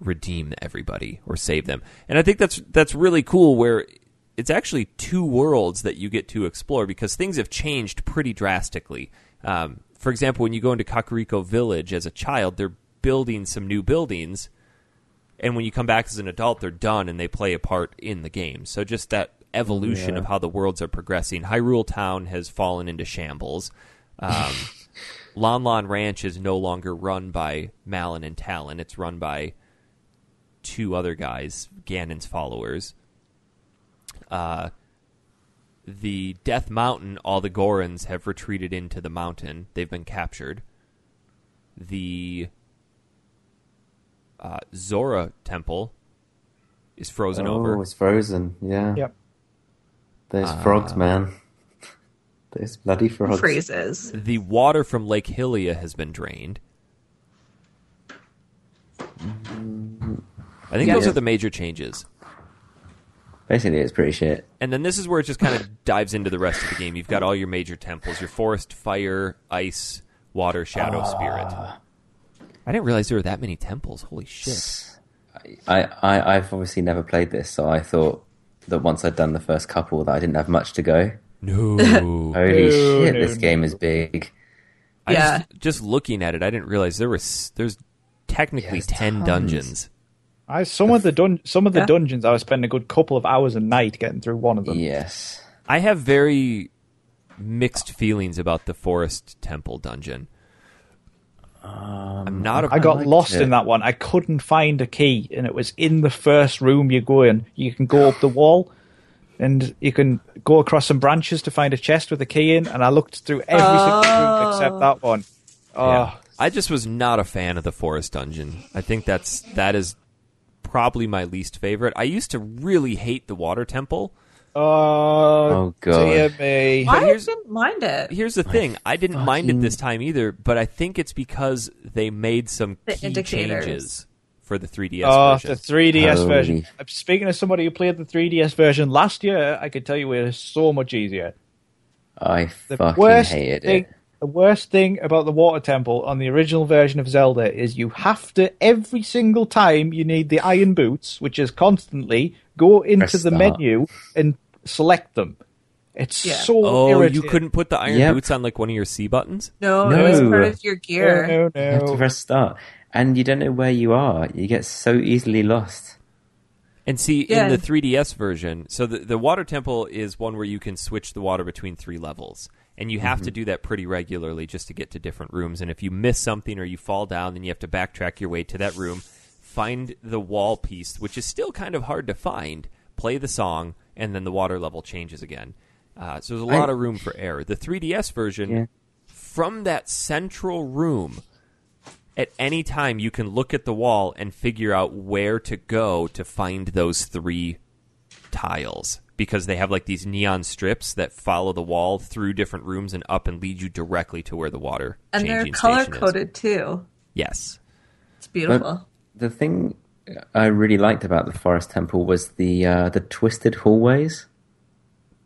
Speaker 1: redeem everybody or save them. And I think that's that's really cool. Where it's actually two worlds that you get to explore because things have changed pretty drastically. Um, for example, when you go into Kakariko Village as a child, they're building some new buildings, and when you come back as an adult, they're done and they play a part in the game. So just that evolution of how the worlds are progressing. Hyrule Town has fallen into shambles. Um, Lon Lon Ranch is no longer run by Malin and Talon. It's run by two other guys, Ganon's followers. Uh, the Death Mountain, all the Gorons have retreated into the mountain. They've been captured. The uh, Zora Temple is frozen
Speaker 4: oh,
Speaker 1: over.
Speaker 4: it's frozen. Yeah.
Speaker 2: Yep.
Speaker 4: Those frogs, man. Those bloody frogs.
Speaker 3: Freezes.
Speaker 1: the water from Lake Hylia has been drained. I think
Speaker 4: Yeah.
Speaker 1: those
Speaker 4: Yeah.
Speaker 1: are the major changes.
Speaker 4: Basically, it's pretty shit.
Speaker 1: And then this is where it just kind of dives into the rest of the game. You've got all your major temples your forest, fire, ice, water, shadow,
Speaker 4: Ah.
Speaker 1: spirit. I didn't realize there were that many temples. Holy shit.
Speaker 4: I, I, I've obviously never played this, so I thought that once I'd done the first couple, that I didn't have much to go.
Speaker 1: No.
Speaker 4: Holy
Speaker 2: No,
Speaker 4: shit,
Speaker 2: no,
Speaker 4: this
Speaker 2: no.
Speaker 4: game is big.
Speaker 1: I
Speaker 3: Yeah.
Speaker 1: just, just looking at it, I didn't realize there was there's technically
Speaker 4: Yes,
Speaker 1: 10
Speaker 4: tons.
Speaker 1: dungeons.
Speaker 2: I some of the dun- some of the
Speaker 3: Yeah.
Speaker 2: dungeons I was spending a good couple of hours a night getting through one of them.
Speaker 4: Yes.
Speaker 1: I have very mixed feelings about the forest temple dungeon. I'm not a
Speaker 2: I got
Speaker 4: liked
Speaker 2: lost
Speaker 4: it.
Speaker 2: in that one. I couldn't find a key, and it was in the first room you go in. You can go up the wall, and you can go across some branches to find a chest with a key in. And I looked through every single room except that one. Oh,
Speaker 1: Yeah. I just was not a fan of the forest dungeon. I think that's that is probably my least favorite. I used to really hate the water temple.
Speaker 2: oh,
Speaker 4: Oh, God.
Speaker 2: dear me.
Speaker 1: But
Speaker 3: I
Speaker 1: here's-
Speaker 3: didn't mind it.
Speaker 1: Here's the thing, I didn't mind it this time either, but I think it's because they made some
Speaker 3: The
Speaker 1: key
Speaker 3: indicators.
Speaker 1: changes for the 3DS
Speaker 2: Oh,
Speaker 1: version.
Speaker 2: the 3DS
Speaker 4: Holy.
Speaker 2: version. Speaking of somebody who played the 3DS version last year, I can tell you it is so much easier.
Speaker 4: I
Speaker 2: The
Speaker 4: fucking
Speaker 2: worst
Speaker 4: hated
Speaker 2: thing,
Speaker 4: it.
Speaker 2: the worst thing about the water temple on the original version of Zelda is you have to every single time you need the iron boots, which is constantly go into
Speaker 4: Press
Speaker 2: the
Speaker 4: start.
Speaker 2: menu and select them. It's
Speaker 3: Yeah.
Speaker 2: so
Speaker 1: oh,
Speaker 2: irritating.
Speaker 1: you couldn't put the iron
Speaker 4: Yep.
Speaker 1: boots on like one of your C buttons?
Speaker 3: No, it was
Speaker 4: No.
Speaker 3: part of your gear.
Speaker 2: No,
Speaker 4: You have to
Speaker 2: no, no.
Speaker 4: press start. And you don't know where you are. You get so easily lost.
Speaker 1: And see
Speaker 3: Yeah.
Speaker 1: in the 3DS version, so the, the water temple is one where you can switch the water between three levels, and you have to
Speaker 4: Mm-hmm.
Speaker 1: do that pretty regularly just to get to different rooms. And if you miss something or you fall down, then you have to backtrack your way to that room, find the wall piece, which is still kind of hard to find. Play the song, and then the water level changes again. Uh, so there's a lot
Speaker 4: I-
Speaker 1: of room for error. The 3DS version,
Speaker 4: Yeah.
Speaker 1: from that central room, at any time you can look at the wall and figure out where to go to find those three tiles because they have like these neon strips that follow the wall through different rooms and up and lead you directly to where the water
Speaker 3: And they're
Speaker 1: changing
Speaker 3: color
Speaker 1: station is.
Speaker 3: coded too.
Speaker 1: Yes.
Speaker 3: It's beautiful.
Speaker 4: The thing I really liked about the Forest Temple was the uh, the twisted hallways.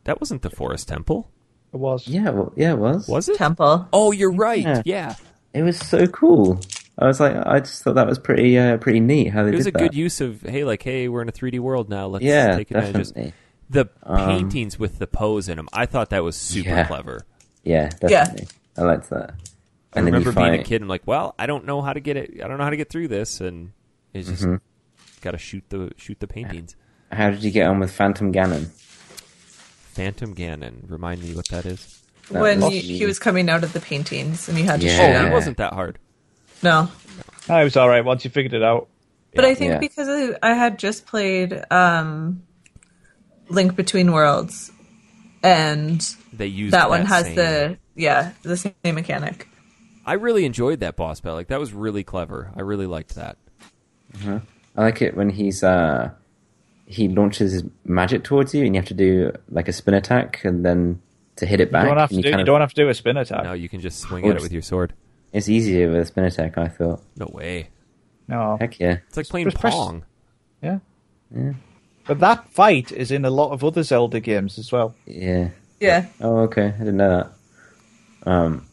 Speaker 1: That wasn't the forest temple,
Speaker 2: It was.
Speaker 4: Yeah, well, yeah, it was.
Speaker 1: was it?
Speaker 3: Temple.
Speaker 1: Oh, you're right. Yeah.
Speaker 4: Yeah. It was so cool. I was like, I just thought that was pretty, uh, pretty neat how they
Speaker 1: It was a
Speaker 4: did that.
Speaker 1: good use of hey, like hey, we're in a 3D world now. Let's
Speaker 4: yeah,
Speaker 1: take advantage. of-
Speaker 4: definitely. Um,
Speaker 1: The paintings with the pose in them, I thought that was super
Speaker 4: Yeah.
Speaker 1: clever.
Speaker 4: Yeah, definitely. I liked that.
Speaker 1: I remember being a kid. and like, well, I don't know how to get it. I don't know how to get through this, and it's just got to shoot the shoot the paintings.
Speaker 4: How did you get on with Phantom Ganon?
Speaker 1: Phantom Ganon. Remind me what that is.
Speaker 4: That
Speaker 3: when
Speaker 4: was-
Speaker 3: you, he was coming out of the paintings and you had to
Speaker 4: Yeah.
Speaker 3: shoot
Speaker 1: Oh, it
Speaker 3: him.
Speaker 1: wasn't that hard.
Speaker 3: No.
Speaker 2: I was all right once you figured it out.
Speaker 3: But I think
Speaker 4: Yeah.
Speaker 3: because I- I had just played um, Link Between Worlds, and
Speaker 1: They used
Speaker 3: that one has
Speaker 1: same-
Speaker 3: the yeah the same mechanic.
Speaker 1: I really enjoyed that boss battle. Like that was really clever. I really liked that.
Speaker 4: I like it when he's uh, he launches his magic towards you, and you have to do like a spin attack, and then to hit it back.
Speaker 2: You don't have to
Speaker 4: and
Speaker 2: do,
Speaker 4: kind
Speaker 2: you
Speaker 4: of-
Speaker 2: don't have to do a spin attack.
Speaker 1: Now you can just swing
Speaker 4: Or
Speaker 1: at it
Speaker 4: just-
Speaker 1: with your sword.
Speaker 4: It's easier with a spin attack. I thought.
Speaker 1: No way.
Speaker 2: No.
Speaker 4: Heck yeah.
Speaker 1: It's like playing
Speaker 2: Just press-
Speaker 1: pong.
Speaker 2: Yeah. But that fight is in a lot of other Zelda games as well.
Speaker 4: Yeah.
Speaker 3: Yeah,
Speaker 4: Oh, okay. I didn't know that. Um,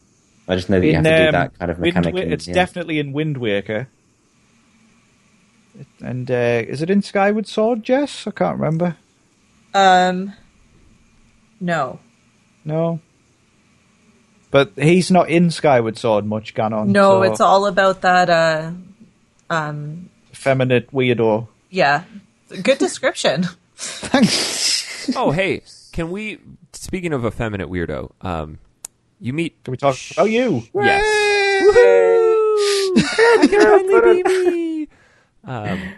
Speaker 4: I just know that you have
Speaker 2: In,
Speaker 4: to do
Speaker 2: um,
Speaker 4: that kind of
Speaker 2: Wind
Speaker 4: mechanic.
Speaker 2: Wa-
Speaker 4: in-
Speaker 2: it's
Speaker 4: yeah.
Speaker 2: definitely in Wind Waker. It- And uh, is it in Skyward Sword, Jess? I can't remember.
Speaker 3: Um, no,
Speaker 2: No. But he's not in Skyward Sword much, Ganon. so
Speaker 3: no, it's all about that. Uh, um,
Speaker 2: effeminate weirdo.
Speaker 3: yeah, good description.
Speaker 2: Thanks.
Speaker 1: Oh, hey, can we? Speaking of effeminate weirdo, um, you meet.
Speaker 2: Can we talk about you?
Speaker 1: Yes. Woohoo! I can finally be me. Um,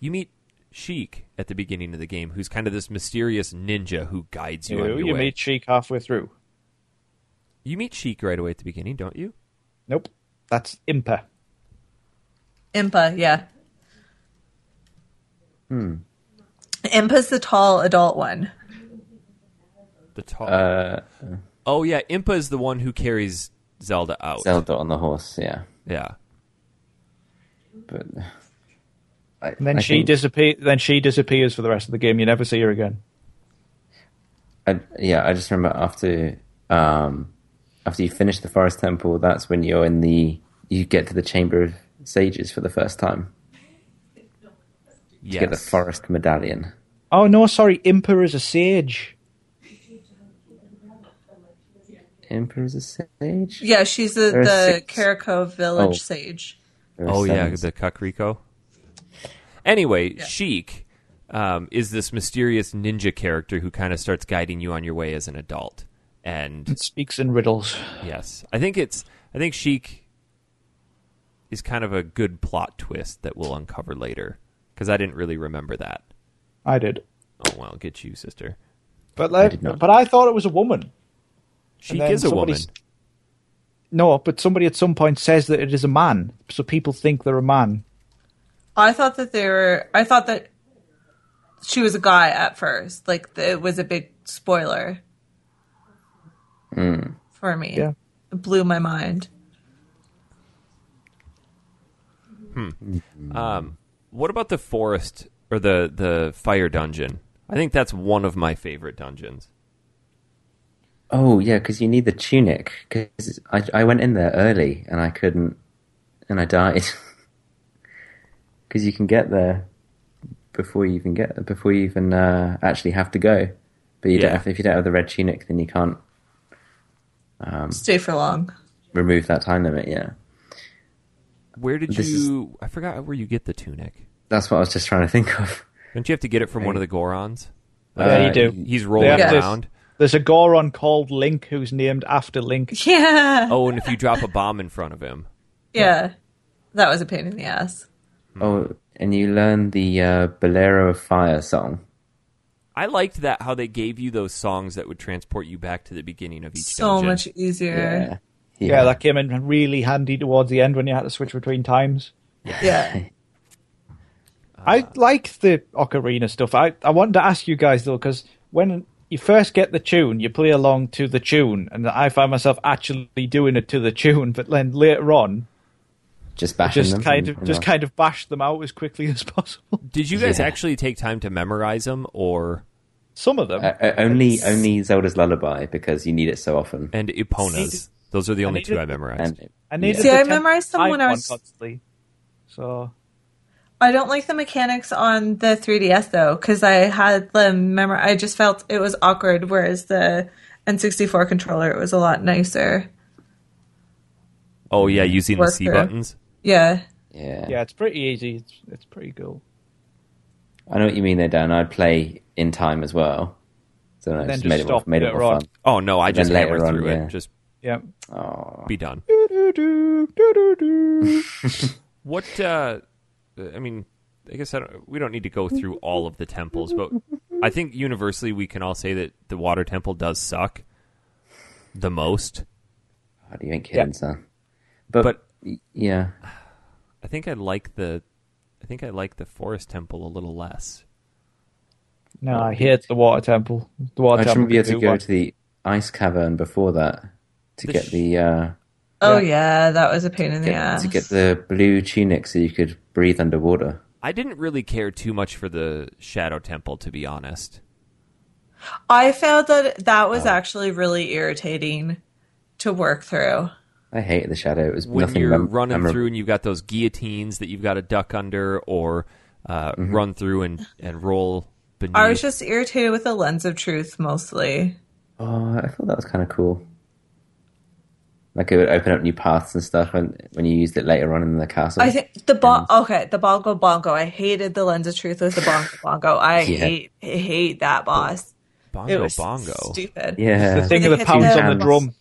Speaker 1: you meet Sheik at the beginning of the game, who's kind of this mysterious ninja who guides you. on
Speaker 2: You,
Speaker 1: your
Speaker 2: you
Speaker 1: way.
Speaker 2: meet Sheik halfway through.
Speaker 1: you meet Sheik right away at the beginning, don't you?
Speaker 2: Nope. That's Impa.
Speaker 3: Impa, yeah. Hmm. Impa's the tall adult one.
Speaker 1: The tall.
Speaker 4: Uh,
Speaker 1: oh yeah, Impa is the one who carries Zelda out.
Speaker 4: Zelda on the horse, yeah.
Speaker 1: Yeah.
Speaker 4: But I,
Speaker 2: And then
Speaker 4: I
Speaker 2: she
Speaker 4: think-
Speaker 2: disappear. Then she disappears for the rest of the game. You never see her again.
Speaker 4: I, yeah, I just remember after um, after you finish the forest temple, that's when you're in the you get to the chamber of sages for the first time.
Speaker 1: Yes.
Speaker 4: You get the forest medallion.
Speaker 2: Oh no, sorry. Impa is a sage.
Speaker 4: Emperor's a sage.
Speaker 3: Yeah, she's the,
Speaker 4: There are
Speaker 3: the
Speaker 4: six.
Speaker 3: Carico village
Speaker 4: Oh.
Speaker 3: sage.
Speaker 4: There are
Speaker 1: Oh yeah,
Speaker 4: seven.
Speaker 1: the Kakriko. Anyway, Sheik um, is this mysterious ninja character who kind of starts guiding you on your way as an adult. And
Speaker 2: It speaks in riddles.
Speaker 1: yes, I think it's I think Sheik is kind of a good plot twist that we'll uncover later because I didn't really remember that.
Speaker 2: I did,
Speaker 1: Oh well, get you, sister.
Speaker 2: but like,
Speaker 4: did not.
Speaker 2: but I thought it was a woman.
Speaker 1: Sheik
Speaker 2: then
Speaker 1: is a
Speaker 2: somebody
Speaker 1: woman.
Speaker 2: s- No, but somebody at some point says that it is a man, so people think they're a man.
Speaker 3: I thought that they were. I thought that she was a guy at first. Like it was a big spoiler for me.
Speaker 2: Yeah.
Speaker 3: It blew my mind.
Speaker 1: Um, What about the forest or the the fire dungeon? I think that's one of my favorite dungeons.
Speaker 4: Oh yeah, because you need the tunic. Because I I went in there early and I couldn't, and I died. Because you can get there before you even get before you even uh, actually have to go. But you don't
Speaker 1: Yeah.
Speaker 4: have, if you don't have the red tunic, then you can't
Speaker 3: Stay for long.
Speaker 4: remove that time limit. Yeah,
Speaker 1: Where did
Speaker 4: This is-
Speaker 1: you? I forgot where you get the tunic.
Speaker 4: that's what I was just trying to think of.
Speaker 1: Don't you have to get it from one of the Gorons? Uh,
Speaker 2: Yeah, you do.
Speaker 1: He's rolling
Speaker 2: Yeah, there's-
Speaker 1: around.
Speaker 2: There's a Goron called Link who's named after Link.
Speaker 3: Yeah.
Speaker 1: Oh, and if you drop a bomb in front of him,
Speaker 3: Yeah. That was a pain in the ass.
Speaker 2: Hmm.
Speaker 4: Oh, and you learn the uh, Bolero of Fire song.
Speaker 1: I liked that how they gave you those songs that would transport you back to the beginning of each
Speaker 3: So
Speaker 1: dungeon.
Speaker 3: much easier.
Speaker 2: Yeah, that came in really handy towards the end when you had to switch between times.
Speaker 3: Yeah.
Speaker 4: Ah.
Speaker 2: I like the ocarina stuff. I, I wanted to ask you guys though, because when you first get the tune, you play along to the tune, and I find myself actually doing it to the tune. But then later on,
Speaker 4: just bashing
Speaker 2: just
Speaker 4: them.
Speaker 2: kind
Speaker 4: and-
Speaker 2: of just kind of bash them out as quickly as possible.
Speaker 1: Did you guys
Speaker 4: Yeah.
Speaker 1: actually take time to memorize them, or
Speaker 2: Some of them,
Speaker 4: Uh, uh, only only Zelda's Lullaby because you need it so often.
Speaker 1: and Iponas? Those are the only two
Speaker 2: needed-
Speaker 1: I memorized.
Speaker 4: And
Speaker 2: I needed.
Speaker 3: See,
Speaker 2: the
Speaker 3: I
Speaker 2: temp-
Speaker 3: memorized them
Speaker 2: I
Speaker 3: when I
Speaker 2: one
Speaker 3: was-
Speaker 2: constantly. So
Speaker 3: I don't like the mechanics on the 3DS though, because I had the memory. I just felt it was awkward, whereas the N64 controller it was a lot nicer.
Speaker 1: oh yeah, using the C
Speaker 3: Worker.
Speaker 1: buttons.
Speaker 3: Yeah.
Speaker 4: yeah.
Speaker 2: yeah, it's pretty easy. It's, it's pretty cool.
Speaker 4: I know what you mean there, Dan. I'd play in time as well. So I
Speaker 2: then
Speaker 4: just
Speaker 2: just
Speaker 4: made it more,
Speaker 2: stop
Speaker 4: made it
Speaker 2: later
Speaker 4: more
Speaker 2: on.
Speaker 4: fun.
Speaker 1: Oh no, I just
Speaker 4: then later
Speaker 1: hammered
Speaker 4: on,
Speaker 1: through
Speaker 4: yeah.
Speaker 1: it. Just
Speaker 2: Yeah.
Speaker 4: Oh,
Speaker 1: be done.
Speaker 2: Doo-doo-doo, doo-doo-doo.
Speaker 1: What? uh I mean, I guess I don't, we don't need to go through all of the temples, but I think universally we can all say that the water temple does suck the most.
Speaker 4: God, you ain't kidding, son. But,
Speaker 1: But-
Speaker 4: yeah,
Speaker 1: I think I like the, I think I like the forest temple a little less.
Speaker 2: no, I hate the water temple. The water
Speaker 4: I just
Speaker 2: temple.
Speaker 4: remember you had
Speaker 2: can
Speaker 4: to
Speaker 2: do
Speaker 4: go
Speaker 2: what-
Speaker 4: to the ice cavern before that to
Speaker 1: The
Speaker 4: get
Speaker 1: sh-
Speaker 4: the uh,
Speaker 3: Oh
Speaker 2: Yeah.
Speaker 3: yeah, that was a pain in the
Speaker 4: get-
Speaker 3: ass.
Speaker 4: to get the blue tunic so you could breathe underwater.
Speaker 1: I didn't really care too much for the shadow temple, to be honest.
Speaker 3: I found that that was actually really irritating to work through.
Speaker 4: I hated the shadow. It was
Speaker 1: when
Speaker 4: nothing
Speaker 1: you're
Speaker 4: mem-
Speaker 1: running
Speaker 4: memorable.
Speaker 1: through and you've got those guillotines that you've got to duck under or uh,
Speaker 4: Mm-hmm.
Speaker 1: run through and, and roll beneath.
Speaker 3: I was just irritated with the lens of truth mostly.
Speaker 4: Oh, I thought that was kind of cool. Like it would open up new paths and stuff, and when you used it later on in the castle,
Speaker 3: I think the bon-
Speaker 1: Mm.
Speaker 3: okay, the bongo bongo. I hated the lens of truth with the bongo bongo. I
Speaker 4: Yeah.
Speaker 3: hate hate that boss. it
Speaker 1: bongo
Speaker 3: was
Speaker 1: bongo.
Speaker 3: stupid.
Speaker 4: yeah,
Speaker 2: The thing with the
Speaker 3: hit
Speaker 2: pounds
Speaker 3: the-
Speaker 2: on the drum.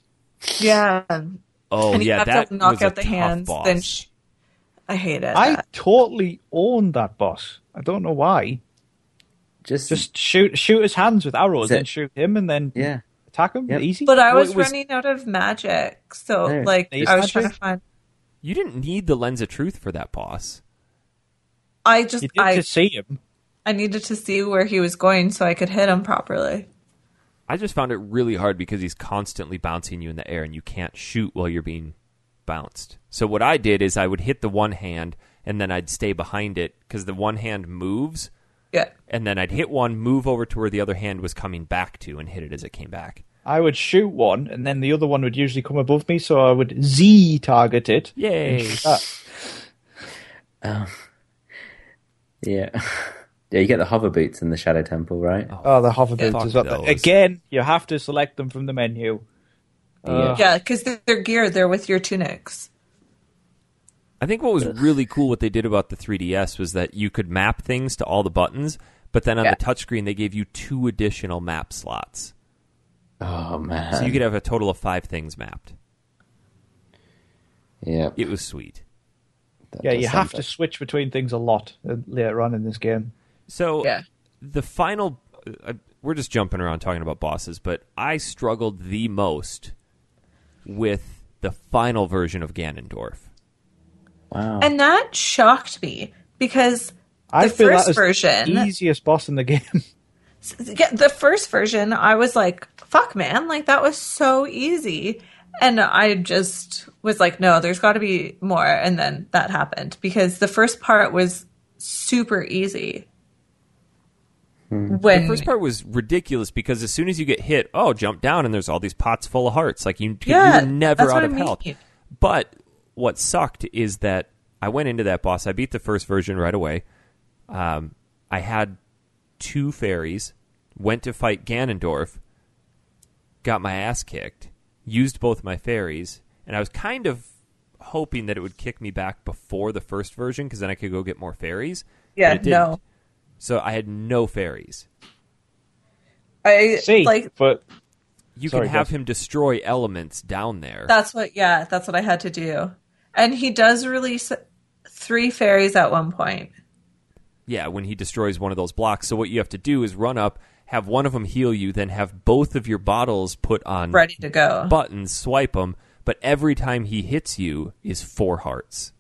Speaker 3: Yeah.
Speaker 1: Oh
Speaker 3: and you
Speaker 1: yeah,
Speaker 3: have
Speaker 1: that
Speaker 3: to knock
Speaker 1: was a
Speaker 3: out the
Speaker 1: tough
Speaker 3: hands.
Speaker 1: boss.
Speaker 3: Then sh- I hate it.
Speaker 2: I totally owned that boss. I don't know why.
Speaker 4: just,
Speaker 2: Just shoot shoot his hands with arrows,
Speaker 4: Is it-
Speaker 2: then shoot him, and then
Speaker 4: yeah.
Speaker 2: attack him.
Speaker 4: Yep.
Speaker 2: Easy.
Speaker 3: but I
Speaker 1: Well,
Speaker 3: was,
Speaker 1: it was-
Speaker 3: running out of magic, so
Speaker 4: There.
Speaker 3: like
Speaker 2: They used
Speaker 3: I was trying
Speaker 2: magic?
Speaker 3: to find.
Speaker 1: you didn't need the lens of truth for that boss.
Speaker 3: I just
Speaker 2: you did
Speaker 3: I
Speaker 2: to see him.
Speaker 3: I needed to see where he was going so I could hit him properly.
Speaker 1: I just found it really hard because he's constantly bouncing you in the air and you can't shoot while you're being bounced. So what I did is I would hit the one hand and then I'd stay behind it because the one hand moves
Speaker 3: Yeah.
Speaker 1: and then I'd hit one, move over to where the other hand was coming back to and hit it as it came back.
Speaker 2: I would shoot one, and then the other one would usually come above me, so I would Z target it.
Speaker 1: Yay.
Speaker 4: Yeah. Yeah, you get the hover boots in the Shadow Temple, right?
Speaker 2: Oh, the hover
Speaker 1: Yeah.
Speaker 2: boots as
Speaker 1: Fuck
Speaker 2: well.
Speaker 1: those.
Speaker 2: Again, you have to select them from the menu.
Speaker 4: Yeah.
Speaker 3: Yeah, because they're, they're geared. They're with your tunics.
Speaker 1: I think what was really cool what they did about the 3DS was that you could map things to all the buttons, but then on
Speaker 4: Yeah.
Speaker 1: the touchscreen they gave you two additional map slots.
Speaker 4: Oh man.
Speaker 1: So you could have a total of 5 things mapped.
Speaker 4: yeah.
Speaker 1: It was sweet.
Speaker 4: that
Speaker 2: Yeah,
Speaker 4: does
Speaker 2: you
Speaker 4: sound
Speaker 2: have to
Speaker 4: good.
Speaker 2: switch between things a lot uh, later on in this game.
Speaker 1: So
Speaker 3: Yeah.
Speaker 1: the final, uh, we're just jumping around talking about bosses, but I struggled the most with the final version of Ganondorf.
Speaker 4: Wow.
Speaker 3: And that shocked me because
Speaker 2: I
Speaker 3: the
Speaker 2: feel
Speaker 3: first
Speaker 2: that is
Speaker 3: version,
Speaker 2: the easiest boss in the game.
Speaker 3: yeah, the first version, I was like, fuck, man, like that was so easy. And I just was like, no, there's got to be more. And then that happened because the first part was super easy. When
Speaker 2: Hmm.
Speaker 1: The first part was ridiculous because as soon as you get hit, oh, jump down and there's all these pots full of hearts. Like you,
Speaker 3: Yeah,
Speaker 1: you were never
Speaker 3: that's
Speaker 1: out
Speaker 3: what
Speaker 1: of
Speaker 3: I
Speaker 1: health.
Speaker 3: mean.
Speaker 1: But what sucked is that I went into that boss. I beat the first version right away. Um, I had two fairies, went to fight Ganondorf, got my ass kicked, used both my fairies, and I was kind of hoping that it would kick me back before the first version because then I could go get more fairies. but
Speaker 3: Yeah,
Speaker 1: it didn't.
Speaker 3: no.
Speaker 1: So I had no fairies.
Speaker 3: I
Speaker 2: See,
Speaker 3: like
Speaker 2: but
Speaker 1: You
Speaker 2: Sorry,
Speaker 1: can have
Speaker 2: guys.
Speaker 1: him destroy elements down there.
Speaker 3: That's what, yeah, that's what I had to do. And he does release three fairies at one point.
Speaker 1: yeah, when he destroys one of those blocks. So what you have to do is run up, have one of them heal you, then have both of your bottles put on
Speaker 3: Ready to go.
Speaker 1: buttons, swipe them. But every time he hits you is four hearts.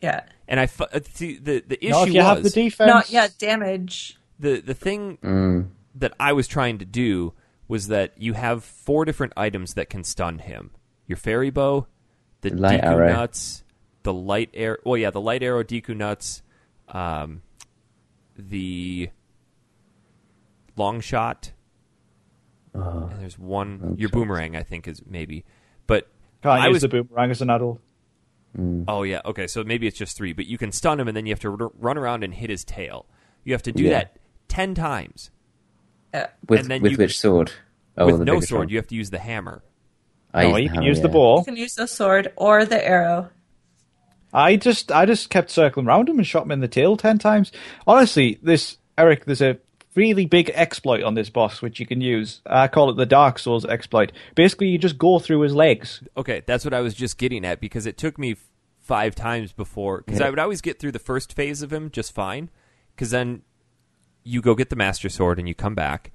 Speaker 3: yeah.
Speaker 1: And I fu- uh, see, the the issue
Speaker 2: not if you
Speaker 1: was
Speaker 2: have the defense.
Speaker 3: Not yet damage.
Speaker 1: the the thing
Speaker 4: Mm.
Speaker 1: that I was trying to do was that you have four different items that can stun him: your fairy bow, the
Speaker 4: Light
Speaker 1: Deku
Speaker 4: arrow.
Speaker 1: nuts, the light arrow. Well, yeah, the light arrow, Deku nuts, um, the long shot.
Speaker 4: Uh,
Speaker 1: and there's one. your boomerang, I think, is maybe. But
Speaker 2: Can't
Speaker 1: I
Speaker 2: use
Speaker 1: was
Speaker 2: the boomerang as an adult.
Speaker 4: Mm.
Speaker 1: Oh yeah, okay. So maybe it's just three, but you can stun him, and then you have to r- run around and hit his tail. You have to do
Speaker 4: Yeah.
Speaker 1: that ten times
Speaker 3: Yeah.
Speaker 4: with
Speaker 1: and then
Speaker 4: with
Speaker 1: you-
Speaker 4: which sword? Oh,
Speaker 1: with
Speaker 4: the
Speaker 1: no
Speaker 4: bigger
Speaker 1: sword. You have to use the hammer.
Speaker 4: I
Speaker 2: no,
Speaker 4: used
Speaker 2: you
Speaker 4: the
Speaker 2: can
Speaker 4: hammer,
Speaker 2: use the
Speaker 4: yeah.
Speaker 3: You
Speaker 2: ball.
Speaker 3: can use the sword or the arrow.
Speaker 2: I just, I just kept circling around him and shot him in the tail ten times. Honestly, this Eric, there's a really big exploit on this boss which you can use. I call it the Dark Souls exploit. Basically, you just go through his legs.
Speaker 1: Okay, that's what I was just getting at because it took me f- five times before because I would always get through the first phase of him just fine because then you go get the master sword and you come back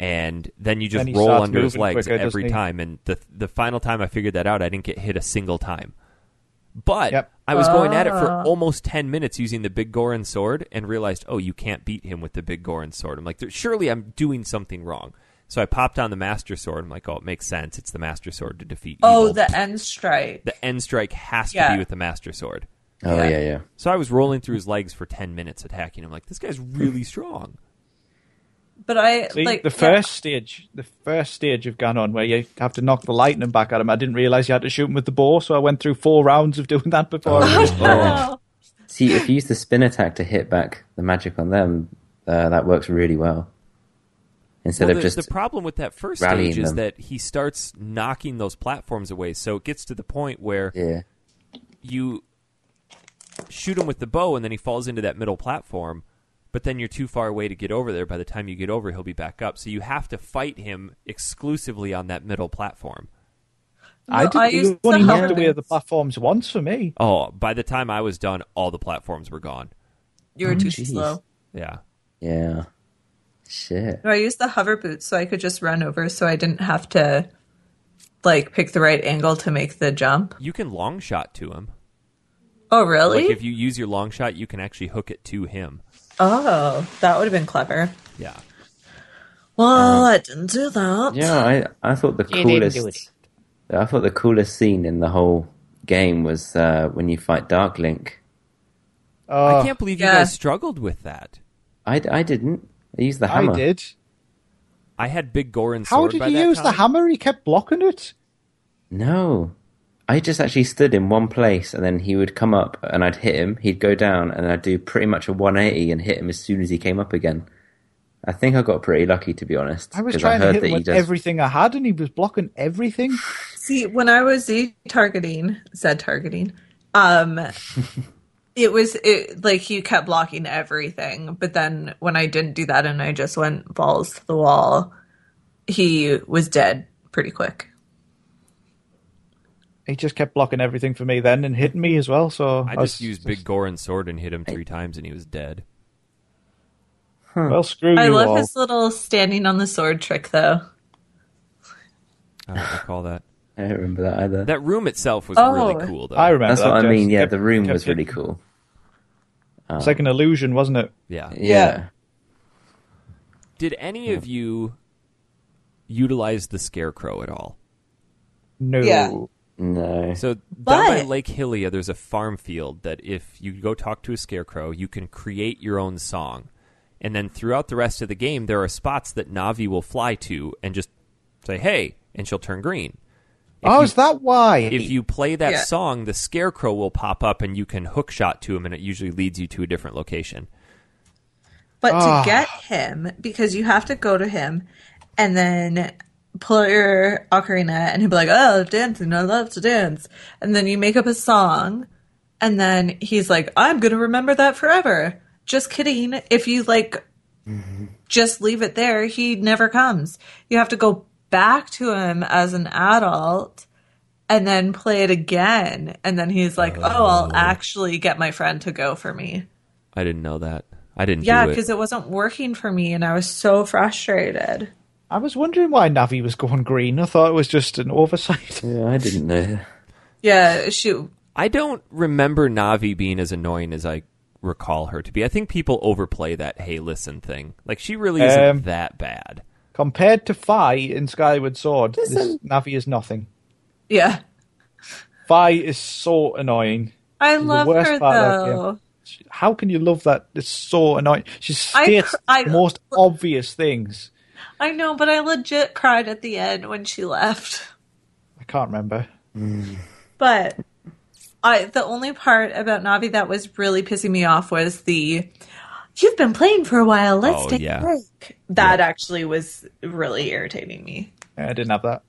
Speaker 1: and then you just
Speaker 2: Then he
Speaker 1: roll
Speaker 2: starts
Speaker 1: under his
Speaker 2: moving
Speaker 1: legs
Speaker 2: quicker,
Speaker 1: every
Speaker 2: doesn't he?
Speaker 1: time and the the final time I figured that out I didn't get hit a single time. But
Speaker 2: Yep.
Speaker 1: I was going at it for almost 10 minutes using the big Goron sword and realized, "Oh, you can't beat him with the big Goron sword." I'm like, "There- "Surely I'm doing something wrong." So I popped on the master sword. I'm like, "Oh, it makes sense. It's the master sword to defeat
Speaker 3: Oh,
Speaker 1: evil."
Speaker 3: the end strike.
Speaker 1: the end strike has to
Speaker 3: Yeah.
Speaker 1: be with the master sword.
Speaker 4: Oh yeah, yeah.
Speaker 3: Hmm.
Speaker 1: So I was rolling through his legs for 10 minutes attacking him like this guy's really strong.
Speaker 3: But I
Speaker 2: See,
Speaker 3: like
Speaker 2: the
Speaker 3: yeah.
Speaker 2: first stage, the first stage of Ganon, where you have to knock the lightning back at him. I didn't realize you had to shoot him with the bow, so I went through four rounds of doing that before. I
Speaker 3: Oh, no.
Speaker 4: See, if you use the spin attack to hit back the magic on them, uh, that works really well. Instead
Speaker 1: Well,
Speaker 4: of
Speaker 1: the,
Speaker 4: just
Speaker 1: the problem with that first
Speaker 4: rallying
Speaker 1: stage is
Speaker 4: them.
Speaker 1: that he starts knocking those platforms away, so it gets to the point where
Speaker 4: yeah,
Speaker 1: you shoot him with the bow, and then he falls into that middle platform. But then you're too far away to get over there. By the time you get over, he'll be back up. So you have to fight him exclusively on that middle platform.
Speaker 3: No,
Speaker 2: didn't.
Speaker 3: I
Speaker 2: you
Speaker 3: used
Speaker 2: only
Speaker 3: the
Speaker 2: knocked away
Speaker 3: holidays.
Speaker 2: the platforms once for me.
Speaker 1: Oh, by the time I was done, all the platforms were gone.
Speaker 3: you were too
Speaker 4: jeez.
Speaker 3: slow.
Speaker 1: Yeah.
Speaker 4: yeah, shit.
Speaker 3: No, I used the hover boots so I could just run over, so I didn't have to like pick the right angle to make the jump.
Speaker 1: You can long shot to him.
Speaker 3: Oh, really?
Speaker 1: Like if you use your long shot, you can actually hook it to him.
Speaker 3: oh, that would have been clever.
Speaker 1: Yeah.
Speaker 3: Well, I didn't do that.
Speaker 4: Yeah, I I thought the
Speaker 5: You didn't
Speaker 4: coolest.
Speaker 5: do it.
Speaker 4: I thought the coolest scene in the whole game was uh, when you fight Dark Link.
Speaker 1: I
Speaker 2: Uh,
Speaker 1: can't believe you
Speaker 3: Yeah.
Speaker 1: guys struggled with that.
Speaker 4: I, I didn't. I used the
Speaker 2: I
Speaker 4: hammer.
Speaker 2: did.
Speaker 1: I had big Gorin's
Speaker 2: How
Speaker 1: sword
Speaker 2: did
Speaker 1: by
Speaker 2: he
Speaker 1: that
Speaker 2: use the
Speaker 1: time.
Speaker 2: hammer? He kept blocking it.
Speaker 4: No. I just actually stood in one place and then he would come up and I'd hit him, he'd go down and I'd do pretty much a 180 and hit him as soon as he came up again. I think I got pretty lucky to be honest.
Speaker 2: I was
Speaker 4: 'cause
Speaker 2: trying to
Speaker 4: heard
Speaker 2: hit
Speaker 4: that
Speaker 2: him
Speaker 4: you
Speaker 2: with
Speaker 4: just-
Speaker 2: everything I had, and he was blocking everything.
Speaker 3: See, when I was Z targeting, Z targeting, um, it was it like you kept blocking everything. But then when I didn't do that and I just went balls to the wall, he was dead pretty quick.
Speaker 2: He just kept blocking everything for me then, and hitting me as well. So
Speaker 1: I
Speaker 2: was-
Speaker 1: just used big Gorin's sword and hit him three times, and he was dead.
Speaker 2: Well, screw
Speaker 3: I
Speaker 2: you
Speaker 3: love
Speaker 2: all.
Speaker 3: his little standing on the sword trick, though.
Speaker 1: I don't recall that.
Speaker 4: I don't remember that either.
Speaker 1: That room itself was
Speaker 3: Oh.
Speaker 1: really cool, though.
Speaker 2: I remember.
Speaker 4: That's what I
Speaker 2: that,
Speaker 4: mean.
Speaker 2: just
Speaker 4: Yeah,
Speaker 2: kept-
Speaker 4: the room
Speaker 2: kept
Speaker 4: was really
Speaker 2: hitting-
Speaker 4: cool.
Speaker 2: It's like an illusion, wasn't it?
Speaker 1: yeah.
Speaker 4: Yeah.
Speaker 1: Did any of you utilize the scarecrow at all?
Speaker 2: No.
Speaker 3: Yeah.
Speaker 4: No.
Speaker 1: So down by
Speaker 3: But-
Speaker 1: Lake Hillia, there's a farm field that if you go talk to a scarecrow, you can create your own song. And then throughout the rest of the game, there are spots that Navi will fly to and just say, "Hey," and she'll turn green.
Speaker 2: oh, is that why?
Speaker 1: If you play that
Speaker 3: Yeah.
Speaker 1: song, the scarecrow will pop up and you can hook shot to him, and it usually leads you to a different location.
Speaker 3: But
Speaker 2: Ah.
Speaker 3: to get him, because you have to go to him and then pull out your ocarina, and he'll be like, Oh, dancing, I love to dance. And then you make up a song, and then he's like, I'm going to remember that forever. Just kidding. If you like, just leave it there, he never comes. You have to go back to him as an adult. And then play it again. And then he's like, oh, I'll actually get my friend to go for me.
Speaker 1: I didn't know that. I didn't.
Speaker 3: Yeah,
Speaker 1: do it.
Speaker 3: because it wasn't working for me, and I was so frustrated.
Speaker 2: I was wondering why Navi was going green. I thought it was just an oversight.
Speaker 4: yeah, I didn't know.
Speaker 3: Yeah, shoot.
Speaker 1: I don't remember Navi being as annoying as I recall her to be. I think people overplay that "Hey, listen" thing. Like she really isn't
Speaker 2: Um,
Speaker 1: that bad.
Speaker 2: Compared to Fi in Skyward Sword, this Navi is nothing.
Speaker 3: Yeah,
Speaker 2: Fi is so annoying.
Speaker 3: I
Speaker 2: the
Speaker 3: love
Speaker 2: worst
Speaker 3: her
Speaker 2: part of it,
Speaker 3: though.
Speaker 2: How can you love that? It's so annoying. She
Speaker 3: I cr-
Speaker 2: states
Speaker 3: I-
Speaker 2: the most obvious things.
Speaker 3: I know, but I legit cried at the end when she left.
Speaker 2: I can't remember.
Speaker 3: But I, the only part about Navi that was really pissing me off was the "You've been playing for a while. Let's
Speaker 1: Oh,
Speaker 3: take
Speaker 1: yeah.
Speaker 3: a break." That actually was really irritating me.
Speaker 2: Yeah, I didn't have that.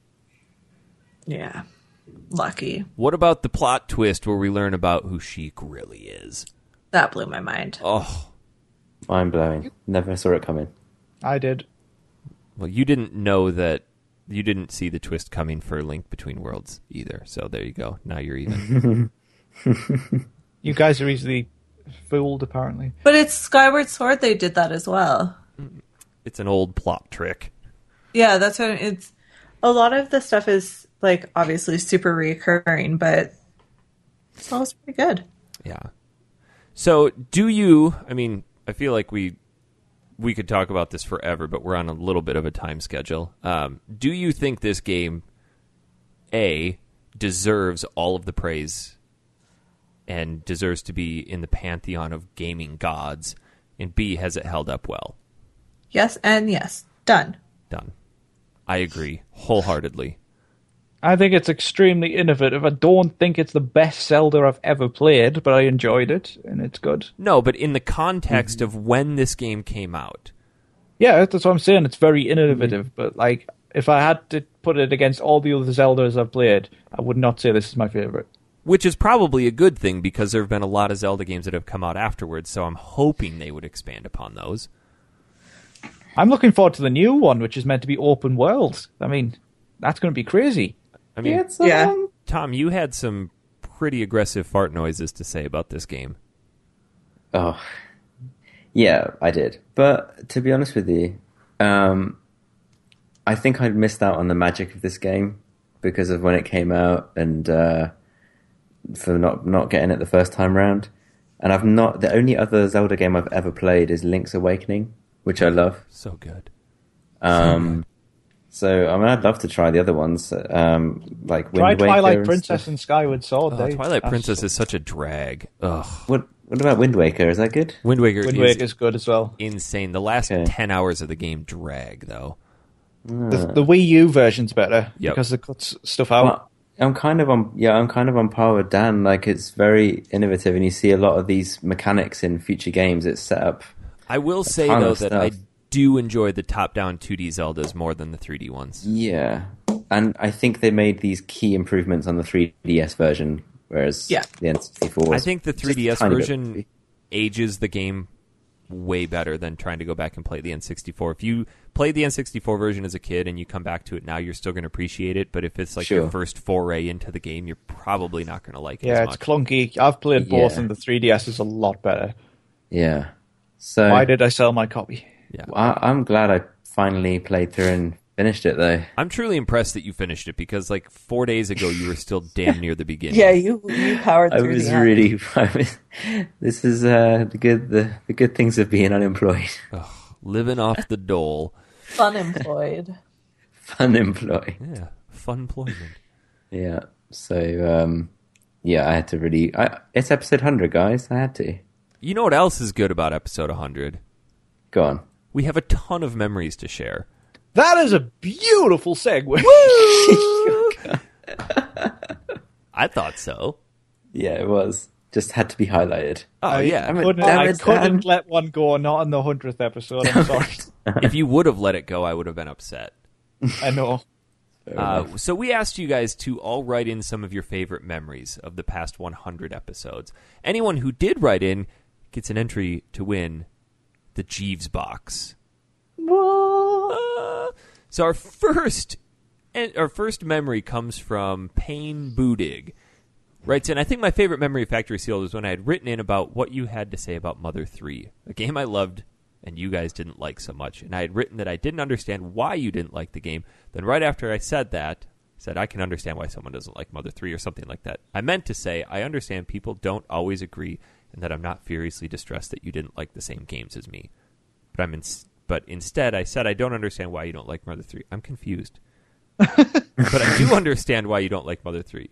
Speaker 3: Yeah, lucky
Speaker 1: What about the plot twist where we learn about who Sheik really is?
Speaker 3: that blew my mind.
Speaker 1: Oh,
Speaker 4: Mind blowing. Never saw it coming.
Speaker 2: I did.
Speaker 1: well, you didn't know that. You didn't see the twist coming for Link Between Worlds either. So there you go. Now you're even.
Speaker 2: You guys are easily fooled, apparently.
Speaker 3: But it's Skyward Sword. They did that as well.
Speaker 1: it's an old plot trick.
Speaker 3: Yeah, that's what it's. A lot of the stuff is like obviously super recurring, but it's always pretty good.
Speaker 1: Yeah. So, do you? I mean, I feel like we we could talk about this forever, but we're on a little bit of a time schedule. Um, do you think this game a deserves all of the praise and deserves to be in the pantheon of gaming gods? And b has it held up well?
Speaker 3: Yes and yes. Done.
Speaker 1: Done. I agree wholeheartedly.
Speaker 2: I think it's extremely innovative. I don't think it's the best Zelda I've ever played, but I enjoyed it and it's good.
Speaker 1: No, but in the context of when this game came out,
Speaker 2: Yeah, that's what I'm saying. It's very
Speaker 4: Mm-hmm.
Speaker 2: innovative, but like if I had to put it against all the other Zeldas I've played, I would not say this is my favorite.
Speaker 1: which is probably a good thing because there have been a lot of Zelda games that have come out afterwards, so I'm hoping they would expand upon those.
Speaker 2: I'm looking forward to the new one, which is meant to be open world. I mean, that's going to be crazy.
Speaker 1: I mean,
Speaker 3: Yeah.
Speaker 1: Tom, you had some pretty aggressive fart noises to say about this game.
Speaker 4: Oh, yeah, I did. But to be honest with you, um, I think I'd missed out on the magic of this game because of when it came out and uh, for not not getting it the first time round. And I've not the only other Zelda game I've ever played is Link's Awakening, which I love.
Speaker 1: So good.
Speaker 4: Um, so I mean, I'd love to try the other ones, um, like Wind
Speaker 2: Try
Speaker 4: Waker
Speaker 2: Twilight
Speaker 4: and
Speaker 2: Princess
Speaker 4: stuff.
Speaker 2: and Skyward Sword.
Speaker 1: Oh,
Speaker 2: they-
Speaker 1: Twilight
Speaker 2: that's-
Speaker 1: Princess is such a drag. Ugh.
Speaker 4: What What about Wind Waker? Is that good?
Speaker 1: Wind Waker,
Speaker 2: Wind
Speaker 1: is
Speaker 2: Waker is good as well.
Speaker 1: insane. The last
Speaker 4: Okay.
Speaker 1: 10 hours of the game drag, though.
Speaker 2: The, the Wii U version's better
Speaker 1: Yep.
Speaker 2: because it cuts stuff out.
Speaker 4: Well, I'm kind of on yeah, I'm kind of on par with Dan. Like it's very innovative, and you see a lot of these mechanics in future games. It's set up.
Speaker 1: I will say,
Speaker 4: ton
Speaker 1: though,
Speaker 4: of
Speaker 1: that I
Speaker 4: stuff.
Speaker 1: do enjoy the top down 2D Zeldas more than the 3D ones.
Speaker 4: Yeah, and I think they made these key improvements on the 3DS version, whereas
Speaker 3: Yeah.
Speaker 4: the N64.
Speaker 1: I
Speaker 4: was
Speaker 1: think the
Speaker 4: just a
Speaker 1: 3DS
Speaker 4: tiny bit
Speaker 1: version
Speaker 4: free.
Speaker 1: ages the game way better than trying to go back and play the N64. If you played the N64 version as a kid and you come back to it now, you're still going to appreciate it. But if it's like your
Speaker 4: Sure.
Speaker 1: first foray into the game, you're probably not going to like it
Speaker 2: yeah,
Speaker 1: as much.
Speaker 2: it's clunky. I've played both,
Speaker 4: Yeah.
Speaker 2: and the 3DS is a lot better.
Speaker 4: Yeah. So
Speaker 2: Why did I sell my copy?
Speaker 4: I, I'm glad I finally played through and finished it though.
Speaker 1: I'm truly impressed that you finished it because like four days ago you were still damn near the beginning.
Speaker 3: Yeah, you you powered
Speaker 4: I
Speaker 3: through
Speaker 4: was
Speaker 3: the end.
Speaker 4: really. I was, this is uh, the good the, the good things of being unemployed,
Speaker 1: living off the dole.
Speaker 3: unemployed.
Speaker 4: unemployed.
Speaker 1: Yeah, fun employment.
Speaker 4: Yeah. So um yeah, I had to really I it's episode 100 guys. I had to.
Speaker 1: You know what else is good about episode 100?
Speaker 4: Go on.
Speaker 1: We have a ton of memories to share.
Speaker 2: That is a beautiful segue.
Speaker 1: I thought so.
Speaker 4: Yeah, it was. Just had to be highlighted.
Speaker 1: Oh
Speaker 2: I
Speaker 1: yeah,
Speaker 2: couldn't,
Speaker 4: Damn
Speaker 2: I
Speaker 4: it, Dan.
Speaker 2: couldn't let one go. Not in the hundredth episode. I'm sorry.
Speaker 1: if you would have let it go, I would have been upset.
Speaker 2: I know.
Speaker 1: Uh, so we asked you guys to all write in some of your favorite memories of the past 100 episodes. Anyone who did write in gets an entry to win the Jeeves box. Ah. So our first, and our first memory comes from Payne Boodig. Writes in, I think my favorite memory of Factory Sealed was when I had written in about what you had to say about Mother 3, a game I loved and you guys didn't like so much. And I had written that I didn't understand why you didn't like the game. Then, right after I said that, said, I can understand why someone doesn't like Mother 3 or something like that. I meant to say, I understand people don't always agree and that I'm not furiously distressed that you didn't like the same games as me. But I'm in, but instead I said I don't understand why you don't like Mother 3. I'm confused. but I do understand why you don't like Mother 3.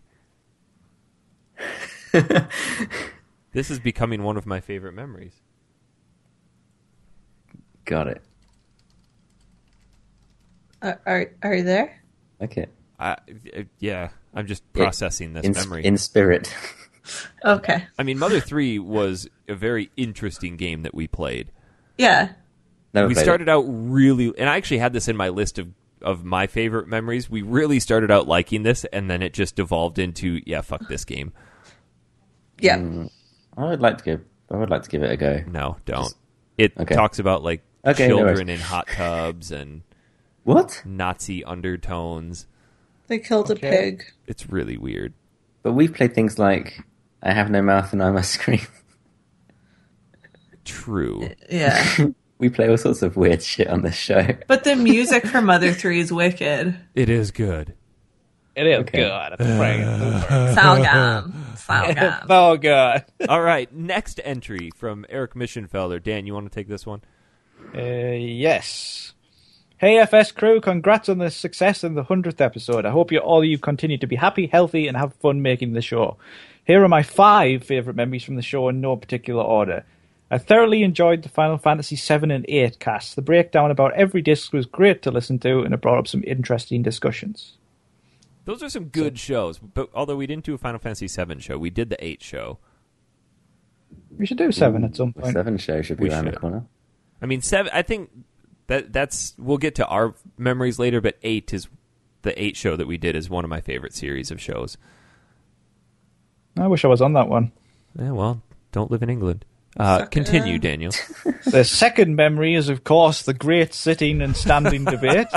Speaker 1: this is becoming one of my favorite memories.
Speaker 4: Got it.
Speaker 3: Are, are are you there?
Speaker 4: Okay.
Speaker 1: I, uh, yeah, I'm just processing this
Speaker 4: In,
Speaker 1: memory.
Speaker 4: in spirit.
Speaker 3: Okay.
Speaker 1: I mean, Mother 3 was a very interesting game that we played.
Speaker 3: Yeah.
Speaker 4: Never
Speaker 1: we
Speaker 4: played it.
Speaker 1: started out really and i actually had this in my list of of my favorite memories we really started out liking this and then it just devolved into yeah fuck this game
Speaker 3: Yeah.
Speaker 4: Mm. I would like to give I would like to give it a go.
Speaker 1: no don't it
Speaker 4: Okay.
Speaker 1: talks about like
Speaker 4: Okay, no worries.
Speaker 1: children in hot tubs and
Speaker 4: What?
Speaker 1: nazi undertones
Speaker 3: They killed
Speaker 2: Okay.
Speaker 3: a pig.
Speaker 1: it's really weird
Speaker 4: But we've played things like I have no mouth and I must scream.
Speaker 1: true
Speaker 3: Yeah.
Speaker 4: We play all sorts of weird shit on this show.
Speaker 3: but the music for Mother 3 is wicked.
Speaker 1: it is good
Speaker 2: It is
Speaker 4: Okay.
Speaker 2: good. It's friggin'
Speaker 3: Falgum.
Speaker 2: good.
Speaker 3: Falgum.
Speaker 2: oh god.
Speaker 1: all right next entry from eric mischenfelder dan you want to take this one
Speaker 2: Uh, yes. Hey FS crew, congrats on the success in the hundredth episode. I hope you all you continue to be happy, healthy, and have fun making the show. Here are my five favorite memories from the show in no particular order. I thoroughly enjoyed the Final Fantasy 7 and 8 casts. The breakdown about every disc was great to listen to, and it brought up some interesting discussions.
Speaker 1: Those are some good shows. But although we didn't do a Final Fantasy VII show, we did the eight show.
Speaker 2: We should do 7 at some point.
Speaker 4: Seven show should
Speaker 1: We
Speaker 4: be around
Speaker 1: should.
Speaker 4: the corner.
Speaker 1: I mean, seven. I think that that's we'll get to our memories later. But eight is the eight show that we did is one of my favorite series of shows.
Speaker 2: I wish I was on that one.
Speaker 1: Yeah, Eh, well, don't live in England. Uh, continue, Daniel.
Speaker 2: The second memory is, of course, the great sitting and standing debate,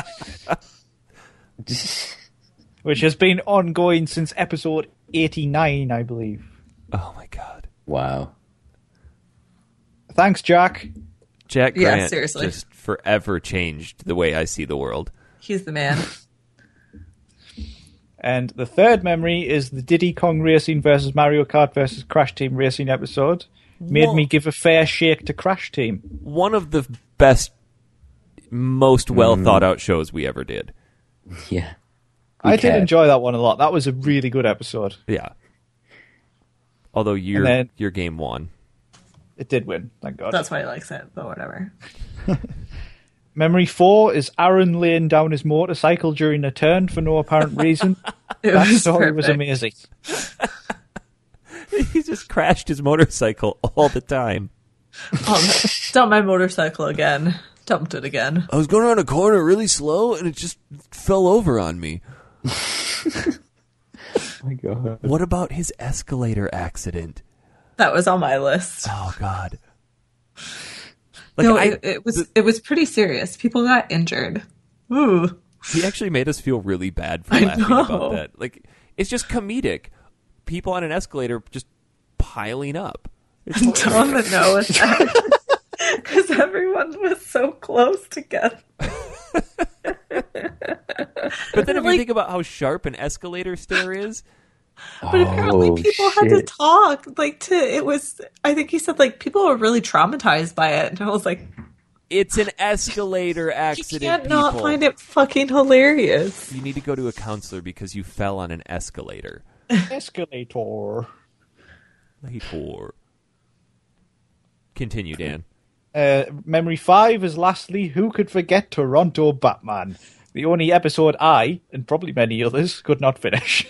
Speaker 2: which has been ongoing since episode 89, I believe.
Speaker 1: oh my God,
Speaker 4: wow.
Speaker 2: Thanks, Jack.
Speaker 1: Jack
Speaker 3: Yeah,
Speaker 1: Grant
Speaker 3: seriously.
Speaker 1: just forever changed the way I see the world.
Speaker 3: He's the man.
Speaker 2: And the third memory is the Diddy Kong Racing versus Mario Kart versus Crash Team Racing episode. Made
Speaker 1: Whoa.
Speaker 2: me give a fair shake to Crash Team.
Speaker 1: One of the best, most well
Speaker 3: Hmm.
Speaker 1: thought out shows we ever did.
Speaker 4: Yeah.
Speaker 2: I did
Speaker 4: cared.
Speaker 2: enjoy that one a lot. That was a really good episode.
Speaker 1: Yeah. Although your
Speaker 2: then-
Speaker 1: your game won.
Speaker 2: It did win, thank God.
Speaker 3: That's why he likes it, but whatever.
Speaker 2: Memory four is Aaron laying down his motorcycle during a turn for no apparent reason.
Speaker 3: It
Speaker 2: that
Speaker 3: was
Speaker 2: story was
Speaker 3: perfect.
Speaker 2: amazing.
Speaker 1: he just crashed his motorcycle all the time.
Speaker 3: Oh, dump my motorcycle again. Dumped it again.
Speaker 1: I was going around a corner really slow and it just fell over on me.
Speaker 4: my god.
Speaker 1: What about his escalator accident?
Speaker 3: That was on my list.
Speaker 1: Oh god.
Speaker 3: no,
Speaker 1: I-
Speaker 3: it, it was it was pretty serious. People got injured. Ooh,
Speaker 1: He actually made us feel really bad for
Speaker 3: I
Speaker 1: laughing
Speaker 3: know.
Speaker 1: about that. Like it's just comedic. People on an escalator just piling up.
Speaker 3: Tom and Noah because everyone was so close together.
Speaker 1: But then if you
Speaker 3: Like-
Speaker 1: think about how sharp an escalator stair is,
Speaker 3: But apparently,
Speaker 4: Oh,
Speaker 3: people had to
Speaker 4: shit.
Speaker 3: talk. Like to it was. I think he said like people were really traumatized by it, and I was like,
Speaker 1: it's an escalator
Speaker 3: you
Speaker 1: accident.
Speaker 3: can't not
Speaker 1: people.
Speaker 3: find it fucking hilarious.
Speaker 1: You need to go to a counselor because you fell on an escalator.
Speaker 2: Escalator.
Speaker 1: Like, or continue, Dan.
Speaker 2: Uh, memory five is lastly, who could forget Toronto Batman? The only episode I, and probably many others, could not finish.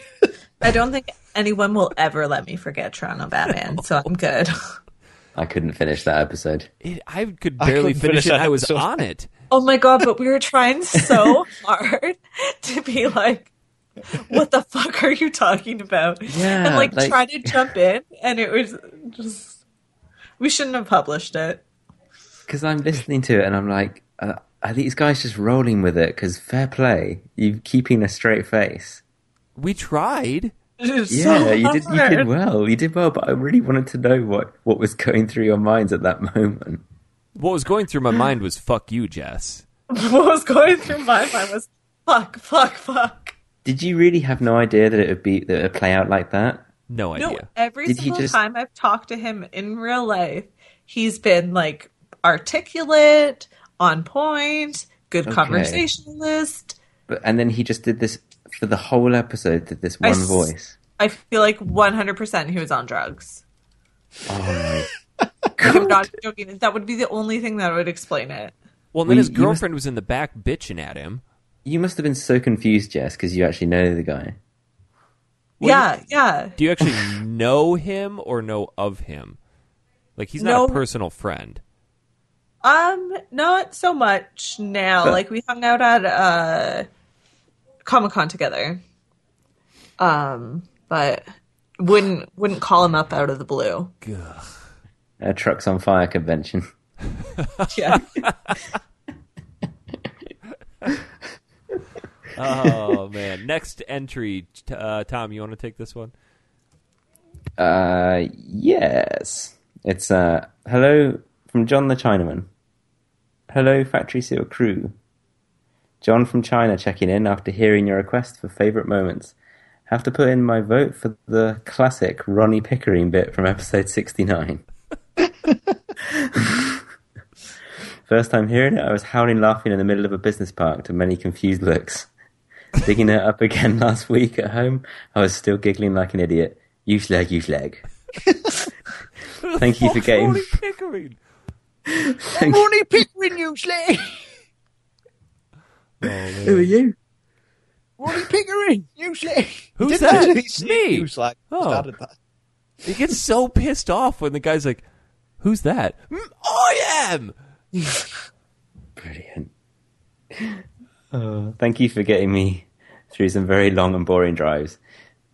Speaker 3: I don't think anyone will ever let me forget Toronto Batman, so I'm good.
Speaker 4: I couldn't finish that episode.
Speaker 1: It, I could
Speaker 2: I
Speaker 1: barely finish
Speaker 2: couldn't finish
Speaker 1: it.
Speaker 2: that
Speaker 1: I was
Speaker 2: episode.
Speaker 1: on it.
Speaker 3: Oh my god, but we were trying so hard to be like, what the fuck are you talking about?
Speaker 4: Yeah,
Speaker 3: and like,
Speaker 4: like-
Speaker 3: try to jump in, and it was just. We shouldn't have published it.
Speaker 4: Because I'm listening to it and I'm like, uh, are these guys just rolling with it? Because fair play, you keeping a straight face.
Speaker 1: We tried.
Speaker 3: It was
Speaker 4: Yeah,
Speaker 3: so
Speaker 4: you did. You
Speaker 3: hard.
Speaker 4: did well. You did well, but I really wanted to know what what was going through your minds at that moment.
Speaker 1: What was going through
Speaker 3: Mm.
Speaker 1: my mind was "fuck you, Jess."
Speaker 3: What was going through my mind was fuck, fuck, fuck.
Speaker 4: Did you really have no idea that it would be that it would play out like that?
Speaker 1: No idea.
Speaker 3: No, every
Speaker 4: Did he
Speaker 3: single
Speaker 4: just-
Speaker 3: time I've talked to him in real life, he's been like articulate, on point, good conversationalist.
Speaker 4: But and then he just did this for the whole episode. Did this one
Speaker 3: s-
Speaker 4: voice?
Speaker 3: I feel like 100% he was on drugs.
Speaker 4: Oh my!
Speaker 3: I'm not joking. That would be the only thing that would explain it.
Speaker 1: well, and then
Speaker 4: we-
Speaker 1: his
Speaker 4: you must-
Speaker 1: girlfriend was in the back bitching at him.
Speaker 4: You must have been so confused, Jess, because you actually know the guy.
Speaker 3: yeah, yeah.
Speaker 1: Do you actually know him or know of him? Like he's not
Speaker 3: No.
Speaker 1: a personal friend.
Speaker 3: Um, not so much now. Like we hung out at uh Comic Con together. Um, but wouldn't wouldn't call him up out of the blue.
Speaker 4: A trucks on fire convention.
Speaker 3: Yeah.
Speaker 1: Oh man! Next entry, t- uh, Tom. You want to take this one?
Speaker 4: Uh, yes. It's uh, hello from John the Chinaman. Hello, Factory Seal crew. John from China checking in after hearing your request for favourite moments. Have to put in my vote for the classic Ronnie Pickering bit from episode 69. First time hearing it, I was howling laughing in the middle of a business park to many confused looks. Digging it up again last week at home, I was still giggling like an idiot. You slag, you slag. Thank you for getting.
Speaker 1: Ronnie Pickering.
Speaker 4: Thank you.
Speaker 2: Ronnie Pickering usually.
Speaker 4: Who are you?
Speaker 2: Ronnie Pickering usually.
Speaker 1: Who's
Speaker 2: Didn't
Speaker 1: that?
Speaker 2: I just say
Speaker 1: Me.
Speaker 2: He was like,
Speaker 1: Oh.
Speaker 2: started that.
Speaker 1: He gets so pissed off when the guy's like, "Who's that?" "Mm, I am.
Speaker 4: Brilliant. Thank you for getting me through some very long and boring drives.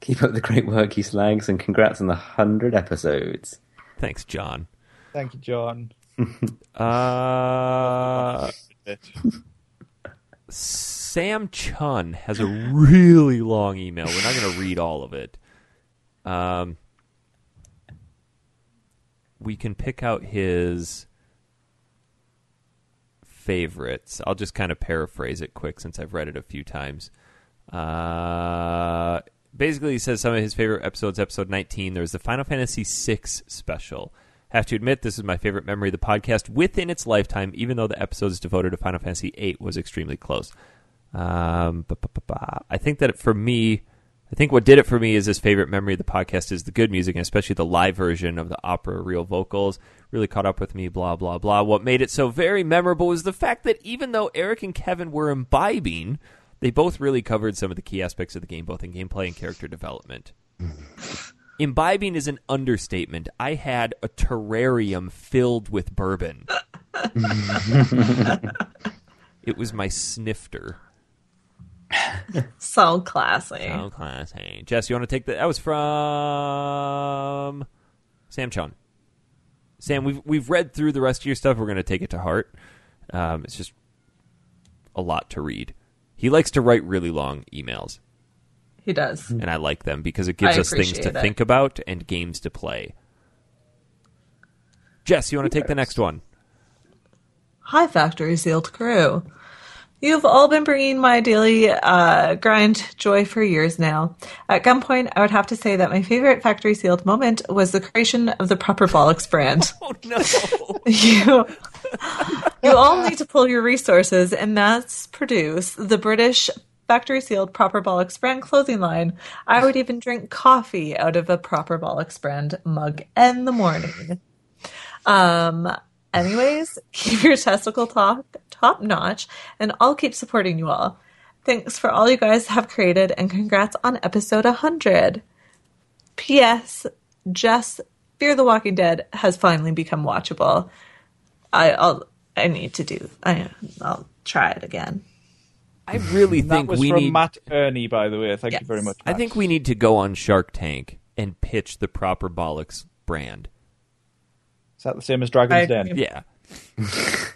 Speaker 4: Keep up the great work, you slags, and congrats on the 100 episodes.
Speaker 1: Thanks, John.
Speaker 2: Thank you, John.
Speaker 1: Uh, Sam Chun has a really long email. We're not going to read all of it. Um, we can pick out his favorites. I'll just kind of paraphrase it quick since I've read it a few times. Uh, basically, he says some of his favorite episodes. Episode 19, there was the Final Fantasy VI special. Have to admit, this is my favorite memory of the podcast within its lifetime, even though the episodes devoted to Final Fantasy VIII was extremely close. Um, ba- ba- ba- ba. I think that for me, I think what did it for me is this favorite memory of the podcast is the good music, and especially the live version of the opera real vocals. Really caught up with me, blah, blah, blah. What made it so very memorable was the fact that even though Eric and Kevin were imbibing, they both really covered some of the key aspects of the game, both in gameplay and character development. Imbibing is an understatement. I had a terrarium filled with bourbon. it was my snifter.
Speaker 3: So classy.
Speaker 1: Oh, classy. Jess, you want to take that? That was from Sam Chun. Sam, we've we've read through the rest of your stuff. We're going to take it to heart. Um, it's just a lot to read. He likes to write really long emails,
Speaker 3: He does.
Speaker 1: and I like them because it gives
Speaker 3: I
Speaker 1: us things to
Speaker 3: appreciate it.
Speaker 1: think about and games to play. Jess, you want to take the next one?
Speaker 3: Hi, Factory Sealed Crew. You've all been bringing my daily uh, grind joy for years now. At gunpoint, I would have to say that my favorite Factory Sealed moment was the creation of the Proper Bollocks brand.
Speaker 1: Oh no!
Speaker 3: you, you all need to pull your resources and mass produce the British Factory Sealed Proper Bollocks brand clothing line. I would even drink coffee out of a Proper Bollocks brand mug in the morning. Um, anyways, keep your testicle talk top notch, and I'll keep supporting you all. Thanks for all you guys have created, and congrats on episode 100. P.S. Jess, Fear the Walking Dead has finally become watchable. I, I'll, I need to do. I, I'll try it again.
Speaker 1: I really
Speaker 2: That
Speaker 1: think
Speaker 2: was
Speaker 1: we
Speaker 2: from
Speaker 1: need.
Speaker 2: Matt Ernie, by the way. Thank
Speaker 3: Yes.
Speaker 2: you very much.
Speaker 1: I
Speaker 2: Matt.
Speaker 1: think we need to go on Shark Tank and pitch the proper bollocks brand.
Speaker 2: Is that the same as
Speaker 3: I
Speaker 2: Dragon's
Speaker 3: agree.
Speaker 2: Den?
Speaker 1: Yeah.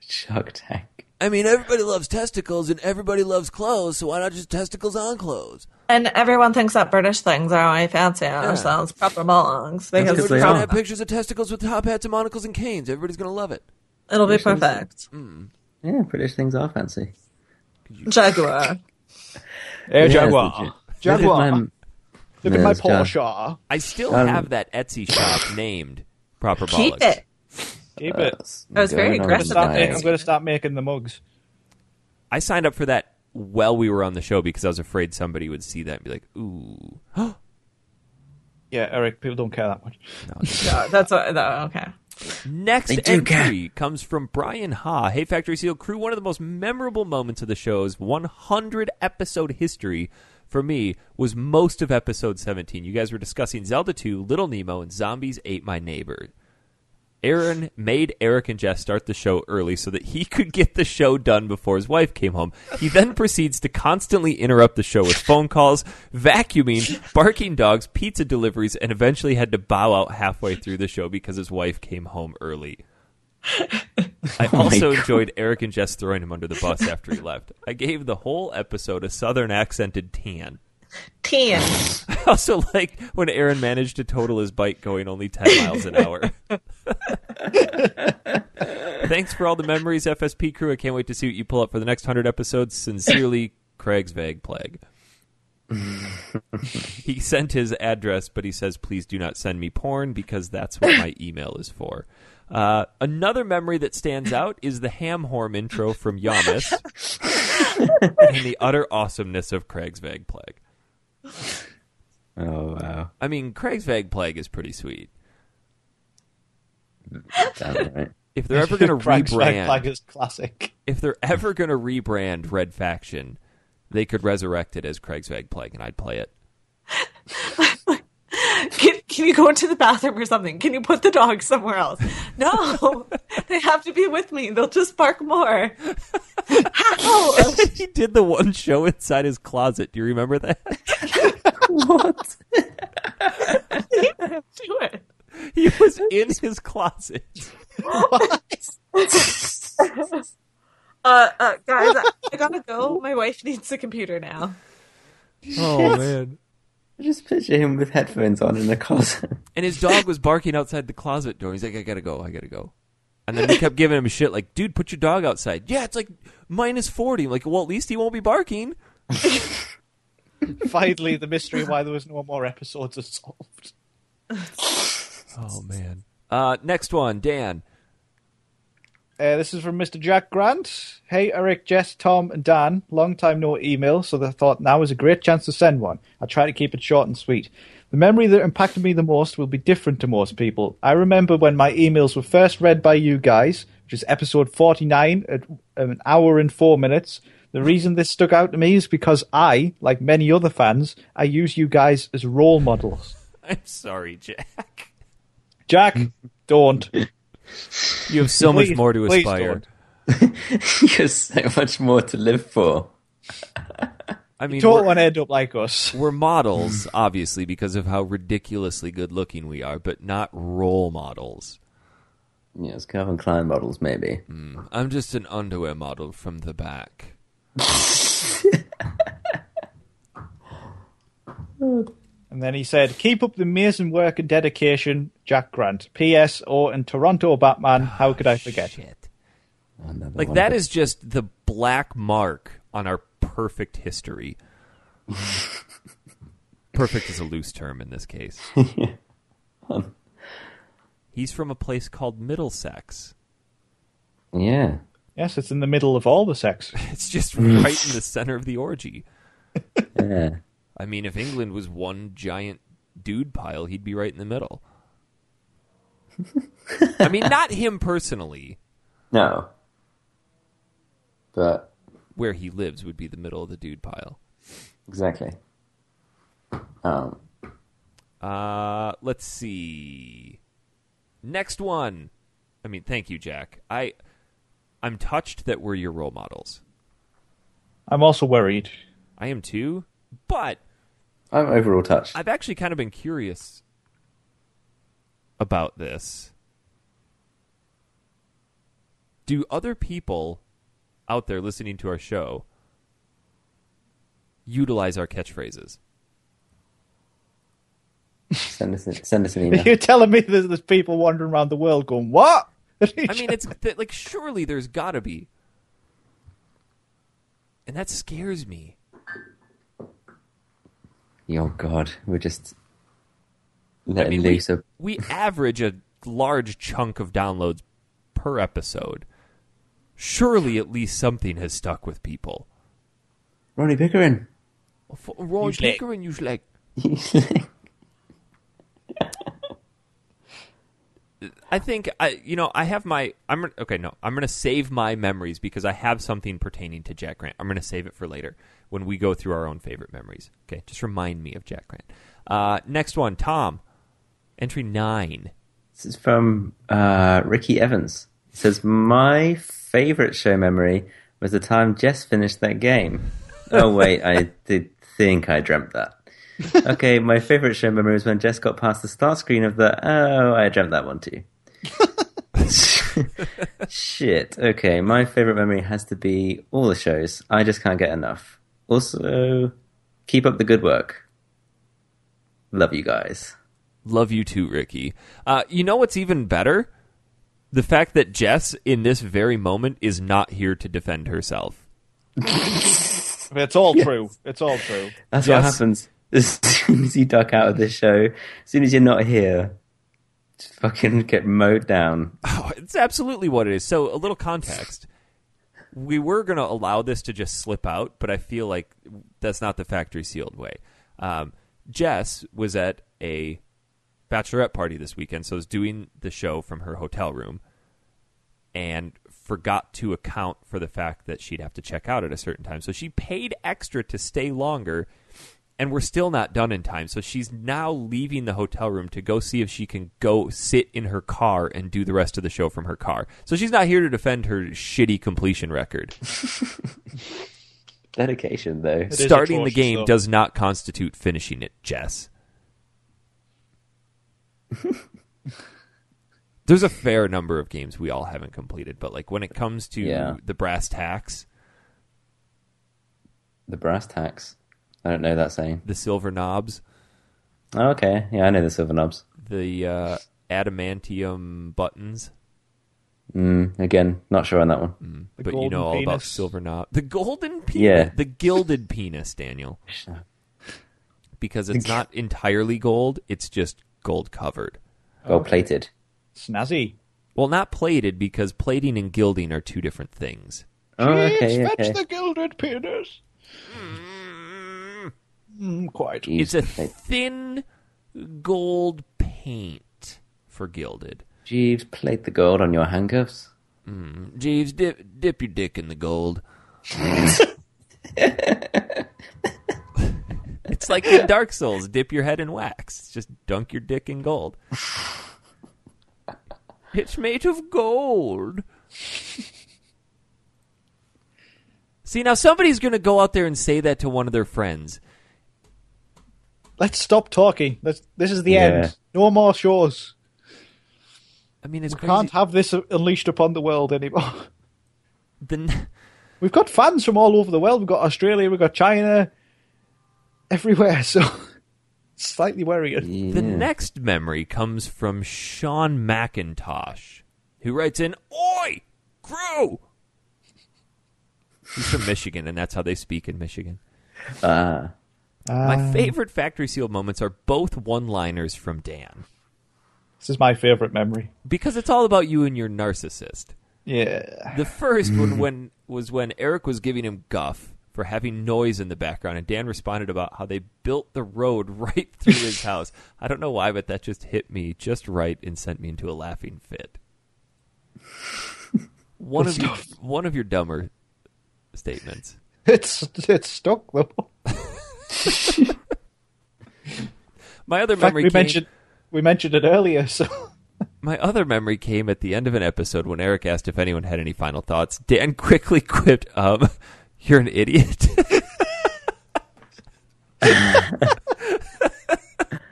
Speaker 4: Shark Tank.
Speaker 1: I mean, everybody loves testicles and everybody loves clothes, so why not just testicles on clothes?
Speaker 3: And everyone thinks that British things are only fancy and ourselves proper belongs because
Speaker 4: 'cause they
Speaker 3: prob-
Speaker 4: are. have
Speaker 1: pictures of testicles with top hats and monocles and canes. Everybody's going to love it.
Speaker 3: it'll be perfect.
Speaker 4: Yeah, British things are fancy.
Speaker 3: Jaguar.
Speaker 2: Air
Speaker 4: Yeah, it's
Speaker 2: Eh, Jaguar.
Speaker 4: legit. Look
Speaker 2: Jaguar.
Speaker 4: at my-
Speaker 2: Look at my
Speaker 4: Yes, Jaguar.
Speaker 2: Porsche.
Speaker 1: I still
Speaker 4: Um,
Speaker 1: have that Etsy shop named Proper
Speaker 3: Keep
Speaker 1: Bollocks.
Speaker 3: it.
Speaker 2: Keep it.
Speaker 3: I was very
Speaker 2: I'm
Speaker 4: Going on
Speaker 3: aggressive
Speaker 2: gonna start
Speaker 4: tonight.
Speaker 2: making- I'm going to start making the mugs.
Speaker 1: I signed up for that while we were on the show because I was afraid somebody would see that and be like, ooh.
Speaker 2: Yeah, Eric, people don't care that much.
Speaker 3: No, that's what, no, okay.
Speaker 1: Next
Speaker 4: They do
Speaker 1: entry comes from Brian Ha. Hey, Factory Seal crew. One of the most memorable moments of the show's 100 episode history for me was most of episode 17. You guys were discussing Zelda 2, Little Nemo, and Zombies Ate My Neighbor. Aaron made Eric and Jeff start the show early so that he could get the show done before his wife came home. He then proceeds to constantly interrupt the show with phone calls, vacuuming, barking dogs, pizza deliveries, and eventually had to bow out halfway through the show because his wife came home early. I
Speaker 4: Oh my
Speaker 1: also
Speaker 4: God.
Speaker 1: enjoyed Eric and Jess throwing him under the bus after he left. I gave the whole episode a southern accented tan.
Speaker 3: Ten.
Speaker 1: I also liked when Aaron managed to total his bike going only 10 miles an hour. Thanks for all the memories, FSP crew. I can't wait to see what you pull up for the next 100 episodes. Sincerely, Craig's Vague Plague. he sent his address, but he says, please do not send me porn because that's what my email is for. Uh, another memory that stands out is the ham horn intro from Yamas and the utter awesomeness of Craig's Vague Plague.
Speaker 4: Oh wow,
Speaker 1: I mean, Craig's Vague Plague is pretty sweet.
Speaker 4: damn right.
Speaker 1: If they're ever going to
Speaker 2: Craig's Red Flag
Speaker 1: rebrand,
Speaker 2: is classic.
Speaker 1: if they're ever going to rebrand Red Faction, they could resurrect it as Craig's Vague Plague, and I'd play it.
Speaker 3: Can, can you go into the bathroom or something? Can you put the dog somewhere else? No, they have to be with me. They'll just bark more. How?
Speaker 1: he did the one show inside his closet. Do you remember that?
Speaker 3: Do it.
Speaker 1: He was in his closet.
Speaker 3: Uh, uh, guys, I, I gotta go. My wife needs the computer now.
Speaker 1: Oh man!
Speaker 4: I just picture him with headphones on in a closet.
Speaker 1: And his dog was barking outside the closet door. He's like, "I gotta go. I gotta go." And then they kept giving him shit like, "Dude, put your dog outside." Yeah, it's like minus forty. Like, well, at least he won't be barking.
Speaker 2: Finally, the mystery why there was no more episodes is solved.
Speaker 1: Oh man. Uh, next one, Dan.
Speaker 2: Uh, this is from Mr. Jack Grant. Hey, Eric, Jess, Tom, and Dan. Long time no email, so I thought now is a great chance to send one. I try to keep it short and sweet. The memory that impacted me the most will be different to most people. I remember when my emails were first read by you guys, which is episode 49 at an hour and four minutes. The reason this stuck out to me is because I, like many other fans, I use you guys as role models.
Speaker 1: I'm sorry, Jack.
Speaker 2: Jack,
Speaker 1: Hmm.
Speaker 2: don't.
Speaker 1: You have so
Speaker 2: Please-
Speaker 1: much more to
Speaker 2: please
Speaker 1: aspire.
Speaker 2: don't.
Speaker 4: You're so much more to live for.
Speaker 1: I mean,
Speaker 2: Don't
Speaker 1: we're,
Speaker 2: want to end up like us.
Speaker 1: we're models, obviously, because of how ridiculously good looking we are, but not role models.
Speaker 4: Yeah, it's Calvin Klein models, maybe.
Speaker 1: I'm just an underwear model from the back.
Speaker 2: And then he said, "Keep up the amazing work and dedication, Jack Grant." P.S. Or and Toronto Batman. How could I forget?
Speaker 1: Shit.
Speaker 4: Another
Speaker 1: Like
Speaker 4: one
Speaker 1: that
Speaker 4: of
Speaker 1: is just the black mark on our perfect history. perfect is a loose term in this case. He's from a place called Middlesex.
Speaker 4: the- Yeah.
Speaker 2: Yes, it's in the middle of all the sex.
Speaker 1: It's just right in the center of the orgy.
Speaker 4: Yeah.
Speaker 1: I mean, if England was one giant dude pile, he'd be right in the middle. I mean, not him personally.
Speaker 4: No. But
Speaker 1: Where he lives would be the middle of the dude pile.
Speaker 4: exactly. Um
Speaker 1: Uh, let's see. Next one. I mean, thank you, Jack. I I'm touched that we're your role models.
Speaker 2: I'm also worried.
Speaker 1: I am too, but
Speaker 4: I'm overall touched.
Speaker 1: I've actually kind of been curious about this. Do other people out there listening to our show utilize our catchphrases?
Speaker 4: Send us a, send us an
Speaker 2: If
Speaker 4: email.
Speaker 2: You're telling me there's, there's people wandering around the world going, "What?"
Speaker 1: I mean, it's th- like surely there's got to be, and that scares me.
Speaker 4: oh god, we're just letting
Speaker 1: mean,
Speaker 4: loose
Speaker 1: we,
Speaker 4: a
Speaker 1: we average a large chunk of downloads per episode. Surely, at least something has stuck with people.
Speaker 4: Ronnie Pickering.
Speaker 1: F- Roy
Speaker 2: Usually-
Speaker 1: Pickering, usually, like, I think I, you know, I have my. I'm gonna- okay. No, I'm going to save my memories because I have something pertaining to Jack Grant. I'm going to save it for later when we go through our own favorite memories. Okay, just remind me of Jack Grant. Uh, next one, Tom, entry nine.
Speaker 4: This is from uh, Ricky Evans. It says, My favorite show memory was the time Jess finished that game. Oh, wait, I did think I dreamt that. Okay, my favorite show memory was when Jess got past the start screen of the, oh, I dreamt that one too. Shit. Okay, my favorite memory has to be all the shows. I just can't get enough. Also, keep up the good work. Love you guys.
Speaker 1: Love you too, Ricky. Uh, you know what's even better? The fact that Jess, in this very moment, is not here to defend herself.
Speaker 2: It's all true. It's all true.
Speaker 4: That's what
Speaker 1: Yes.
Speaker 4: happens. As soon as you duck out of this show, as soon as you're not here, just fucking get mowed down.
Speaker 1: Oh, it's absolutely what it is. So, a little context. We were going to allow this to just slip out, but I feel like that's not the factory sealed way. Um, Jess was at a bachelorette party this weekend, so was doing the show from her hotel room and forgot to account for the fact that she'd have to check out at a certain time. So she paid extra to stay longer and we're still not done in time. So she's now leaving the hotel room to go see if she can go sit in her car and do the rest of the show from her car. So she's not here to defend her shitty completion record.
Speaker 4: Dedication, though.
Speaker 5: is
Speaker 1: Starting the
Speaker 5: atrocious,
Speaker 1: game
Speaker 5: though.
Speaker 1: does not constitute finishing it, Jess. There's a fair number of games we all haven't completed, but like when it comes to
Speaker 4: Yeah.
Speaker 1: the brass tacks,
Speaker 4: The brass tacks. I don't know that saying.
Speaker 1: the silver knobs,
Speaker 4: Oh, okay. Yeah, I know the silver knobs.
Speaker 1: the uh, adamantium buttons,
Speaker 4: Mm, again, not sure on that one.
Speaker 2: The
Speaker 1: but you
Speaker 2: golden
Speaker 1: know all about
Speaker 2: penis.
Speaker 1: silver knob. The golden penis,
Speaker 4: Yeah.
Speaker 1: the gilded penis, Daniel. Because it's not entirely gold; it's just gold covered.
Speaker 4: Gold plated.
Speaker 2: Snazzy.
Speaker 1: Well, not plated because plating and gilding are two different things.
Speaker 4: Oh, okay,
Speaker 5: Please
Speaker 4: okay.
Speaker 5: fetch the gilded penis.
Speaker 2: Mm, quite.
Speaker 1: It's
Speaker 4: Jeez,
Speaker 1: a
Speaker 4: plate-
Speaker 1: thin gold paint for gilded.
Speaker 4: Jeeves, plate the gold on your handcuffs.
Speaker 1: Jeeves, dip, dip your dick in the gold. it's like in Dark Souls, dip your head in wax. It's just dunk your dick in gold. It's made of gold. See, now somebody's going to go out there and say that to one of their friends.
Speaker 2: Let's stop talking. Let's, this is the
Speaker 4: Yeah.
Speaker 2: end. No more shows.
Speaker 1: I mean, it's
Speaker 2: We
Speaker 1: crazy.
Speaker 2: can't have this unleashed upon the world anymore.
Speaker 1: The n-
Speaker 2: We've got fans from all over the world. We've got Australia, we've got China, everywhere. So it's slightly worrying.
Speaker 1: The next memory comes from Sean McIntosh, who writes in, Oi, crew! He's from Michigan, and that's how they speak in Michigan.
Speaker 4: Ah,
Speaker 1: My favorite Factory Seal moments are both one liners from Dan,
Speaker 2: This is my favourite memory.
Speaker 1: because it's all about you and your narcissist.
Speaker 2: Yeah.
Speaker 1: The first
Speaker 2: Mm.
Speaker 1: one when was when Eric was giving him guff for having noise in the background, and Dan responded about how they built the road right through his house. I don't know why, but that just hit me just right and sent me into a laughing fit. One of your, one of your dumber statements.
Speaker 2: It's it's stuck though.
Speaker 1: My other
Speaker 2: In fact,
Speaker 1: memory
Speaker 2: we
Speaker 1: came,
Speaker 2: mentioned we mentioned it earlier, so
Speaker 1: my other memory came at the end of an episode when Eric asked if anyone had any final thoughts. Dan quickly quipped, um, "You're an idiot."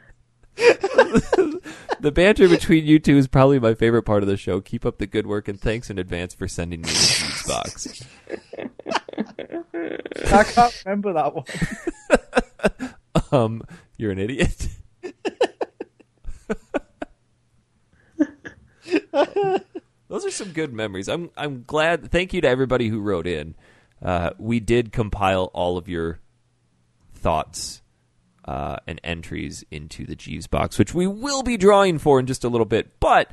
Speaker 1: the banter between you two is probably my favorite part of the show. Keep up the good work and thanks in advance for sending me this huge box.
Speaker 2: I can't remember that one.
Speaker 1: Um, you're an idiot. Those are some good memories. I'm I'm glad. Thank you to everybody who wrote in. Uh, we did compile all of your thoughts uh, and entries into the Jeeves box, which we will be drawing for in just a little bit. But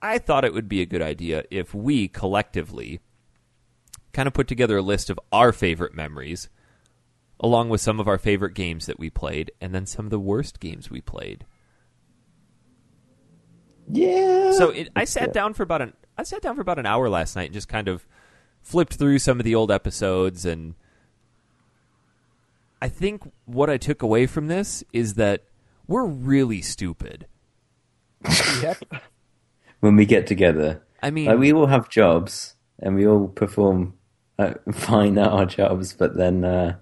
Speaker 1: I thought it would be a good idea if we collectively kind of put together a list of our favorite memories along with some of our favorite games that we played, and then some of the worst games we played.
Speaker 4: yeah.
Speaker 1: So it, I sat down for about an I sat down for about an hour last night and just kind of flipped through some of the old episodes, and I think what I took away from this is that we're really stupid.
Speaker 2: Yep.
Speaker 4: when we get together,
Speaker 1: I mean,
Speaker 4: like, we all have jobs and we all perform uh, fine at our jobs, but then uh,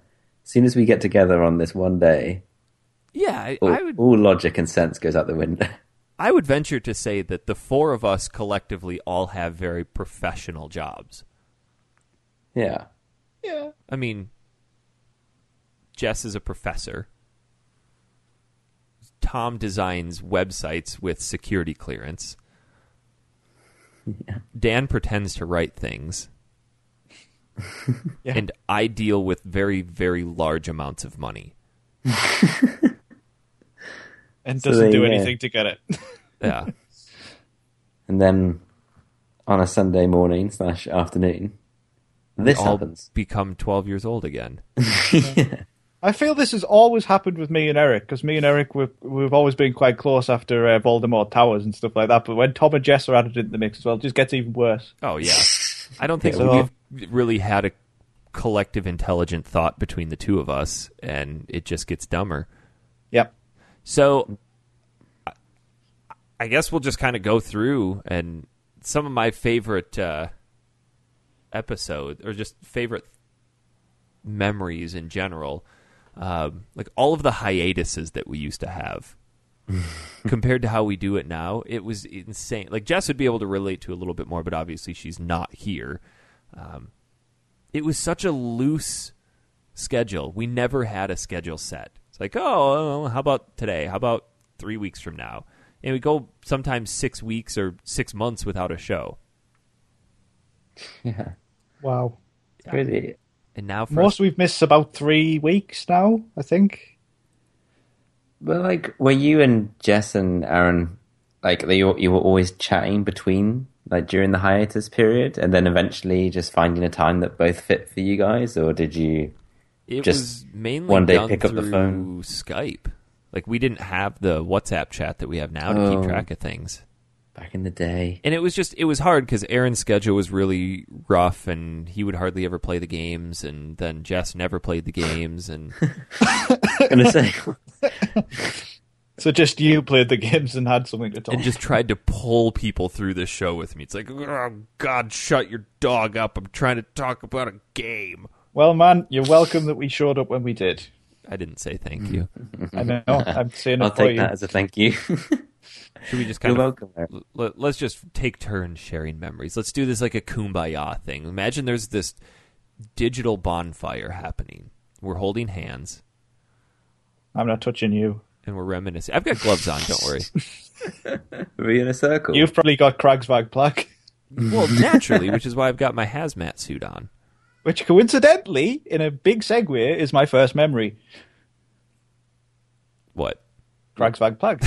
Speaker 4: as soon as we get together on this one day,
Speaker 1: yeah, I,
Speaker 4: all,
Speaker 1: I would
Speaker 4: all logic and sense goes out the window.
Speaker 1: I would venture to say that the four of us collectively all have very professional jobs.
Speaker 4: yeah.
Speaker 2: Yeah.
Speaker 1: I mean, Jess is a professor. Tom designs websites with security clearance. Dan pretends to write things.
Speaker 2: Yeah.
Speaker 1: And I deal with very, very large amounts of money.
Speaker 5: And
Speaker 4: So
Speaker 5: doesn't
Speaker 4: they,
Speaker 5: do
Speaker 4: yeah.
Speaker 5: anything to get it.
Speaker 1: Yeah.
Speaker 4: And then on a Sunday morning slash afternoon, this
Speaker 1: all
Speaker 4: happens.
Speaker 1: become 12 years old again.
Speaker 2: I feel this has always happened with me and Eric because me and Eric we've we've always been quite close after uh, Voldemort Towers and stuff like that. But when Tom and Jess are added into the mix as well, it just gets even worse.
Speaker 1: Oh yeah. I don't think
Speaker 2: So-
Speaker 1: we've really had a collective intelligent thought between the two of us, and it just gets dumber.
Speaker 2: Yep.
Speaker 1: So, I- I guess we'll just kind of go through and some of my favorite uh, episodes or just favorite memories in general, um, like all of the hiatuses that we used to have. compared to how we do it now, it was insane. Like Jess would be able to relate to a little bit more, but obviously she's not here. Um, it was such a loose schedule. We never had a schedule set. It's like, oh, well, how about today? How about three weeks from now? And we go sometimes six weeks or six months without a show.
Speaker 4: Yeah.
Speaker 2: Wow.
Speaker 4: Really?
Speaker 1: And now for
Speaker 2: Most we've missed about three weeks now, I think.
Speaker 4: But like, were you and Jess and Aaron like they you were always chatting between like during the hiatus period, and then eventually just finding a time that both fit for you guys, or did you?
Speaker 1: It
Speaker 4: Just
Speaker 1: was mainly
Speaker 4: one day
Speaker 1: done
Speaker 4: pick up the
Speaker 1: through
Speaker 4: phone.
Speaker 1: Skype. Like we didn't have the WhatsApp chat that we have now to
Speaker 4: Oh.
Speaker 1: keep track of things.
Speaker 4: Back in the day,
Speaker 1: And it was just it was hard because Aaron's schedule was really rough, and he would hardly ever play the games, and then Jess never played the games, and
Speaker 4: I'm gonna say
Speaker 2: So just you played the games and had something to talk.
Speaker 1: and just tried to pull people through this show with me. It's like, oh, God, shut your dog up! I'm trying to talk about a game.
Speaker 2: well, man, you're welcome that we showed up when we did.
Speaker 1: I didn't say thank you.
Speaker 4: Mm-hmm.
Speaker 2: I know. I'm saying
Speaker 4: I'll
Speaker 2: it for
Speaker 4: take
Speaker 2: you.
Speaker 4: that as a thank you.
Speaker 1: Should we just
Speaker 4: You're
Speaker 1: kind of
Speaker 4: welcome. Aaron.
Speaker 1: l- let's just take turns sharing memories. Let's do this like a kumbaya thing. Imagine there's this digital bonfire happening. We're holding hands
Speaker 2: I'm not touching you.
Speaker 1: and we're reminiscing. I've got gloves on, don't worry.
Speaker 4: Are we in a circle?
Speaker 2: You've probably got Kragsvag plaque,
Speaker 1: Well, naturally, which is why I've got my hazmat suit on.
Speaker 2: which coincidentally, in a big segue, is my first memory.
Speaker 1: What?
Speaker 2: Kragsvag plaque.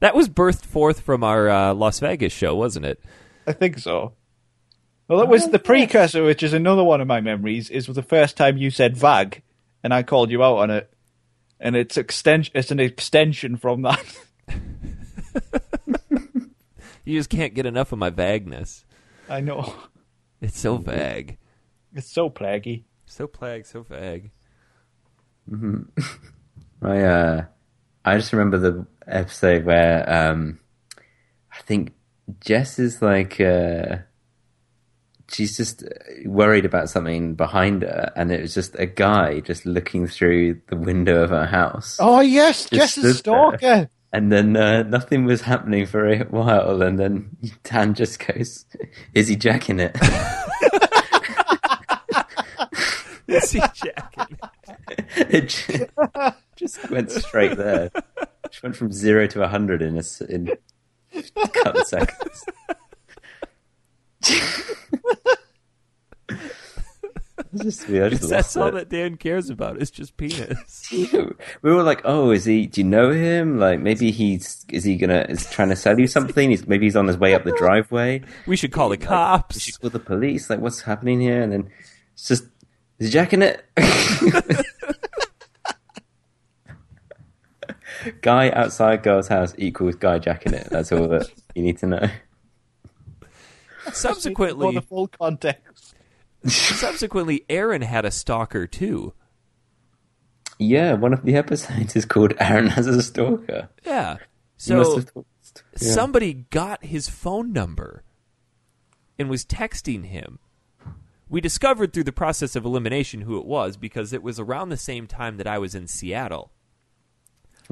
Speaker 1: That was birthed forth from our uh, Las Vegas show, wasn't it?
Speaker 2: I think so. Well, that
Speaker 4: Oh,
Speaker 2: was the precursor, which is another one of my memories, is the first time you said vag, and I called you out on it. And it's extension. It's an extension from that.
Speaker 1: You just can't get enough of my vagueness.
Speaker 2: I know.
Speaker 1: It's so vague.
Speaker 2: It's so plaggy.
Speaker 1: So plague, so vague.
Speaker 4: I uh, I just remember the episode where um, I think Jess is like uh, she's just uh, worried about something behind her, and it was just a guy just looking through the window of her house,
Speaker 2: Oh yes,
Speaker 4: Just
Speaker 2: Jess's
Speaker 4: stood there.
Speaker 2: stalker.
Speaker 4: and then uh, nothing was happening for a while, and then Dan just goes, "Is he jacking it?"
Speaker 1: Is he jacking?
Speaker 4: it ju- just went straight there. Just went from zero to a hundred in a s- in a couple of seconds. It's just we just
Speaker 1: That's
Speaker 4: lost
Speaker 1: all
Speaker 4: it.
Speaker 1: that Dan cares about. It's just penis.
Speaker 4: we were like, "Oh, is he? Do you know him? Like, maybe he's is he gonna is trying to sell you something? He's maybe he's on his way up the driveway.
Speaker 1: We should call the
Speaker 4: Like,
Speaker 1: cops.
Speaker 4: we should call the police. Like, what's happening here? And then it's just is he jacking it? guy outside girl's house equals guy jacking it. That's all that you need to know.
Speaker 2: For the
Speaker 1: Subsequently,
Speaker 2: full context.
Speaker 1: subsequently, Aaron had a stalker too.
Speaker 4: Yeah, one of the episodes is called Aaron has a stalker.
Speaker 1: Yeah.
Speaker 4: You must
Speaker 1: So
Speaker 4: have thought- yeah.
Speaker 1: somebody got his phone number and was texting him. We discovered through the process of elimination who it was because it was around the same time that I was in Seattle.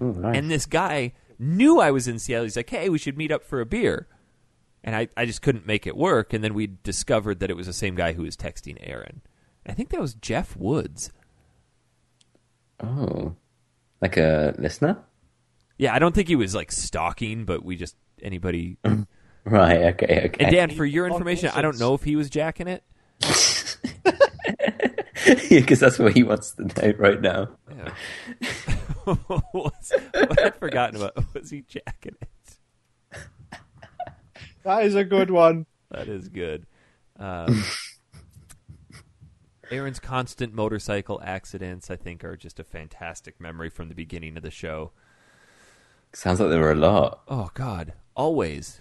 Speaker 4: Oh, right.
Speaker 1: And this guy knew I was in Seattle. He's like, hey, we should meet up for a beer. And I, I just couldn't make it work. And then we discovered that it was the same guy who was texting Aaron. I think that was Jeff Woods.
Speaker 4: oh, like a listener.
Speaker 1: Yeah, I don't think he was like stalking, but we just anybody.
Speaker 4: Right. Okay. Okay.
Speaker 1: And Dan, for your information, I don't
Speaker 2: Conversations.
Speaker 1: know if he was jacking it.
Speaker 4: because that's what he wants to know right now.
Speaker 1: Yeah. Was- what I'd forgotten about was he jacking it.
Speaker 2: That is a good one.
Speaker 1: That is good. Um, Aaron's constant motorcycle accidents, I think, are just a fantastic memory from the beginning of the show.
Speaker 4: Sounds like there were a lot.
Speaker 1: Oh God, always.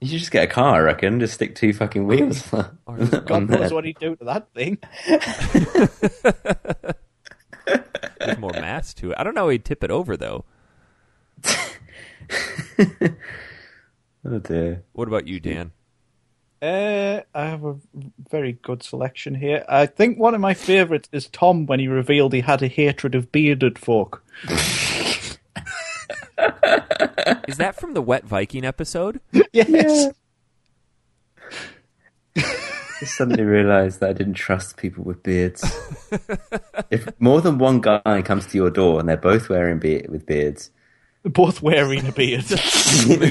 Speaker 4: You should just get a car, I reckon. Just stick two fucking wheels on
Speaker 2: God knows
Speaker 4: there.
Speaker 2: what he'd do to that thing.
Speaker 1: There's more mass to it. I don't know how he'd tip it over though.
Speaker 4: Oh dear.
Speaker 1: What about you, Dan?
Speaker 2: Uh, I have a very good selection here. I think one of my favourites is Tom when he revealed he had a hatred of bearded folk.
Speaker 1: Is that from the Wet Viking episode?
Speaker 2: Yes.
Speaker 4: I suddenly realised that I didn't trust people with beards. if more than one guy comes to your door and they're both wearing be- with beards,
Speaker 2: Both wearing a beard.
Speaker 1: Make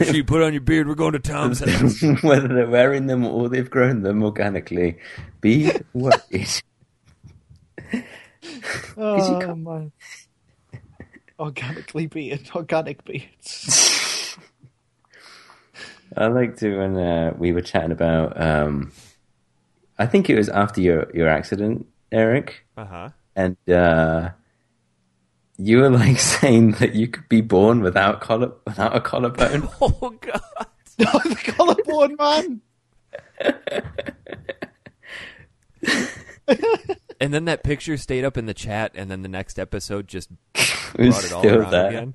Speaker 1: sure you put on your beard. We're going to Tom's house.
Speaker 4: whether they're wearing them or they've grown them organically, be worried.
Speaker 2: oh, my. Organically beard. Organic beards.
Speaker 4: I like to when uh, we were chatting about. Um, I think it was after your your accident, Eric,
Speaker 1: Uh huh.
Speaker 4: and uh, you were like saying that you could be born without collar without a collarbone.
Speaker 1: Oh God.
Speaker 2: the colourborn man.
Speaker 1: And then that picture stayed up in the chat, and then the next episode just
Speaker 4: It was
Speaker 1: brought it all
Speaker 4: still
Speaker 1: around
Speaker 4: there.
Speaker 1: again.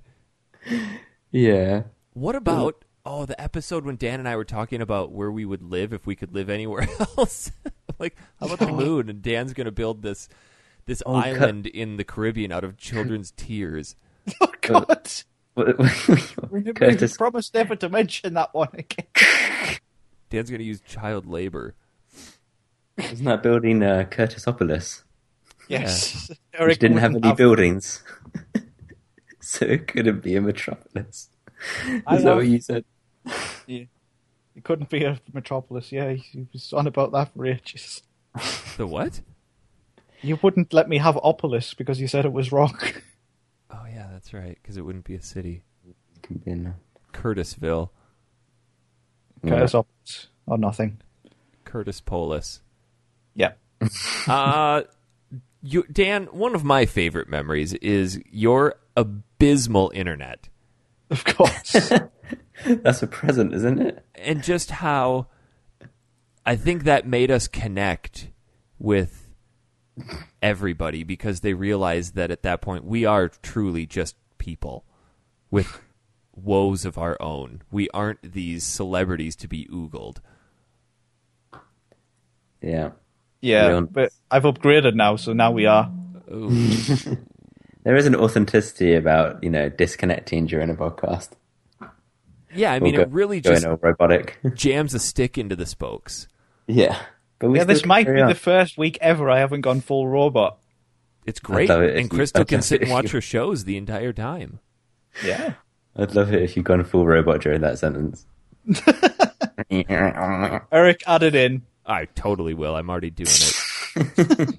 Speaker 4: Yeah.
Speaker 1: What about oh the episode when Dan and I were talking about where we would live if we could live anywhere else? like how about the moon? And Dan's going to build this this
Speaker 4: God.
Speaker 1: island in the Caribbean out of children's tears.
Speaker 2: Oh, God. Remember, he
Speaker 4: Curtis,
Speaker 2: promised never to mention that one again.
Speaker 1: Dan's going to use child labor.
Speaker 4: isn't that building uh, Curtisopolis?
Speaker 2: Yes.
Speaker 4: Which
Speaker 2: Eric
Speaker 4: didn't have
Speaker 2: wouldn't
Speaker 4: any buildings. so it couldn't be a metropolis.
Speaker 2: I
Speaker 4: Is that
Speaker 2: love-
Speaker 4: what you said?
Speaker 2: It couldn't be a metropolis. Yeah, he was on about that for ages.
Speaker 1: The what?
Speaker 2: You wouldn't let me have Opolis because you said it was wrong.
Speaker 1: Oh yeah, that's right. Because it wouldn't be a city.
Speaker 4: Can be in
Speaker 1: Curtisville,
Speaker 2: Curtis Opolis or nothing.
Speaker 1: Curtis Polis.
Speaker 2: Yeah.
Speaker 1: Uh, you, Dan, one of my favorite memories is your abysmal internet
Speaker 2: Of course.
Speaker 4: That's a present, isn't it?
Speaker 1: and just how I think that made us connect with everybody because they realized that at that point we are truly just people with woes of our own. We aren't these celebrities to be oogled.
Speaker 4: Yeah.
Speaker 2: yeah.
Speaker 4: Beyond.
Speaker 2: But I've upgraded now, so now we are.
Speaker 4: There is an authenticity about, you know, disconnecting during a podcast.
Speaker 1: Yeah, I mean,
Speaker 4: Or
Speaker 1: it
Speaker 4: go-
Speaker 1: really
Speaker 4: going
Speaker 1: just
Speaker 4: all robotic.
Speaker 1: jams a stick into the spokes.
Speaker 4: yeah. But we
Speaker 2: Yeah,
Speaker 4: still
Speaker 2: this might
Speaker 4: carry
Speaker 2: be
Speaker 4: on.
Speaker 2: the first week ever I haven't gone full robot.
Speaker 1: It's great,
Speaker 4: love it if
Speaker 1: and
Speaker 4: you-
Speaker 1: Crystal
Speaker 4: I'd
Speaker 1: can
Speaker 4: love
Speaker 1: sit
Speaker 4: it
Speaker 1: and
Speaker 4: if
Speaker 1: watch
Speaker 4: you-
Speaker 1: her shows the entire time.
Speaker 2: Yeah.
Speaker 4: I'd love it if you'd gone full robot during that sentence.
Speaker 2: Eric added in.
Speaker 1: I totally will. I'm already doing it.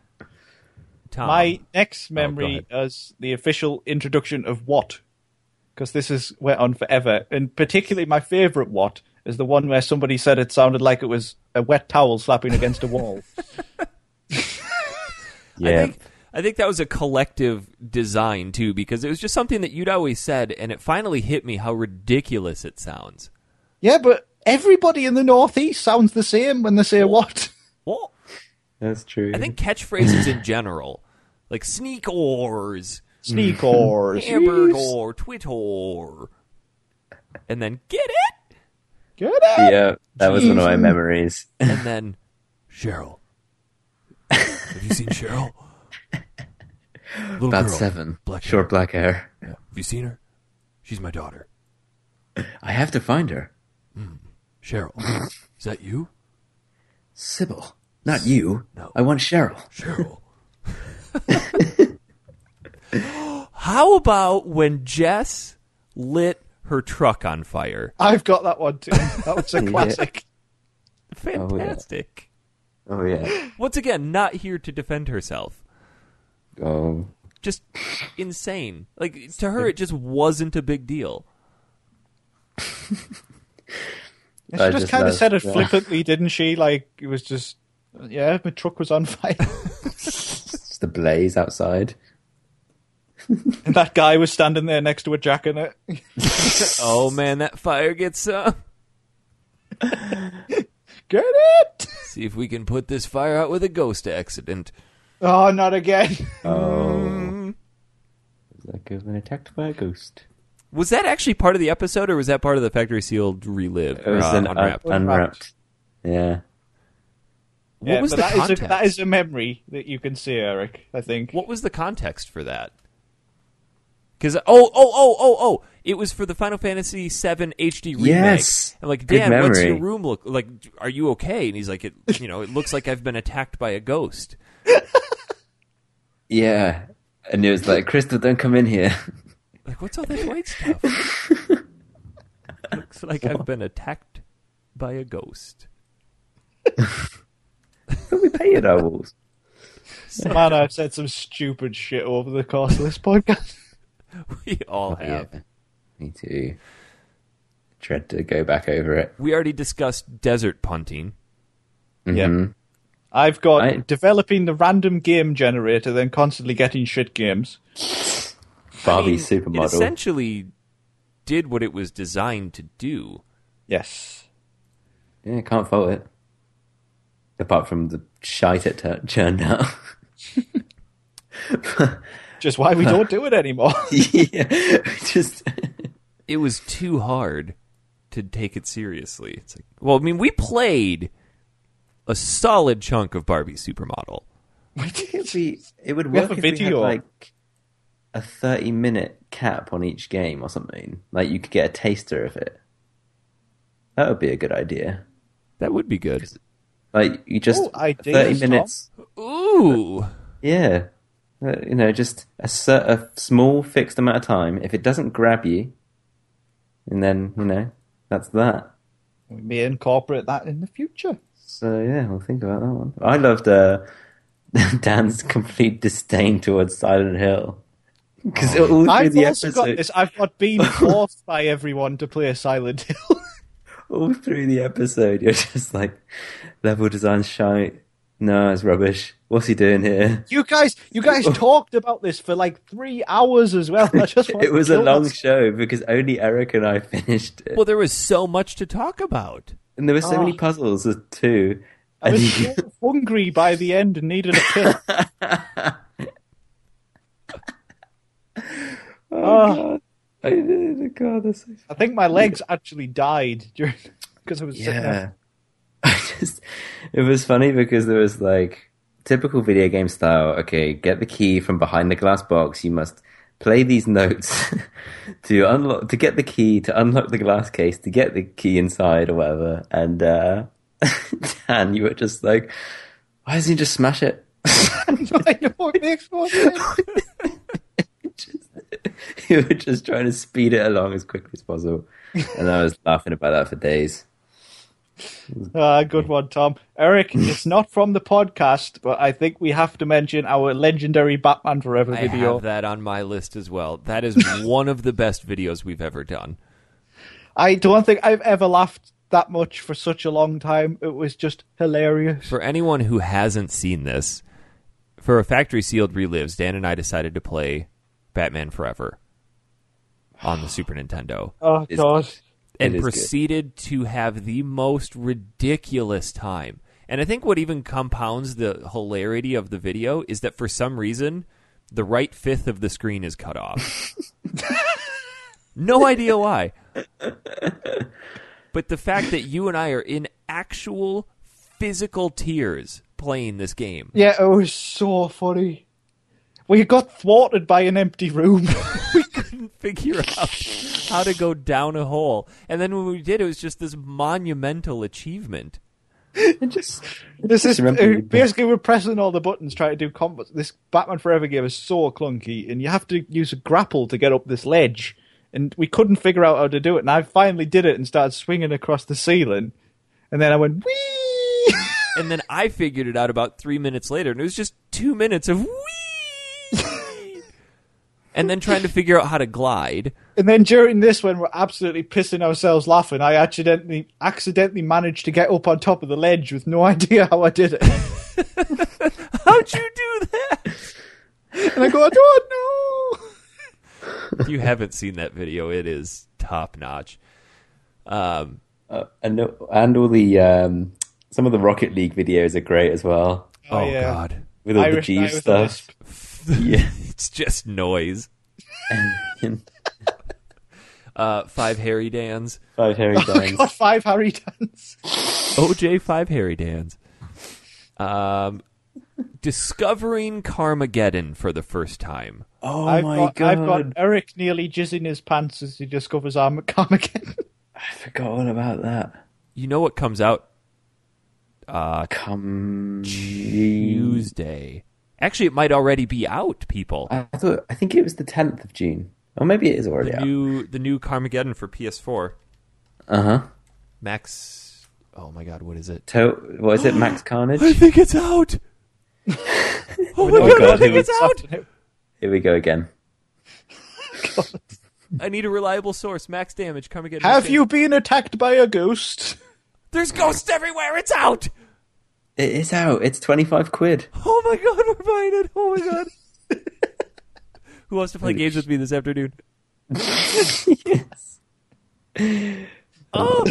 Speaker 1: Tom,
Speaker 2: My next memory
Speaker 1: ahead.
Speaker 2: is the official introduction of what, because this is went on forever, and particularly my favourite what is the one where somebody said it sounded like it was a wet towel slapping against a wall.
Speaker 1: I
Speaker 4: yeah.
Speaker 1: think, I think that was a collective design too, because it was just something that you'd always said, and it finally hit me how ridiculous it sounds.
Speaker 2: yeah, but everybody in the northeast sounds the same when they say what.
Speaker 1: Well,
Speaker 4: That's true.
Speaker 1: I think catchphrases in general, like sneak ors,
Speaker 2: Sneak or
Speaker 1: hamburg
Speaker 2: sneeze.
Speaker 1: or twitter, and then get it,
Speaker 2: Get it?
Speaker 4: Yeah, that was one of my memories.
Speaker 1: and then Cheryl. Have you seen Cheryl? Little
Speaker 4: About
Speaker 1: girl,
Speaker 4: seven.
Speaker 1: black hair.
Speaker 4: Short black hair.
Speaker 1: Have you seen her? She's my daughter.
Speaker 4: I have to find her.
Speaker 1: Cheryl. Is that you?
Speaker 4: Sybil. Not you.
Speaker 1: No.
Speaker 4: I want Cheryl.
Speaker 1: Cheryl. How about when Jess lit her truck on fire?
Speaker 2: I've got that one too. That was a classic.
Speaker 1: Fantastic.
Speaker 4: Oh yeah.
Speaker 1: Once again, not here to defend herself.
Speaker 4: Oh.
Speaker 1: Just insane. Like to her it just wasn't a big deal.
Speaker 2: She
Speaker 4: I
Speaker 2: just
Speaker 4: just
Speaker 2: kind of
Speaker 4: love-
Speaker 2: said it
Speaker 4: yeah.
Speaker 2: flippantly, didn't she? Like it was just Yeah, my truck was on fire.
Speaker 4: It's the blaze outside.
Speaker 2: and that guy was standing there next to a jack in it.
Speaker 1: Oh man, that fire gets uh, up.
Speaker 2: Get it?
Speaker 1: See if we can put this fire out with a ghost accident.
Speaker 2: Oh, not again.
Speaker 4: Oh. It's like I've been attacked by a ghost.
Speaker 1: Was that actually part of the episode, or was that part of the factory sealed relive?
Speaker 4: It was
Speaker 1: uh,
Speaker 4: an
Speaker 1: unwrapped?
Speaker 4: un- unwrapped. Yeah.
Speaker 1: what was
Speaker 2: but
Speaker 1: the
Speaker 2: that is
Speaker 1: context?
Speaker 2: a, that is a memory that you can see, Eric, I think.
Speaker 1: What was the context for that? Because oh oh oh oh oh, it was for the Final Fantasy VII HD remake.
Speaker 4: Yes!
Speaker 1: I'm like,
Speaker 4: Good
Speaker 1: Dan, what's your
Speaker 4: memory."
Speaker 1: room look like? Are you okay? And he's like, it, you know, it looks like I've been attacked by a ghost.
Speaker 4: Yeah. And it was like, Crystal, don't come in here.
Speaker 1: Like, what's all that white stuff? looks like I've been attacked by a ghost.
Speaker 4: we painted our walls.
Speaker 2: Man, I've said some stupid shit over the course of this podcast.
Speaker 1: We all have.
Speaker 4: Oh, Yeah. Me too. Dread to go back over it.
Speaker 1: We already discussed desert punting.
Speaker 2: Yeah. I've got
Speaker 4: I-
Speaker 2: developing the random game generator, then constantly getting shit games.
Speaker 4: Barbie
Speaker 1: mean, It
Speaker 4: supermodel.
Speaker 1: essentially did what it was designed to do.
Speaker 2: Yes.
Speaker 4: Yeah, can't fault it. Apart from the shite it tur- churned out.
Speaker 2: Just why we don't do it anymore.
Speaker 4: yeah, we just
Speaker 1: It was too hard to take it seriously. It's like, well, I mean, we played a solid chunk of Barbie Supermodel.
Speaker 4: it'd be, it would
Speaker 2: We have
Speaker 4: work
Speaker 2: a
Speaker 4: if we had
Speaker 2: video.
Speaker 4: like a thirty minute cap on each game or something. Like you could get a taster of it. That would be a good idea.
Speaker 1: That would be good.
Speaker 4: Like you just
Speaker 2: Oh, ideas,
Speaker 4: thirty
Speaker 2: Tom.
Speaker 4: minutes.
Speaker 1: Ooh,
Speaker 4: Yeah, Uh, you know, just a, cer- a small fixed amount of time. If it doesn't grab you, and then you know that's that.
Speaker 2: we may incorporate that in the future.
Speaker 4: So yeah, we'll think about that one. I loved uh, Dan's complete disdain towards Silent Hill because all through
Speaker 2: I've
Speaker 4: the
Speaker 2: also got
Speaker 4: episode,
Speaker 2: this. I've got been forced by everyone to play Silent Hill.
Speaker 4: all through the episode, you're just like level design shite. No, it's rubbish. What's he doing here?
Speaker 2: you guys, you guys talked about this for like three hours as well. I just want
Speaker 4: It was
Speaker 2: to
Speaker 4: a
Speaker 2: kill
Speaker 4: long
Speaker 2: myself.
Speaker 4: show because only Eric and I finished it,
Speaker 1: well, there was so much to talk about.
Speaker 4: and there were so
Speaker 2: Oh.
Speaker 4: many puzzles uh, too.
Speaker 2: I
Speaker 4: And
Speaker 2: was
Speaker 4: you-
Speaker 2: so hungry by the end and needed a pill.
Speaker 4: oh, God. I did. God, that's so
Speaker 2: I think my legs actually died during because I was sitting
Speaker 4: Yeah.
Speaker 2: there.
Speaker 4: I just it was funny because there was like typical video game style, okay, get the key from behind the glass box, you must play these notes to unlock to get the key, to unlock the glass case, to get the key inside or whatever. And uh Dan, you were just like, Why doesn't he just smash it?
Speaker 2: I know it makes no sense.
Speaker 4: you were just trying to speed it along as quickly as possible. And I was laughing about that for days.
Speaker 2: Ah, good one, Tom. Eric, it's not from the podcast, but I think we have to mention our legendary Batman Forever
Speaker 1: I
Speaker 2: video.
Speaker 1: have that on my list as well. That is one of the best videos we've ever done.
Speaker 2: I don't think I've ever laughed that much for such a long time. It was just hilarious.
Speaker 1: For anyone who hasn't seen this, for a factory sealed relives, Dan and I decided to play Batman Forever on the Super Nintendo
Speaker 2: Oh
Speaker 4: It's-
Speaker 2: god.
Speaker 1: and
Speaker 4: is good.
Speaker 1: proceeded to have the most ridiculous time. And I think what even compounds the hilarity of the video is that for some reason, the right fifth of the screen is cut off. no idea why. But the fact that you and I are in actual physical tears playing this game.
Speaker 2: Yeah, it was so funny. We got thwarted by an empty room.
Speaker 1: we couldn't figure out how to go down a hole. And then when we did, it was just this monumental achievement.
Speaker 2: this is
Speaker 4: remember you-
Speaker 2: uh, basically we're pressing all the buttons trying to do combos. This Batman Forever game is so clunky, and you have to use a grapple to get up this ledge. And we couldn't figure out how to do it. And I finally did it and started swinging across the ceiling. And then I went wee.
Speaker 1: And then I figured it out about three minutes later, and it was just two minutes of wee. and then trying to figure out how to glide.
Speaker 2: And then during this, when we're absolutely pissing ourselves laughing, I accidentally accidentally managed to get up on top of the ledge with no idea how I did it.
Speaker 1: How'd you do that?
Speaker 2: And I go, I don't know.
Speaker 1: If you haven't seen that video, it is top notch. Um,
Speaker 4: Uh, and and all the um, some of the Rocket League videos are great as well
Speaker 1: oh
Speaker 2: Oh, yeah.
Speaker 1: god,
Speaker 4: with all
Speaker 2: Irish
Speaker 4: the
Speaker 2: guy
Speaker 4: Jeeves
Speaker 2: with a
Speaker 4: stuff.
Speaker 2: lisp.
Speaker 4: yeah,
Speaker 1: it's just noise.
Speaker 4: And
Speaker 1: Uh, five Harry Dans,
Speaker 4: five hairy
Speaker 2: Oh,
Speaker 4: dimes.
Speaker 2: God, five Harry Dance.
Speaker 1: OJ five Harry Dans. Um, discovering Carmageddon for the first time.
Speaker 4: Oh
Speaker 2: I've,
Speaker 4: my
Speaker 2: got,
Speaker 4: god!
Speaker 2: I've got Eric nearly jizzing his pants as he discovers I'm a comic.
Speaker 4: I forgot all about that.
Speaker 1: You know what comes out
Speaker 4: Come
Speaker 1: Tuesday? Actually, it might already be out, people.
Speaker 4: I thought I think it was the tenth of June, or maybe it is already
Speaker 1: the
Speaker 4: out.
Speaker 1: new the new Carmageddon for PS4.
Speaker 4: Uh huh.
Speaker 1: Max. Oh my God, what is it?
Speaker 4: To- what is it? Max Carnage.
Speaker 1: think it's out. oh my
Speaker 4: Oh God, I think he it's
Speaker 1: out.
Speaker 4: Here we go again.
Speaker 1: I need a reliable source. Max damage. Carmageddon.
Speaker 2: Have
Speaker 1: Escape.
Speaker 2: you been attacked by a ghost?
Speaker 1: There's ghosts everywhere. It's out.
Speaker 4: It is out. It's twenty five quid.
Speaker 1: Oh my God, we're buying it. Oh my God. Who wants to play games with me this afternoon? Oh,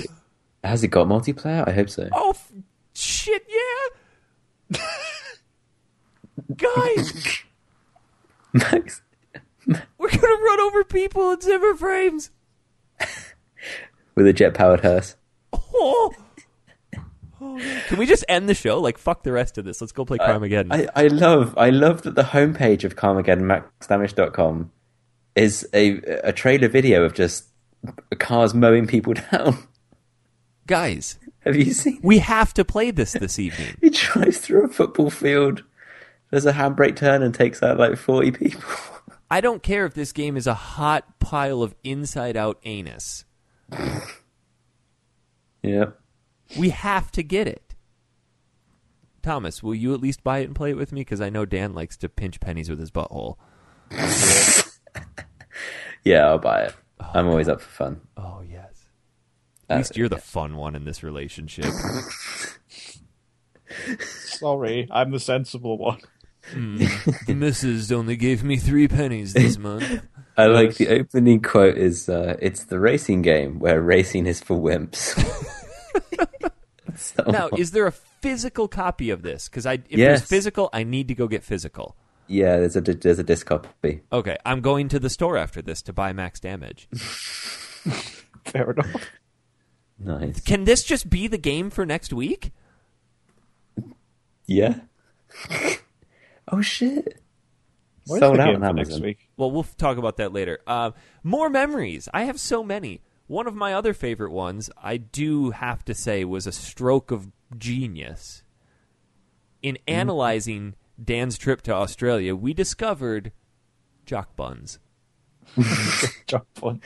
Speaker 4: Has it got multiplayer? I hope so.
Speaker 1: oh, f- shit, yeah. Guys,
Speaker 4: Max,
Speaker 1: we're gonna run over people in Zimmer frames.
Speaker 4: with a jet powered hearse.
Speaker 1: Oh. Oh, man. Can we just end the show? Like, fuck the rest of this. Let's go play Crime Again.
Speaker 4: I, I love I love that the homepage of carmageddonmaxdamage.com is a a trailer video of just cars mowing people down.
Speaker 1: Guys,
Speaker 4: Have you seen?
Speaker 1: we have to play this this evening.
Speaker 4: He drives through a football field. Does a handbrake turn and takes out like forty people.
Speaker 1: I don't care if this game is a hot pile of inside out anus.
Speaker 4: yeah.
Speaker 1: We have to get it. Thomas, will you at least buy it and play it with me? Because I know Dan likes to pinch pennies with his butthole.
Speaker 4: Yeah, I'll buy it. I'm always up for fun.
Speaker 1: Oh, yes. At least you're the fun one in this relationship.
Speaker 2: Sorry, I'm the sensible one.
Speaker 1: the missus only gave me three pennies this month.
Speaker 4: I like the opening quote is uh, it's the racing game where racing is for wimps. So-
Speaker 1: Now, is there a physical copy of this? Because I, if there's
Speaker 4: Yes.
Speaker 1: physical, I need to go get physical.
Speaker 4: yeah, there's a there's a disc copy.
Speaker 1: Okay, I'm going to the store after this to buy max damage.
Speaker 2: Fair enough.
Speaker 4: Nice.
Speaker 1: Can this just be the game for next week?
Speaker 4: Yeah. oh shit!
Speaker 2: Where's
Speaker 4: Sold
Speaker 2: the
Speaker 4: out
Speaker 2: game
Speaker 4: on
Speaker 2: for next
Speaker 4: Amazon.
Speaker 2: week?
Speaker 1: Well, we'll f- talk about that later. Uh, more memories. I have so many. One of my other favorite ones, I do have to say, was a stroke of genius. In
Speaker 4: Mm-hmm.
Speaker 1: analyzing Dan's trip to Australia, we discovered jock buns.
Speaker 2: Job one.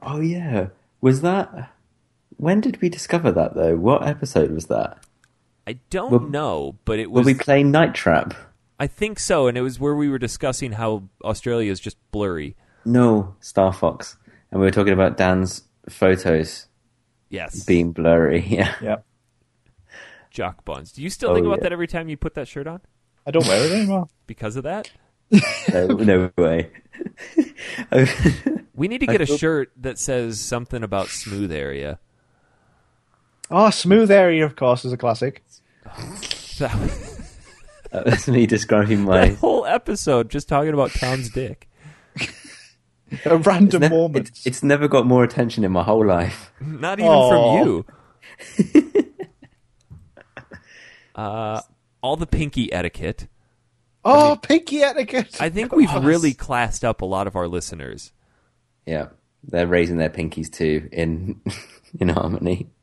Speaker 4: Oh yeah. Was that? When did we discover that though? What episode was that?
Speaker 1: I don't
Speaker 4: Well-
Speaker 1: know, but it
Speaker 4: Were
Speaker 1: was.
Speaker 4: we playing Night Trap?
Speaker 1: I think so, and it was where we were discussing how Australia is just blurry.
Speaker 4: No, Star Fox. And we were talking about Dan's photos
Speaker 1: Yes,
Speaker 4: being blurry. Yeah.
Speaker 2: Yeah.
Speaker 1: jock buns. Do you still
Speaker 4: Oh,
Speaker 1: think about
Speaker 4: yeah.
Speaker 1: that every time you put that shirt on
Speaker 2: I don't wear it anymore.
Speaker 1: because of that?
Speaker 4: No, no way.
Speaker 1: We need to get a shirt that says something about smooth area.
Speaker 2: Oh, Smooth Area, of course, is a classic.
Speaker 1: That,
Speaker 4: that was me describing my.
Speaker 1: that whole episode just talking about Tom's dick.
Speaker 2: A random
Speaker 4: Ne-
Speaker 2: moment.
Speaker 4: it's- it's never got more attention in my whole life.
Speaker 1: Not even
Speaker 2: Aw.
Speaker 1: from you. Uh, all the pinky etiquette.
Speaker 2: oh, pinky etiquette.
Speaker 1: I think we've really classed up a lot of our listeners.
Speaker 4: Yeah, they're raising their pinkies too in in harmony.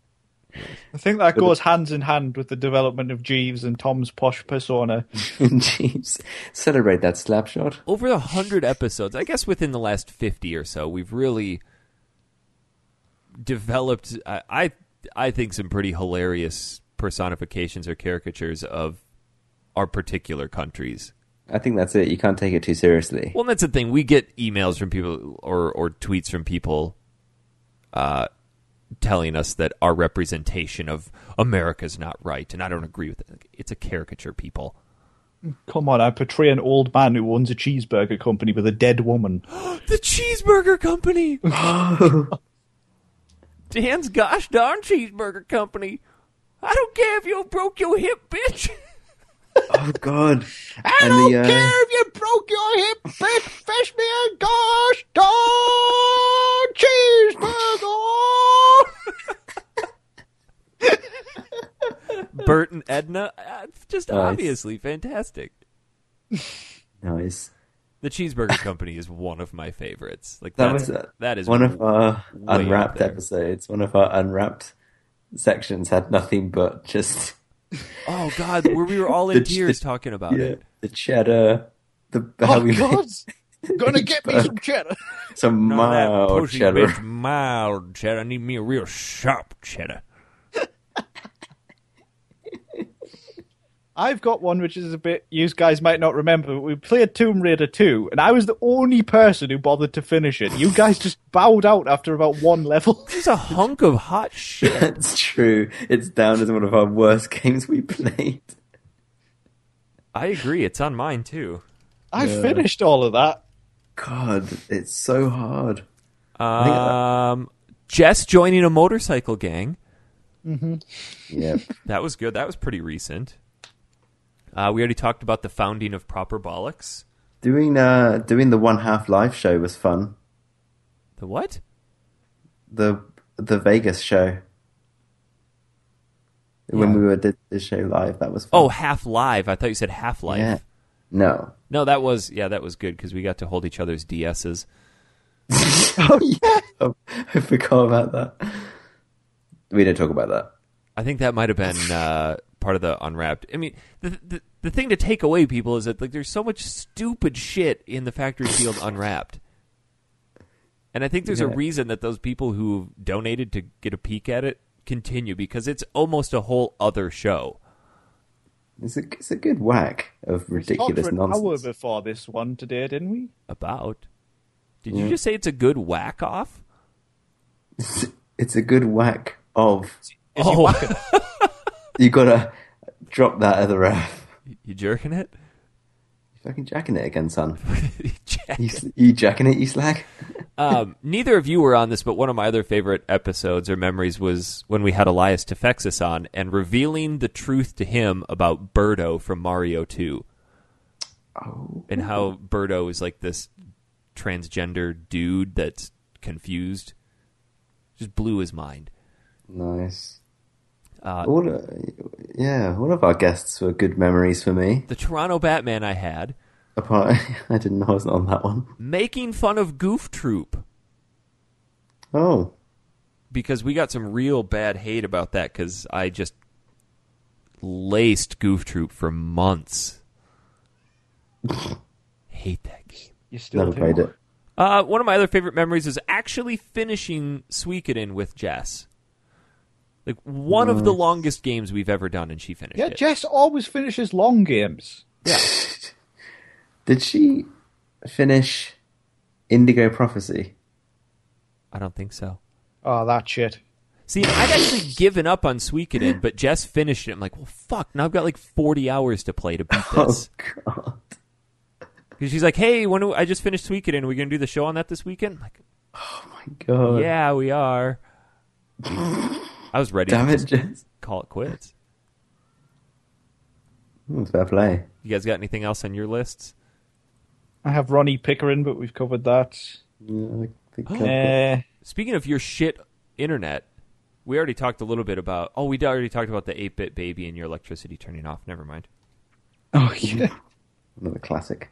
Speaker 2: I think that goes hands in hand with the development of Jeeves and Tom's posh persona.
Speaker 4: Jeeves, celebrate that slap shot.
Speaker 1: Over a hundred episodes, I guess within the last fifty or so, we've really developed. I, I I think some pretty hilarious personifications or caricatures of our particular countries
Speaker 4: I think that's it. You can't take it too seriously.
Speaker 1: Well, that's the thing. We get emails from people or or tweets from people, uh, telling us that our representation of America's not right, and I don't agree with it. It's a caricature, people.
Speaker 2: Come on, I portray an old man who owns a cheeseburger company with a dead woman.
Speaker 1: The cheeseburger company. Dan's gosh darn cheeseburger company. I don't care if you broke your hip, bitch.
Speaker 4: Oh God!
Speaker 2: I
Speaker 4: And
Speaker 2: don't
Speaker 4: the, uh,
Speaker 2: care if you broke your hip, bitch. Fetch me a gosh darn cheeseburger.
Speaker 1: Bert and Edna, uh, it's just
Speaker 4: Nice.
Speaker 1: obviously fantastic.
Speaker 4: Nice.
Speaker 1: The cheeseburger company is one of my favorites. Like
Speaker 4: That
Speaker 1: that's,
Speaker 4: was uh,
Speaker 1: that is
Speaker 4: one of our
Speaker 1: way up
Speaker 4: unwrapped
Speaker 1: there.
Speaker 4: episodes. One of our unwrapped sections had nothing but just
Speaker 1: Oh God, where we were all
Speaker 4: The
Speaker 1: in
Speaker 4: ch-
Speaker 1: tears talking about
Speaker 4: yeah,
Speaker 1: it.
Speaker 4: the cheddar, the
Speaker 2: Oh,
Speaker 4: how we made
Speaker 5: Gonna get me some cheddar.
Speaker 4: some
Speaker 1: None of that
Speaker 4: mild
Speaker 1: pushy
Speaker 4: cheddar.
Speaker 1: bitch mild cheddar. I need me a real sharp cheddar.
Speaker 2: I've got one which is a bit you guys might not remember, but we played Tomb Raider 2, and I was the only person who bothered to finish it. You guys just bowed out after about one level.
Speaker 1: It's a hunk of hot shit.
Speaker 4: That's true. It's down as one of our worst games we played.
Speaker 1: I agree. It's on mine too.
Speaker 2: I finished all of that.
Speaker 4: God, it's so hard. think uh, I-
Speaker 1: Um, Jess joining a motorcycle gang.
Speaker 4: Yeah,
Speaker 1: That was good. That was pretty recent. Uh, we already talked about the founding of Proper Bollocks.
Speaker 4: doing uh doing the one half live show was fun.
Speaker 1: The what?
Speaker 4: The the Vegas show. When we were did the show live, that was fun.
Speaker 1: Oh, Half Live. I thought you said Half Life.
Speaker 4: yeah. No.
Speaker 1: No, that was yeah, that was good because we got to hold each other's DSs.
Speaker 4: Oh yeah, Oh, I forgot about that. We didn't talk about that.
Speaker 1: I think that might have been uh, part of the Unwrapped. I mean, the, the the thing to take away, people, is that like there's so much stupid shit in the Factory Field Unwrapped, and I think there's a
Speaker 4: Yeah.
Speaker 1: reason that those people who donated to get a peek at it continue because it's almost a whole other show.
Speaker 4: It's a it's a good whack of
Speaker 2: Talked
Speaker 4: ridiculous
Speaker 2: for an hour
Speaker 4: nonsense.
Speaker 2: before this one today, didn't we?
Speaker 1: About did you just say it's a good whack off?
Speaker 4: It's, it's a good whack of.
Speaker 1: oh,
Speaker 4: You gotta drop that other ref.
Speaker 1: you jerking it?
Speaker 4: Fucking jacking it again, son.
Speaker 1: Jack.
Speaker 4: You, sl- you jacking it, you slag.
Speaker 1: Um, neither of you were on this, but one of my other favorite episodes or memories was when we had Elias Tefexis on and revealing the truth to him about Birdo from Mario 2. Oh. And how Birdo is like this transgender dude that's confused. Just blew his mind.
Speaker 4: Nice.
Speaker 1: Uh,
Speaker 4: All uh, yeah, all of our guests were good memories for me.
Speaker 1: The Toronto Batman I had,
Speaker 4: Apart, I didn't know I wasn't on that one.
Speaker 1: making fun of Goof Troop.
Speaker 4: Oh,
Speaker 1: because we got some real bad hate about that because I just laced Goof Troop for months. hate that game.
Speaker 2: You still
Speaker 4: never
Speaker 2: do.
Speaker 4: played it.
Speaker 1: Uh, one of my other favorite memories is actually finishing Suikoden with Jess. Like one of the longest games we've ever done, and she finished
Speaker 2: Yeah,
Speaker 1: it.
Speaker 2: Jess always finishes long games.
Speaker 4: Did she finish Indigo Prophecy?
Speaker 1: I don't think so.
Speaker 2: Oh, that shit.
Speaker 1: See, I'd actually given up on Suikoden, but Jess finished it. I'm like, well, fuck. Now I've got like 40 hours to play to beat this.
Speaker 4: Oh God.
Speaker 1: 'Cause she's like, hey, when do- I just finished Suikoden, are we gonna do the show on that this weekend? I'm like,
Speaker 4: God.
Speaker 1: Yeah, we are. I was ready
Speaker 4: Damn
Speaker 1: to
Speaker 4: it,
Speaker 1: just
Speaker 4: Jess.
Speaker 1: call it quits.
Speaker 4: Hmm, Fair play.
Speaker 1: You guys got anything else on your lists?
Speaker 2: I have Ronnie Pickering, but we've covered that.
Speaker 4: Yeah, I think I've got-
Speaker 2: Uh,
Speaker 1: Speaking of your shit internet, we already talked a little bit about. Oh, we already talked about the 8 bit baby and your electricity turning off. Never mind.
Speaker 2: oh, yeah.
Speaker 4: another classic.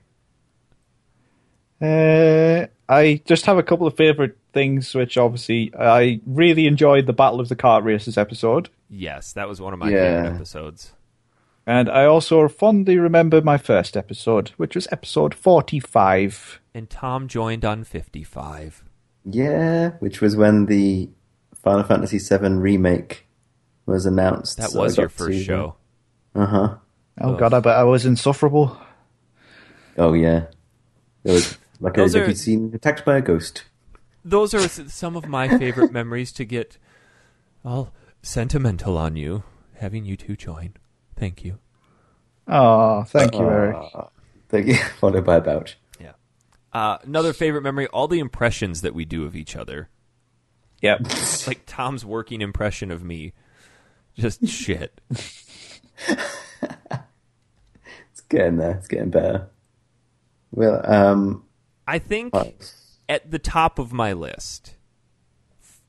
Speaker 2: Uh, I just have a couple of favourite things, which obviously I really enjoyed the Battle of the Kart Races episode.
Speaker 1: Yes, that was one of my
Speaker 4: Yeah.
Speaker 1: favorite episodes.
Speaker 2: And I also fondly remember my first episode, which was episode 45.
Speaker 1: And Tom joined on 55.
Speaker 4: Yeah, which was when the Final Fantasy VII remake was announced.
Speaker 1: That was your first show.
Speaker 4: Uh huh.
Speaker 2: Oh, God, I bet I was insufferable.
Speaker 4: Oh yeah, it was like
Speaker 1: Those
Speaker 4: a,
Speaker 1: are-
Speaker 4: like you'd seen attacked by a ghost.
Speaker 1: Those are s- some of my favorite memories to get all sentimental on you, having you two join. Thank you.
Speaker 2: Oh, thank you, Eric.
Speaker 4: Ah. Thank you. Followed by a belch.
Speaker 1: Yeah. Uh, another favorite memory: all the impressions that we do of each other.
Speaker 2: Yep.
Speaker 1: It's like Tom's working impression of me. Just shit.
Speaker 4: It's getting there. It's getting better. Well, um,
Speaker 1: I think
Speaker 4: what else?
Speaker 1: at the top of my list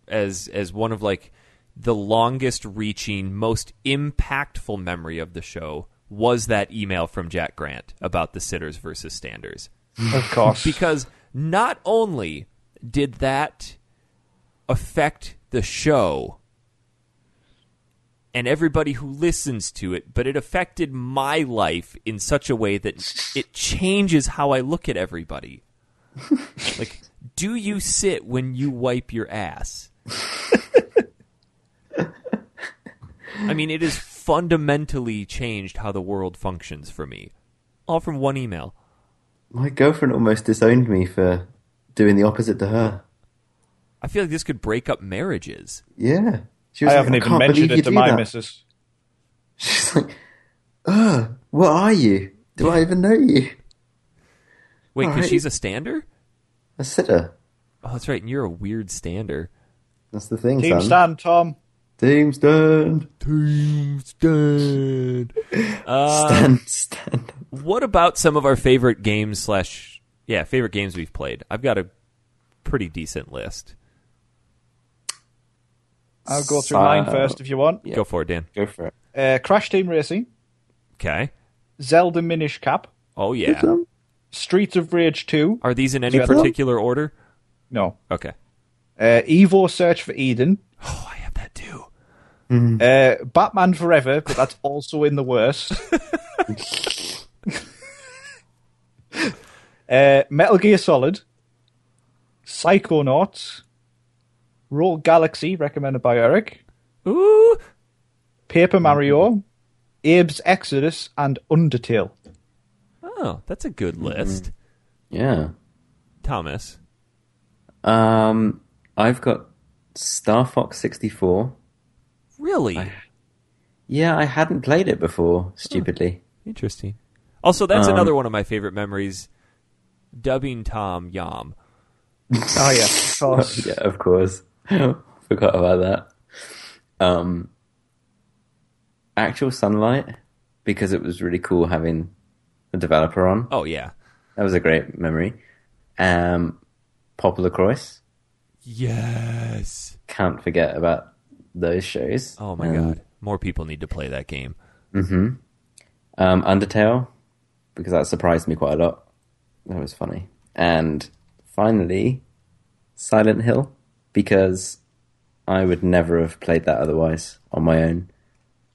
Speaker 1: as as one of like the longest reaching, most impactful memory of the show was that email from Jack Grant about the sitters versus standers.
Speaker 2: Of course.
Speaker 1: because not only did that affect the show and everybody who listens to it, but it affected my life in such a way that it changes how I look at everybody. like, do you sit when you wipe your ass? I mean, it has fundamentally changed how the world functions for me. All from one email.
Speaker 4: my girlfriend almost disowned me for doing the opposite to her.
Speaker 1: I feel like this could break up marriages.
Speaker 4: Yeah, she
Speaker 2: I
Speaker 4: like,
Speaker 2: haven't even
Speaker 4: can't
Speaker 2: mentioned
Speaker 4: believe you
Speaker 2: it to
Speaker 4: do
Speaker 2: my
Speaker 4: that."
Speaker 2: missus.
Speaker 4: She's like, "Ugh, what are you? Do I even know you?"
Speaker 1: Wait, because
Speaker 4: Alright.
Speaker 1: she's a stander?
Speaker 4: A sitter.
Speaker 1: Oh, that's right. And you're a weird stander.
Speaker 4: "Uh, That's the thing,
Speaker 2: Team
Speaker 4: son.
Speaker 2: stand, Tom.
Speaker 4: Team stand.
Speaker 1: Team stand.
Speaker 2: Uh,
Speaker 4: stand. Stand.
Speaker 1: What about some of our favorite games slash yeah favorite games we've played? I've got a pretty decent list.
Speaker 2: I'll go through
Speaker 4: So-
Speaker 2: mine first if you want.
Speaker 4: Yeah.
Speaker 1: Go for it, Dan.
Speaker 4: Go for it.
Speaker 2: Uh, Crash Team Racing,
Speaker 1: Okay.
Speaker 2: Zelda Minish Cap,
Speaker 1: Oh yeah.
Speaker 4: Some?
Speaker 2: Streets of Rage 2.
Speaker 1: Are these in any
Speaker 2: Yeah.
Speaker 1: particular order?
Speaker 2: No.
Speaker 1: Okay.
Speaker 2: Uh, Evo Search for Eden.
Speaker 1: Oh, I have that too.
Speaker 2: Uh, Batman Forever, but that's also in the worst. uh, Metal Gear Solid, Psychonauts, Rogue Galaxy, recommended by Eric,
Speaker 1: Ooh.
Speaker 2: Paper Mario, Abe's Exodus, and Undertale.
Speaker 1: Oh, that's a good list,
Speaker 4: Yeah.
Speaker 1: Thomas.
Speaker 4: Um, I've got Star Fox 64.
Speaker 1: Really
Speaker 4: Yeah, I hadn't played it before, stupidly.
Speaker 1: interesting. Also, that's
Speaker 4: Um,
Speaker 1: another one of my favorite memories. Dubbing Tom Yom.
Speaker 2: Oh, yeah, of course.
Speaker 4: yeah, of course. Forgot about that. Um, actual sunlight because it was really cool having a developer on.
Speaker 1: Oh yeah.
Speaker 4: That was a great memory. Um, Pop Lacroix.
Speaker 1: Yes.
Speaker 4: Can't forget about those shows.
Speaker 1: Oh my
Speaker 4: Um,
Speaker 1: god. More people need to play that game.
Speaker 4: Um, Undertale, because that surprised me quite a lot. That was funny. And finally, Silent Hill, because I would never have played that otherwise on my own.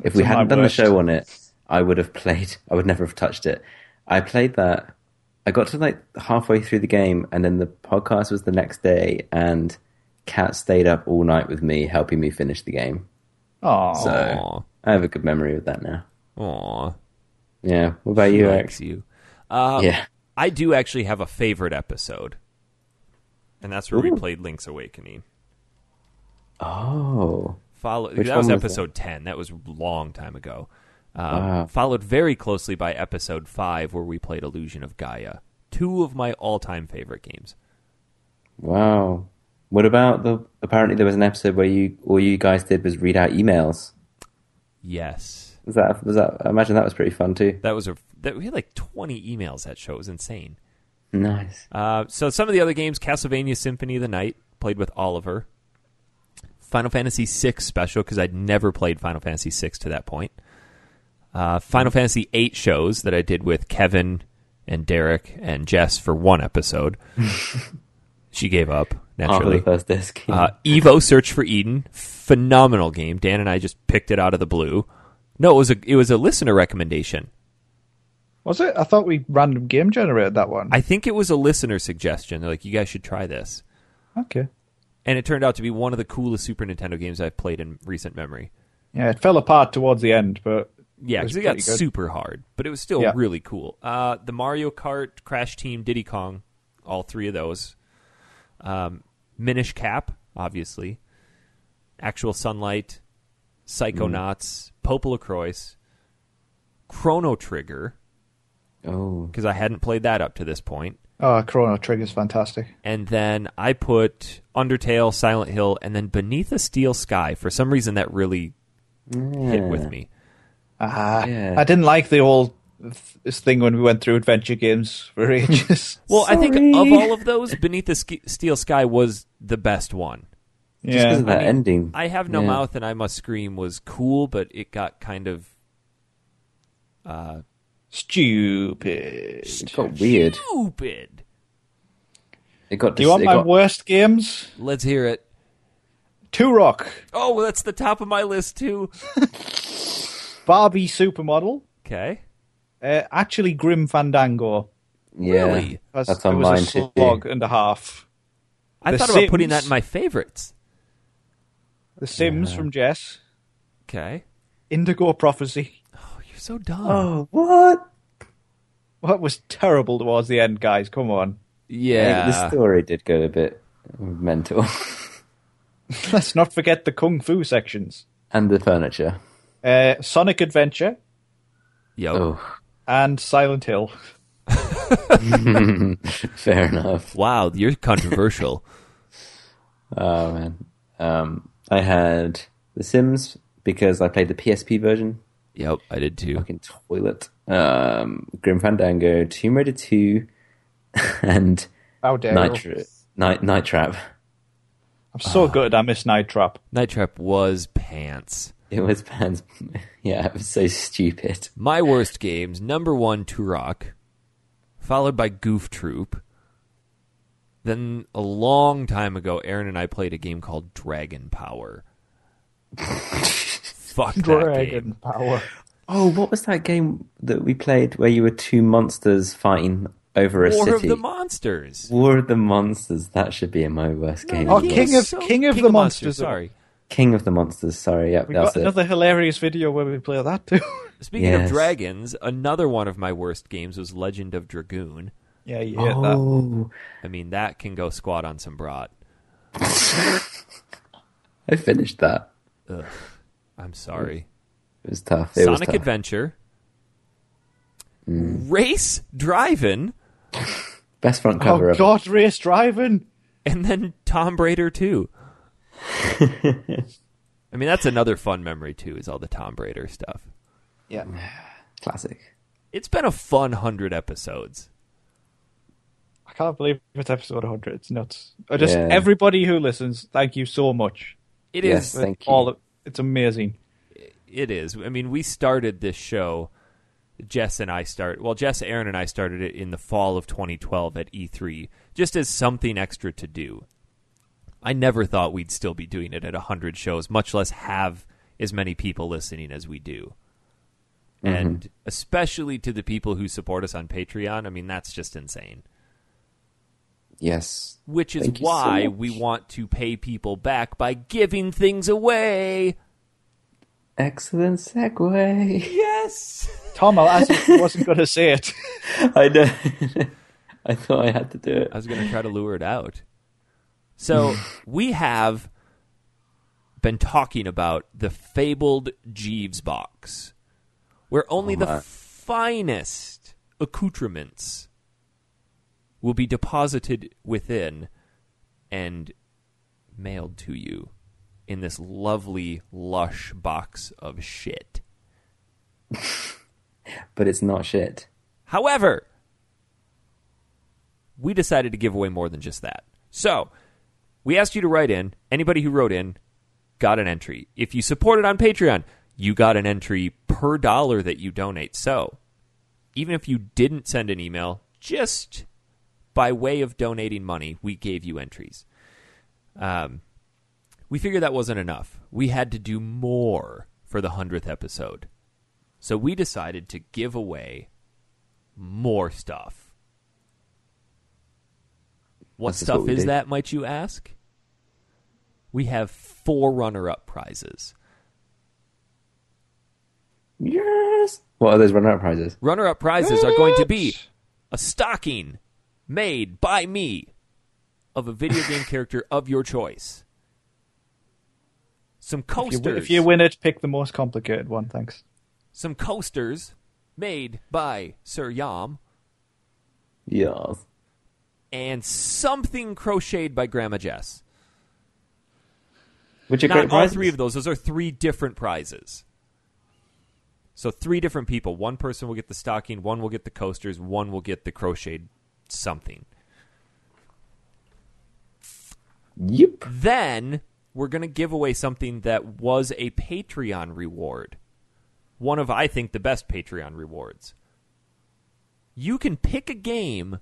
Speaker 4: If we
Speaker 2: on my
Speaker 4: hadn't done the
Speaker 2: worst.
Speaker 4: show on it, I would have played. I would never have touched it. I played that. I got to like halfway through the game, and then the podcast was the next day, and Kat stayed up all night with me, helping me finish the game.
Speaker 2: Aw.
Speaker 4: So
Speaker 1: Aw.
Speaker 4: I have a good memory of that now.
Speaker 1: Aw.
Speaker 4: Yeah. What about you, Eric?
Speaker 1: Likes you. Uh,
Speaker 4: Yeah.
Speaker 1: I do actually have a favorite episode, and that's where we played Link's Awakening.
Speaker 4: Oh,
Speaker 1: Follow
Speaker 4: Which
Speaker 1: that was
Speaker 4: one was that?
Speaker 1: episode ten. That was a long time ago. Um,
Speaker 4: Wow.
Speaker 1: Followed very closely by episode five, where we played Illusion of Gaia. Two of my all-time favorite games.
Speaker 4: wow. What about the? Apparently, there was an episode where you all you guys did was read out emails.
Speaker 1: Yes,
Speaker 4: Was that? Was that? I imagine that was pretty fun too.
Speaker 1: that was a that, we had like twenty emails that show. It was insane.
Speaker 4: Nice.
Speaker 1: Uh, so some of the other games: Castlevania Symphony of the Night, played with Oliver. Final Fantasy VI special because I'd never played Final Fantasy VI to that point. Uh, Final Fantasy VIII shows that I did with Kevin and Derek and Jess for one episode. she gave up
Speaker 4: After
Speaker 1: naturally.
Speaker 4: the first disc.
Speaker 1: Uh, Evo Search for Eden, phenomenal game. Dan and I just picked it out of the blue. No, it was a it was a listener recommendation.
Speaker 2: Was it? I thought we random game generated that one.
Speaker 1: I think it was a listener suggestion. They're like, you guys should try this.
Speaker 2: okay.
Speaker 1: and it turned out to be one of the coolest Super Nintendo games I've played in recent memory.
Speaker 2: Yeah, it fell apart towards the end, but
Speaker 1: Yeah,
Speaker 2: was
Speaker 1: because it got
Speaker 2: pretty good.
Speaker 1: super hard, but it was still
Speaker 2: Yeah.
Speaker 1: really cool. Uh, the Mario Kart, Crash Team, Diddy Kong, all three of those. Um, Minish Cap, obviously. Actual Sunlight, Psychonauts,
Speaker 2: Mm-hmm.
Speaker 1: Pope Lacroix, Chrono Trigger,
Speaker 4: Oh,
Speaker 1: because I hadn't played that up to this point.
Speaker 2: Oh, Chrono Trigger's fantastic.
Speaker 1: And then I put Undertale, Silent Hill, and then Beneath a Steel Sky. For some reason, that really hit with me.
Speaker 2: Ah,
Speaker 4: Yeah.
Speaker 2: I didn't like the old th- this thing when we went through adventure games for ages.
Speaker 1: Well, I think of
Speaker 4: Sorry.
Speaker 1: all of those, Beneath the Sk- Steel Sky was the best one.
Speaker 4: just because
Speaker 2: yeah,
Speaker 4: of that ending.
Speaker 1: I Have No
Speaker 4: Yeah.
Speaker 1: Mouth and I Must Scream was cool, but it got kind of
Speaker 2: stupid.
Speaker 4: It got weird.
Speaker 1: stupid.
Speaker 4: It got.
Speaker 2: Do you want
Speaker 4: it
Speaker 2: my
Speaker 4: got-
Speaker 2: worst games?
Speaker 1: Let's hear it.
Speaker 2: Two Rock,
Speaker 1: Oh, well, that's the top of my list, too.
Speaker 2: Barbie Supermodel,
Speaker 1: Okay.
Speaker 2: uh, actually Grim Fandango.
Speaker 4: Yeah,
Speaker 1: Really?
Speaker 2: That's, it
Speaker 4: that's on mine
Speaker 2: was a
Speaker 4: too.
Speaker 2: slog and a half.
Speaker 1: I
Speaker 2: The
Speaker 1: thought about putting that
Speaker 2: Sims.
Speaker 1: in my favorites.
Speaker 2: The Sims from Jess,
Speaker 1: Okay.
Speaker 2: Indigo Prophecy.
Speaker 1: Oh, you're so dumb.
Speaker 4: Oh, what?
Speaker 2: What was terrible towards the end, guys? Come on,
Speaker 1: yeah.
Speaker 4: The story did go a bit mental,
Speaker 2: let's not forget the kung fu sections.
Speaker 4: and the furniture.
Speaker 2: Uh, Sonic Adventure
Speaker 1: Yo.
Speaker 4: Oh,
Speaker 2: and Silent Hill.
Speaker 4: fair enough.
Speaker 1: Wow, you're controversial.
Speaker 4: Oh man, um, I had The Sims because I played the PSP version.
Speaker 1: yep, I did too.
Speaker 4: Fucking toilet. Um, Grim Fandango, Tomb Raider Two, and
Speaker 2: How dare
Speaker 4: Night,
Speaker 2: you?
Speaker 4: Tra- Night Night Trap.
Speaker 2: I'm so good. I miss Night Trap.
Speaker 1: Night Trap was pants.
Speaker 4: It was pans. Yeah, it was so stupid.
Speaker 1: My worst games number one, Turok, followed by Goof Troop. Then a long time ago, Aaron and I played a game called Dragon Power. Fuck that game.
Speaker 2: Dragon Power.
Speaker 4: Oh, what was that game that we played where you were two monsters fighting over a
Speaker 1: War of
Speaker 4: city?
Speaker 1: the Monsters.
Speaker 4: War of the Monsters. That should be in my worst game.
Speaker 2: Oh,
Speaker 1: It
Speaker 2: King
Speaker 1: was
Speaker 2: of- King of the Monsters.
Speaker 1: Sorry.
Speaker 4: King of the Monsters. Sorry, yeah,
Speaker 2: We
Speaker 4: that's
Speaker 2: got
Speaker 4: it.
Speaker 2: another hilarious video where we play that too.
Speaker 1: Speaking of
Speaker 4: Yes.
Speaker 1: dragons, another one of my worst games was Legend of Dragoon.
Speaker 2: yeah, yeah. That.
Speaker 4: oh,
Speaker 1: I mean, that can go squat on some broad.
Speaker 4: I finished that.
Speaker 1: I'm sorry.
Speaker 4: It was tough. It
Speaker 1: Sonic
Speaker 4: was tough.
Speaker 1: Adventure. Race Driving.
Speaker 4: Best front
Speaker 2: Oh
Speaker 4: cover ever.
Speaker 2: God, race driving.
Speaker 1: and then Tom Brady too. I mean, that's another fun memory too. Is all the Tom Brady stuff.
Speaker 2: Yeah.
Speaker 4: Classic.
Speaker 1: It's been a fun hundred episodes.
Speaker 2: I can't believe it's episode 100. It's nuts. I just
Speaker 4: Yeah.
Speaker 2: everybody who listens, thank you so much.
Speaker 1: It is.
Speaker 4: Yes, thank you.
Speaker 2: All of, it's amazing.
Speaker 1: It is. I mean, we started this show. Jess and I start. Well, Jess, Aaron, and I started it in the fall of 2012 at E3, just as something extra to do. I never thought we'd still be doing it at 100 shows, much less have as many people listening as we do.
Speaker 4: Mm-hmm.
Speaker 1: And especially to the people who support us on Patreon, I mean, that's just insane.
Speaker 4: Yes.
Speaker 1: Which is
Speaker 4: Thank you so
Speaker 1: why
Speaker 4: much.
Speaker 1: we want to pay people back by giving things away.
Speaker 4: Excellent segue.
Speaker 1: Yes.
Speaker 2: Tom, I as if I wasn't going to say it.
Speaker 4: I know. I thought I had to do it.
Speaker 1: I was going to try to lure it out. So we have been talking about the fabled Jeeves box, where only the finest accoutrements will be deposited within and mailed to you in this lovely, lush box of shit.
Speaker 4: But it's not shit.
Speaker 1: However, we decided to give away more than just that. So, we asked you to write in. Anybody who wrote in got an entry. If you support it on Patreon, you got an entry per dollar that you donate. So, even if you didn't send an email, just by way of donating money, we gave you entries. Um, we figured that wasn't enough. We had to do more for the 100th episode. So, we decided to give away more stuff. What
Speaker 4: That's just
Speaker 1: stuff
Speaker 4: what we
Speaker 1: is
Speaker 4: did.
Speaker 1: that, might you ask? We have four runner up prizes.
Speaker 4: Yes. What are those runner-up prizes?
Speaker 1: Runner up prizes are going to be a stocking made by me of a video game character of your choice. Some
Speaker 2: If you,
Speaker 1: coasters.
Speaker 2: if you win it, pick the most complicated one. Thanks.
Speaker 1: Some coasters made by Sir Yam
Speaker 4: Yes.
Speaker 1: and something crocheted by Grandma Jess.
Speaker 4: Which are
Speaker 1: Not
Speaker 4: great
Speaker 1: all
Speaker 4: prizes.
Speaker 1: three of those. Those are three different prizes. So three different people. One person will get the stocking, one will get the coasters, one will get the crocheted something.
Speaker 4: Yep.
Speaker 1: Then we're going to give away something that was a Patreon reward. One of, I think, the best Patreon rewards. You can pick a game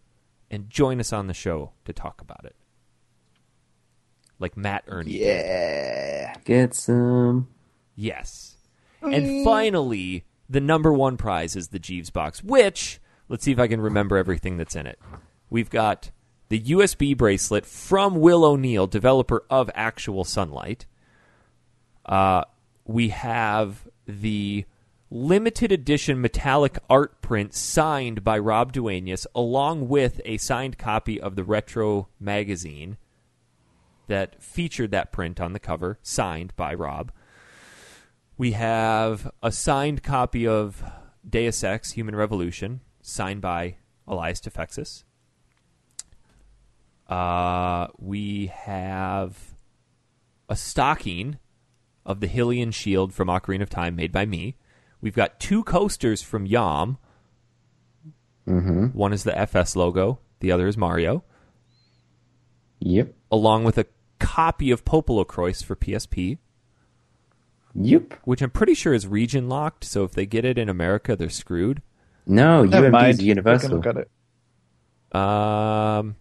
Speaker 1: and join us on the show to talk about it. Like Matt Ernie.
Speaker 4: Yeah. Get some.
Speaker 1: Yes. And finally, the number one prize is the Jeeves box, which, let's see if I can remember everything that's in it. We've got the USB bracelet from Will O'Neill, developer of Actual Sunlight. Uh, we have the limited edition metallic art print signed by Rob Duenas, along with a signed copy of the Retro magazine that featured that print on the cover, signed by Rob. We have a signed copy of Deus Ex Human Revolution, signed by Elias Tefexis. Uh, we have a stocking of the Hylian Shield from Ocarina of Time made by me. We've got two coasters from Yom. Mm-hmm. One is the FS logo, the other is Mario,
Speaker 4: Yep.
Speaker 1: along with a copy of Popolo Croix for PSP.
Speaker 4: Yep.
Speaker 1: which I'm pretty sure is region locked. So if they get it in America, they're screwed.
Speaker 4: No,
Speaker 2: Never
Speaker 4: UMD
Speaker 2: mind.
Speaker 4: is universal.
Speaker 2: We can look at it.
Speaker 1: Um,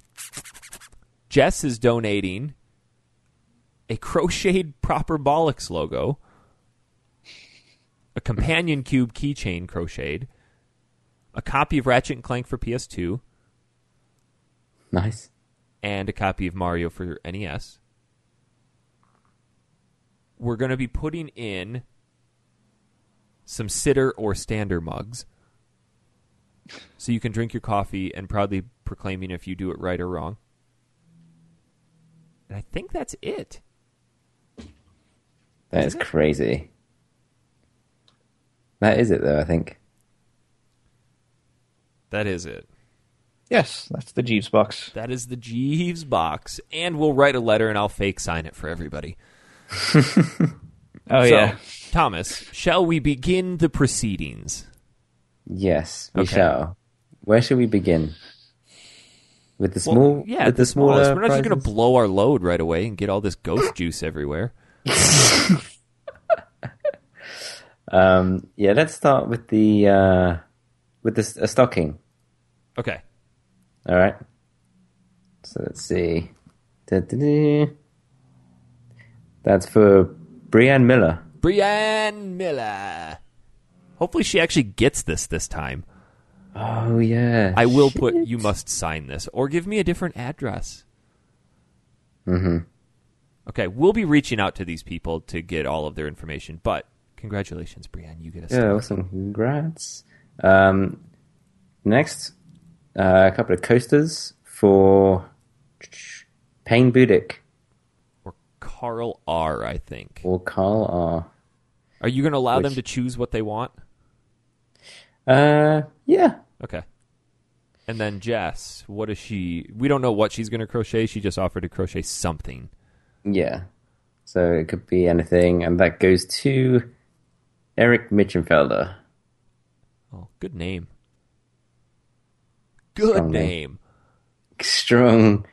Speaker 1: Jess is donating a crocheted proper bollocks logo, a companion cube keychain crocheted, a copy of Ratchet and Clank for PS2,
Speaker 4: Nice.
Speaker 1: and a copy of Mario for E NES. We're going to be putting in some sitter or stander mugs. So you can drink your coffee and proudly proclaiming if you do it right or wrong. And I think that's it.
Speaker 4: That is crazy. That is it, though. I think.
Speaker 1: That is it.
Speaker 2: Yes, that's the Jeeves box.
Speaker 1: That is the Jeeves box. And we'll write a letter and I'll fake sign it for everybody. so,
Speaker 2: Oh yeah.
Speaker 1: Thomas, shall we begin the proceedings?
Speaker 4: Yes, we
Speaker 1: Okay.
Speaker 4: shall. Where shall we begin? With the small,
Speaker 1: Well, yeah,
Speaker 4: with the, smaller.
Speaker 1: We're not just going to
Speaker 4: prizes?
Speaker 1: blow our load right away and get all this ghost juice everywhere.
Speaker 4: um, yeah, let's start with the uh, with the s- a stocking.
Speaker 1: Okay.
Speaker 4: All right. So let's see. Da-da-da. That's for Brianne Miller.
Speaker 1: Brianne Miller. Hopefully she actually gets this this time.
Speaker 4: Oh yeah,
Speaker 1: I will put you must sign this or give me a different address.
Speaker 4: Mm-hmm.
Speaker 1: Mhm. Okay, we'll be reaching out to these people to get all of their information, but congratulations Brianne, you get a
Speaker 4: Yeah,
Speaker 1: star.
Speaker 4: awesome. Congrats. Um, next, uh, a couple of coasters for Payne Budic
Speaker 1: or Carl R, I think.
Speaker 4: or Carl R.
Speaker 1: Are you going to allow them
Speaker 4: Which-
Speaker 1: to choose what they want?
Speaker 4: Uh, yeah.
Speaker 1: Okay. And then Jess, what is she? We don't know what she's going to crochet. She just offered to crochet something.
Speaker 4: Yeah. So it could be anything, and that goes to Eric Mitchenfelder.
Speaker 1: Oh, good name. Good
Speaker 4: Strong name.
Speaker 1: name.
Speaker 4: Strong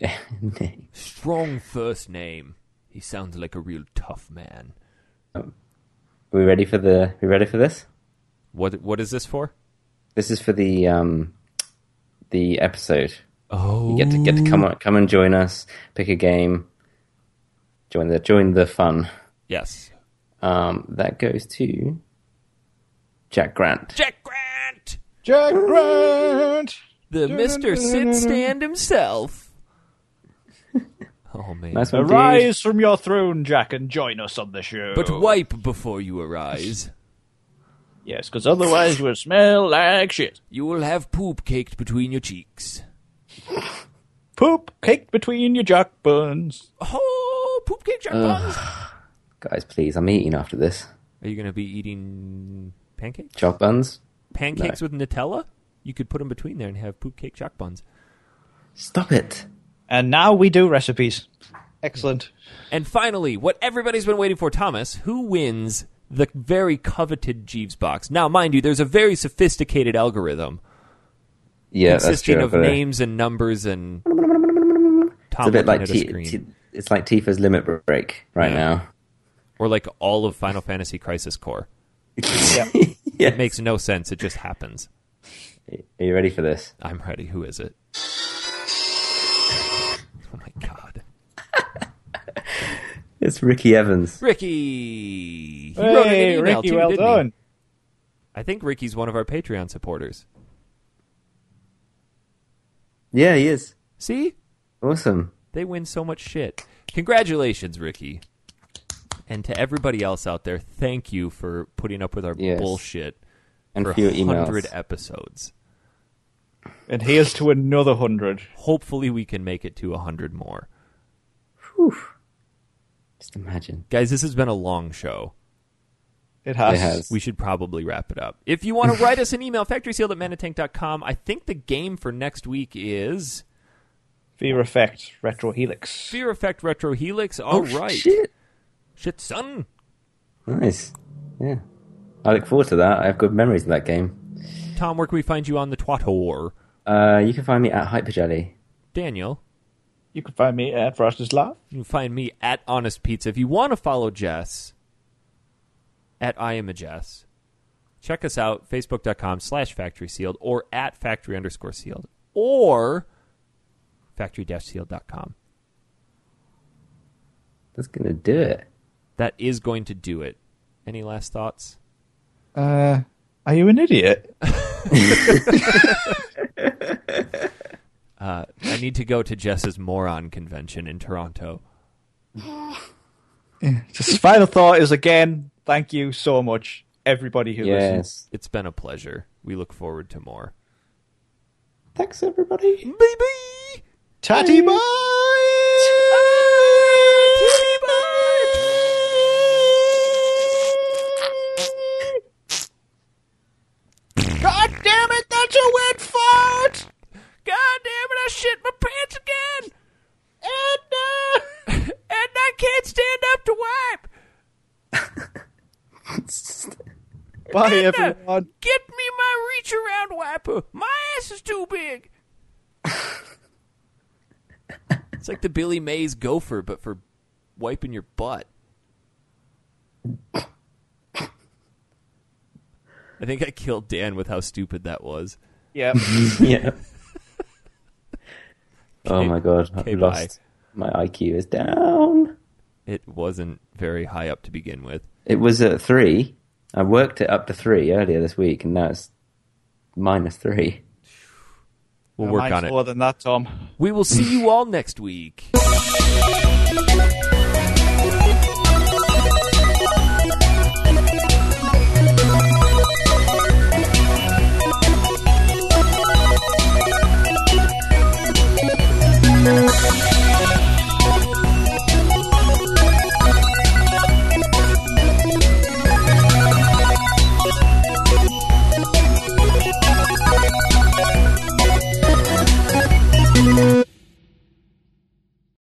Speaker 4: name.
Speaker 1: Strong first name. He sounds like a real tough man.
Speaker 4: we ready for the? We ready for this?
Speaker 1: What what is this for?
Speaker 4: This is for the um, the episode.
Speaker 1: Oh,
Speaker 4: You get to get to come on, come and join us. Pick a game. Join the join the fun.
Speaker 1: yes.
Speaker 4: Um, that goes to Jack Grant.
Speaker 1: Jack Grant,
Speaker 2: Jack Grant.
Speaker 1: the Mister Sit Stand himself. Oh man!
Speaker 4: Nice one, dude.
Speaker 2: Arise from your throne, Jack, and join us on the show.
Speaker 1: But wipe before you arise.
Speaker 2: Yes, because otherwise you'll smell like shit.
Speaker 1: You will have poop caked between your cheeks.
Speaker 2: Poop caked between your jackbones.
Speaker 1: Oh, poop caked jack buns.
Speaker 4: Guys, please, I'm eating after this.
Speaker 1: Are you going to be eating pancakes?
Speaker 4: Chop buns?
Speaker 1: Pancakes with Nutella? You could put them between there and have poop cake jack buns.
Speaker 4: Stop it.
Speaker 2: And now we do recipes. Excellent.
Speaker 1: And finally, what everybody's been waiting for, Thomas, who wins the very coveted Jeeves box? Now, mind you, there's a very sophisticated algorithm
Speaker 4: Yeah, that's
Speaker 1: consisting
Speaker 4: true.
Speaker 1: of
Speaker 4: but
Speaker 1: names and numbers and
Speaker 4: It's
Speaker 1: Tom
Speaker 4: a
Speaker 1: looking
Speaker 4: bit like
Speaker 1: at a
Speaker 4: T-
Speaker 1: screen.
Speaker 4: T- it's like Tifa's limit break right
Speaker 1: Yeah.
Speaker 4: now.
Speaker 1: or like all of Final Fantasy Crisis Core.
Speaker 4: yeah.
Speaker 1: It makes no sense. It just happens.
Speaker 4: Are you ready for this?
Speaker 1: I'm ready. Who is it? Oh my god.
Speaker 4: It's Ricky Evans.
Speaker 1: Ricky! He wrote an
Speaker 2: Hey,
Speaker 1: email
Speaker 2: Ricky,
Speaker 1: too,
Speaker 2: well
Speaker 1: didn't he?
Speaker 2: done.
Speaker 1: I think Ricky's one of our Patreon supporters.
Speaker 4: Yeah, he is.
Speaker 1: See?
Speaker 4: Awesome.
Speaker 1: They win so much shit. Congratulations, Ricky. And to everybody else out there, thank you for putting up with our
Speaker 4: Yes.
Speaker 1: bullshit
Speaker 4: And
Speaker 1: for
Speaker 4: for your
Speaker 1: 100
Speaker 4: emails.
Speaker 1: episodes.
Speaker 2: And here's to another hundred.
Speaker 1: Hopefully, we can make it to 100 more.
Speaker 4: Just imagine.
Speaker 1: Guys, this has been a long show.
Speaker 2: It has.
Speaker 4: It has.
Speaker 1: We should probably wrap it up. If you want to write us an email, factorysealed at manatank.com. I think the game for next week is
Speaker 2: Fear Effect, Retro Helix.
Speaker 1: Fear Effect Retro
Speaker 2: Oh,
Speaker 1: Helix. All Oh, right,
Speaker 4: Oh, Shit.
Speaker 1: Shit, son.
Speaker 4: Nice. Yeah. I look forward to that. I have good memories of that game.
Speaker 1: Tom, where can we find you on the Twat War?
Speaker 4: Uh, you can find me at Hyper Jelly.
Speaker 1: Daniel.
Speaker 2: You can find me at Frost's Laugh.
Speaker 1: You can find me at Honest Pizza. If you want to follow Jess, at I am a Jess, check us out, facebook.com slash factory sealed or at factory underscore sealed or factory dash sealed.com.
Speaker 4: That's gonna do it.
Speaker 1: That is going to do it. Any last thoughts?
Speaker 2: Uh, are you an idiot?
Speaker 1: I need to go to Jess's moron convention in Toronto.
Speaker 2: Just final thought is again, thank you so much, everybody who listens.
Speaker 4: Yes.
Speaker 1: It's been a pleasure. We look forward to more.
Speaker 4: Thanks, everybody.
Speaker 1: Baby!
Speaker 2: Tatty bye!
Speaker 5: God damn it, that's a wet fart!
Speaker 1: God damn it, I shit my pants again! And, uh, and I can't stand up to wipe!
Speaker 2: Bye, everyone.
Speaker 1: Get me my reach around wiper! My ass is too big! it's like the Billy Mays gopher, but for wiping your butt. I think I killed Dan with how stupid that was.
Speaker 2: Yeah.
Speaker 4: yeah. oh my god, I've
Speaker 1: okay, bye.
Speaker 4: lost. My IQ is down.
Speaker 1: It wasn't very high up to begin with.
Speaker 4: It was at three. I worked it up to three earlier this week, and now it's minus three.
Speaker 1: We'll
Speaker 2: Mine's
Speaker 1: work on it.
Speaker 2: more than that, Tom.
Speaker 1: We will see you all next week.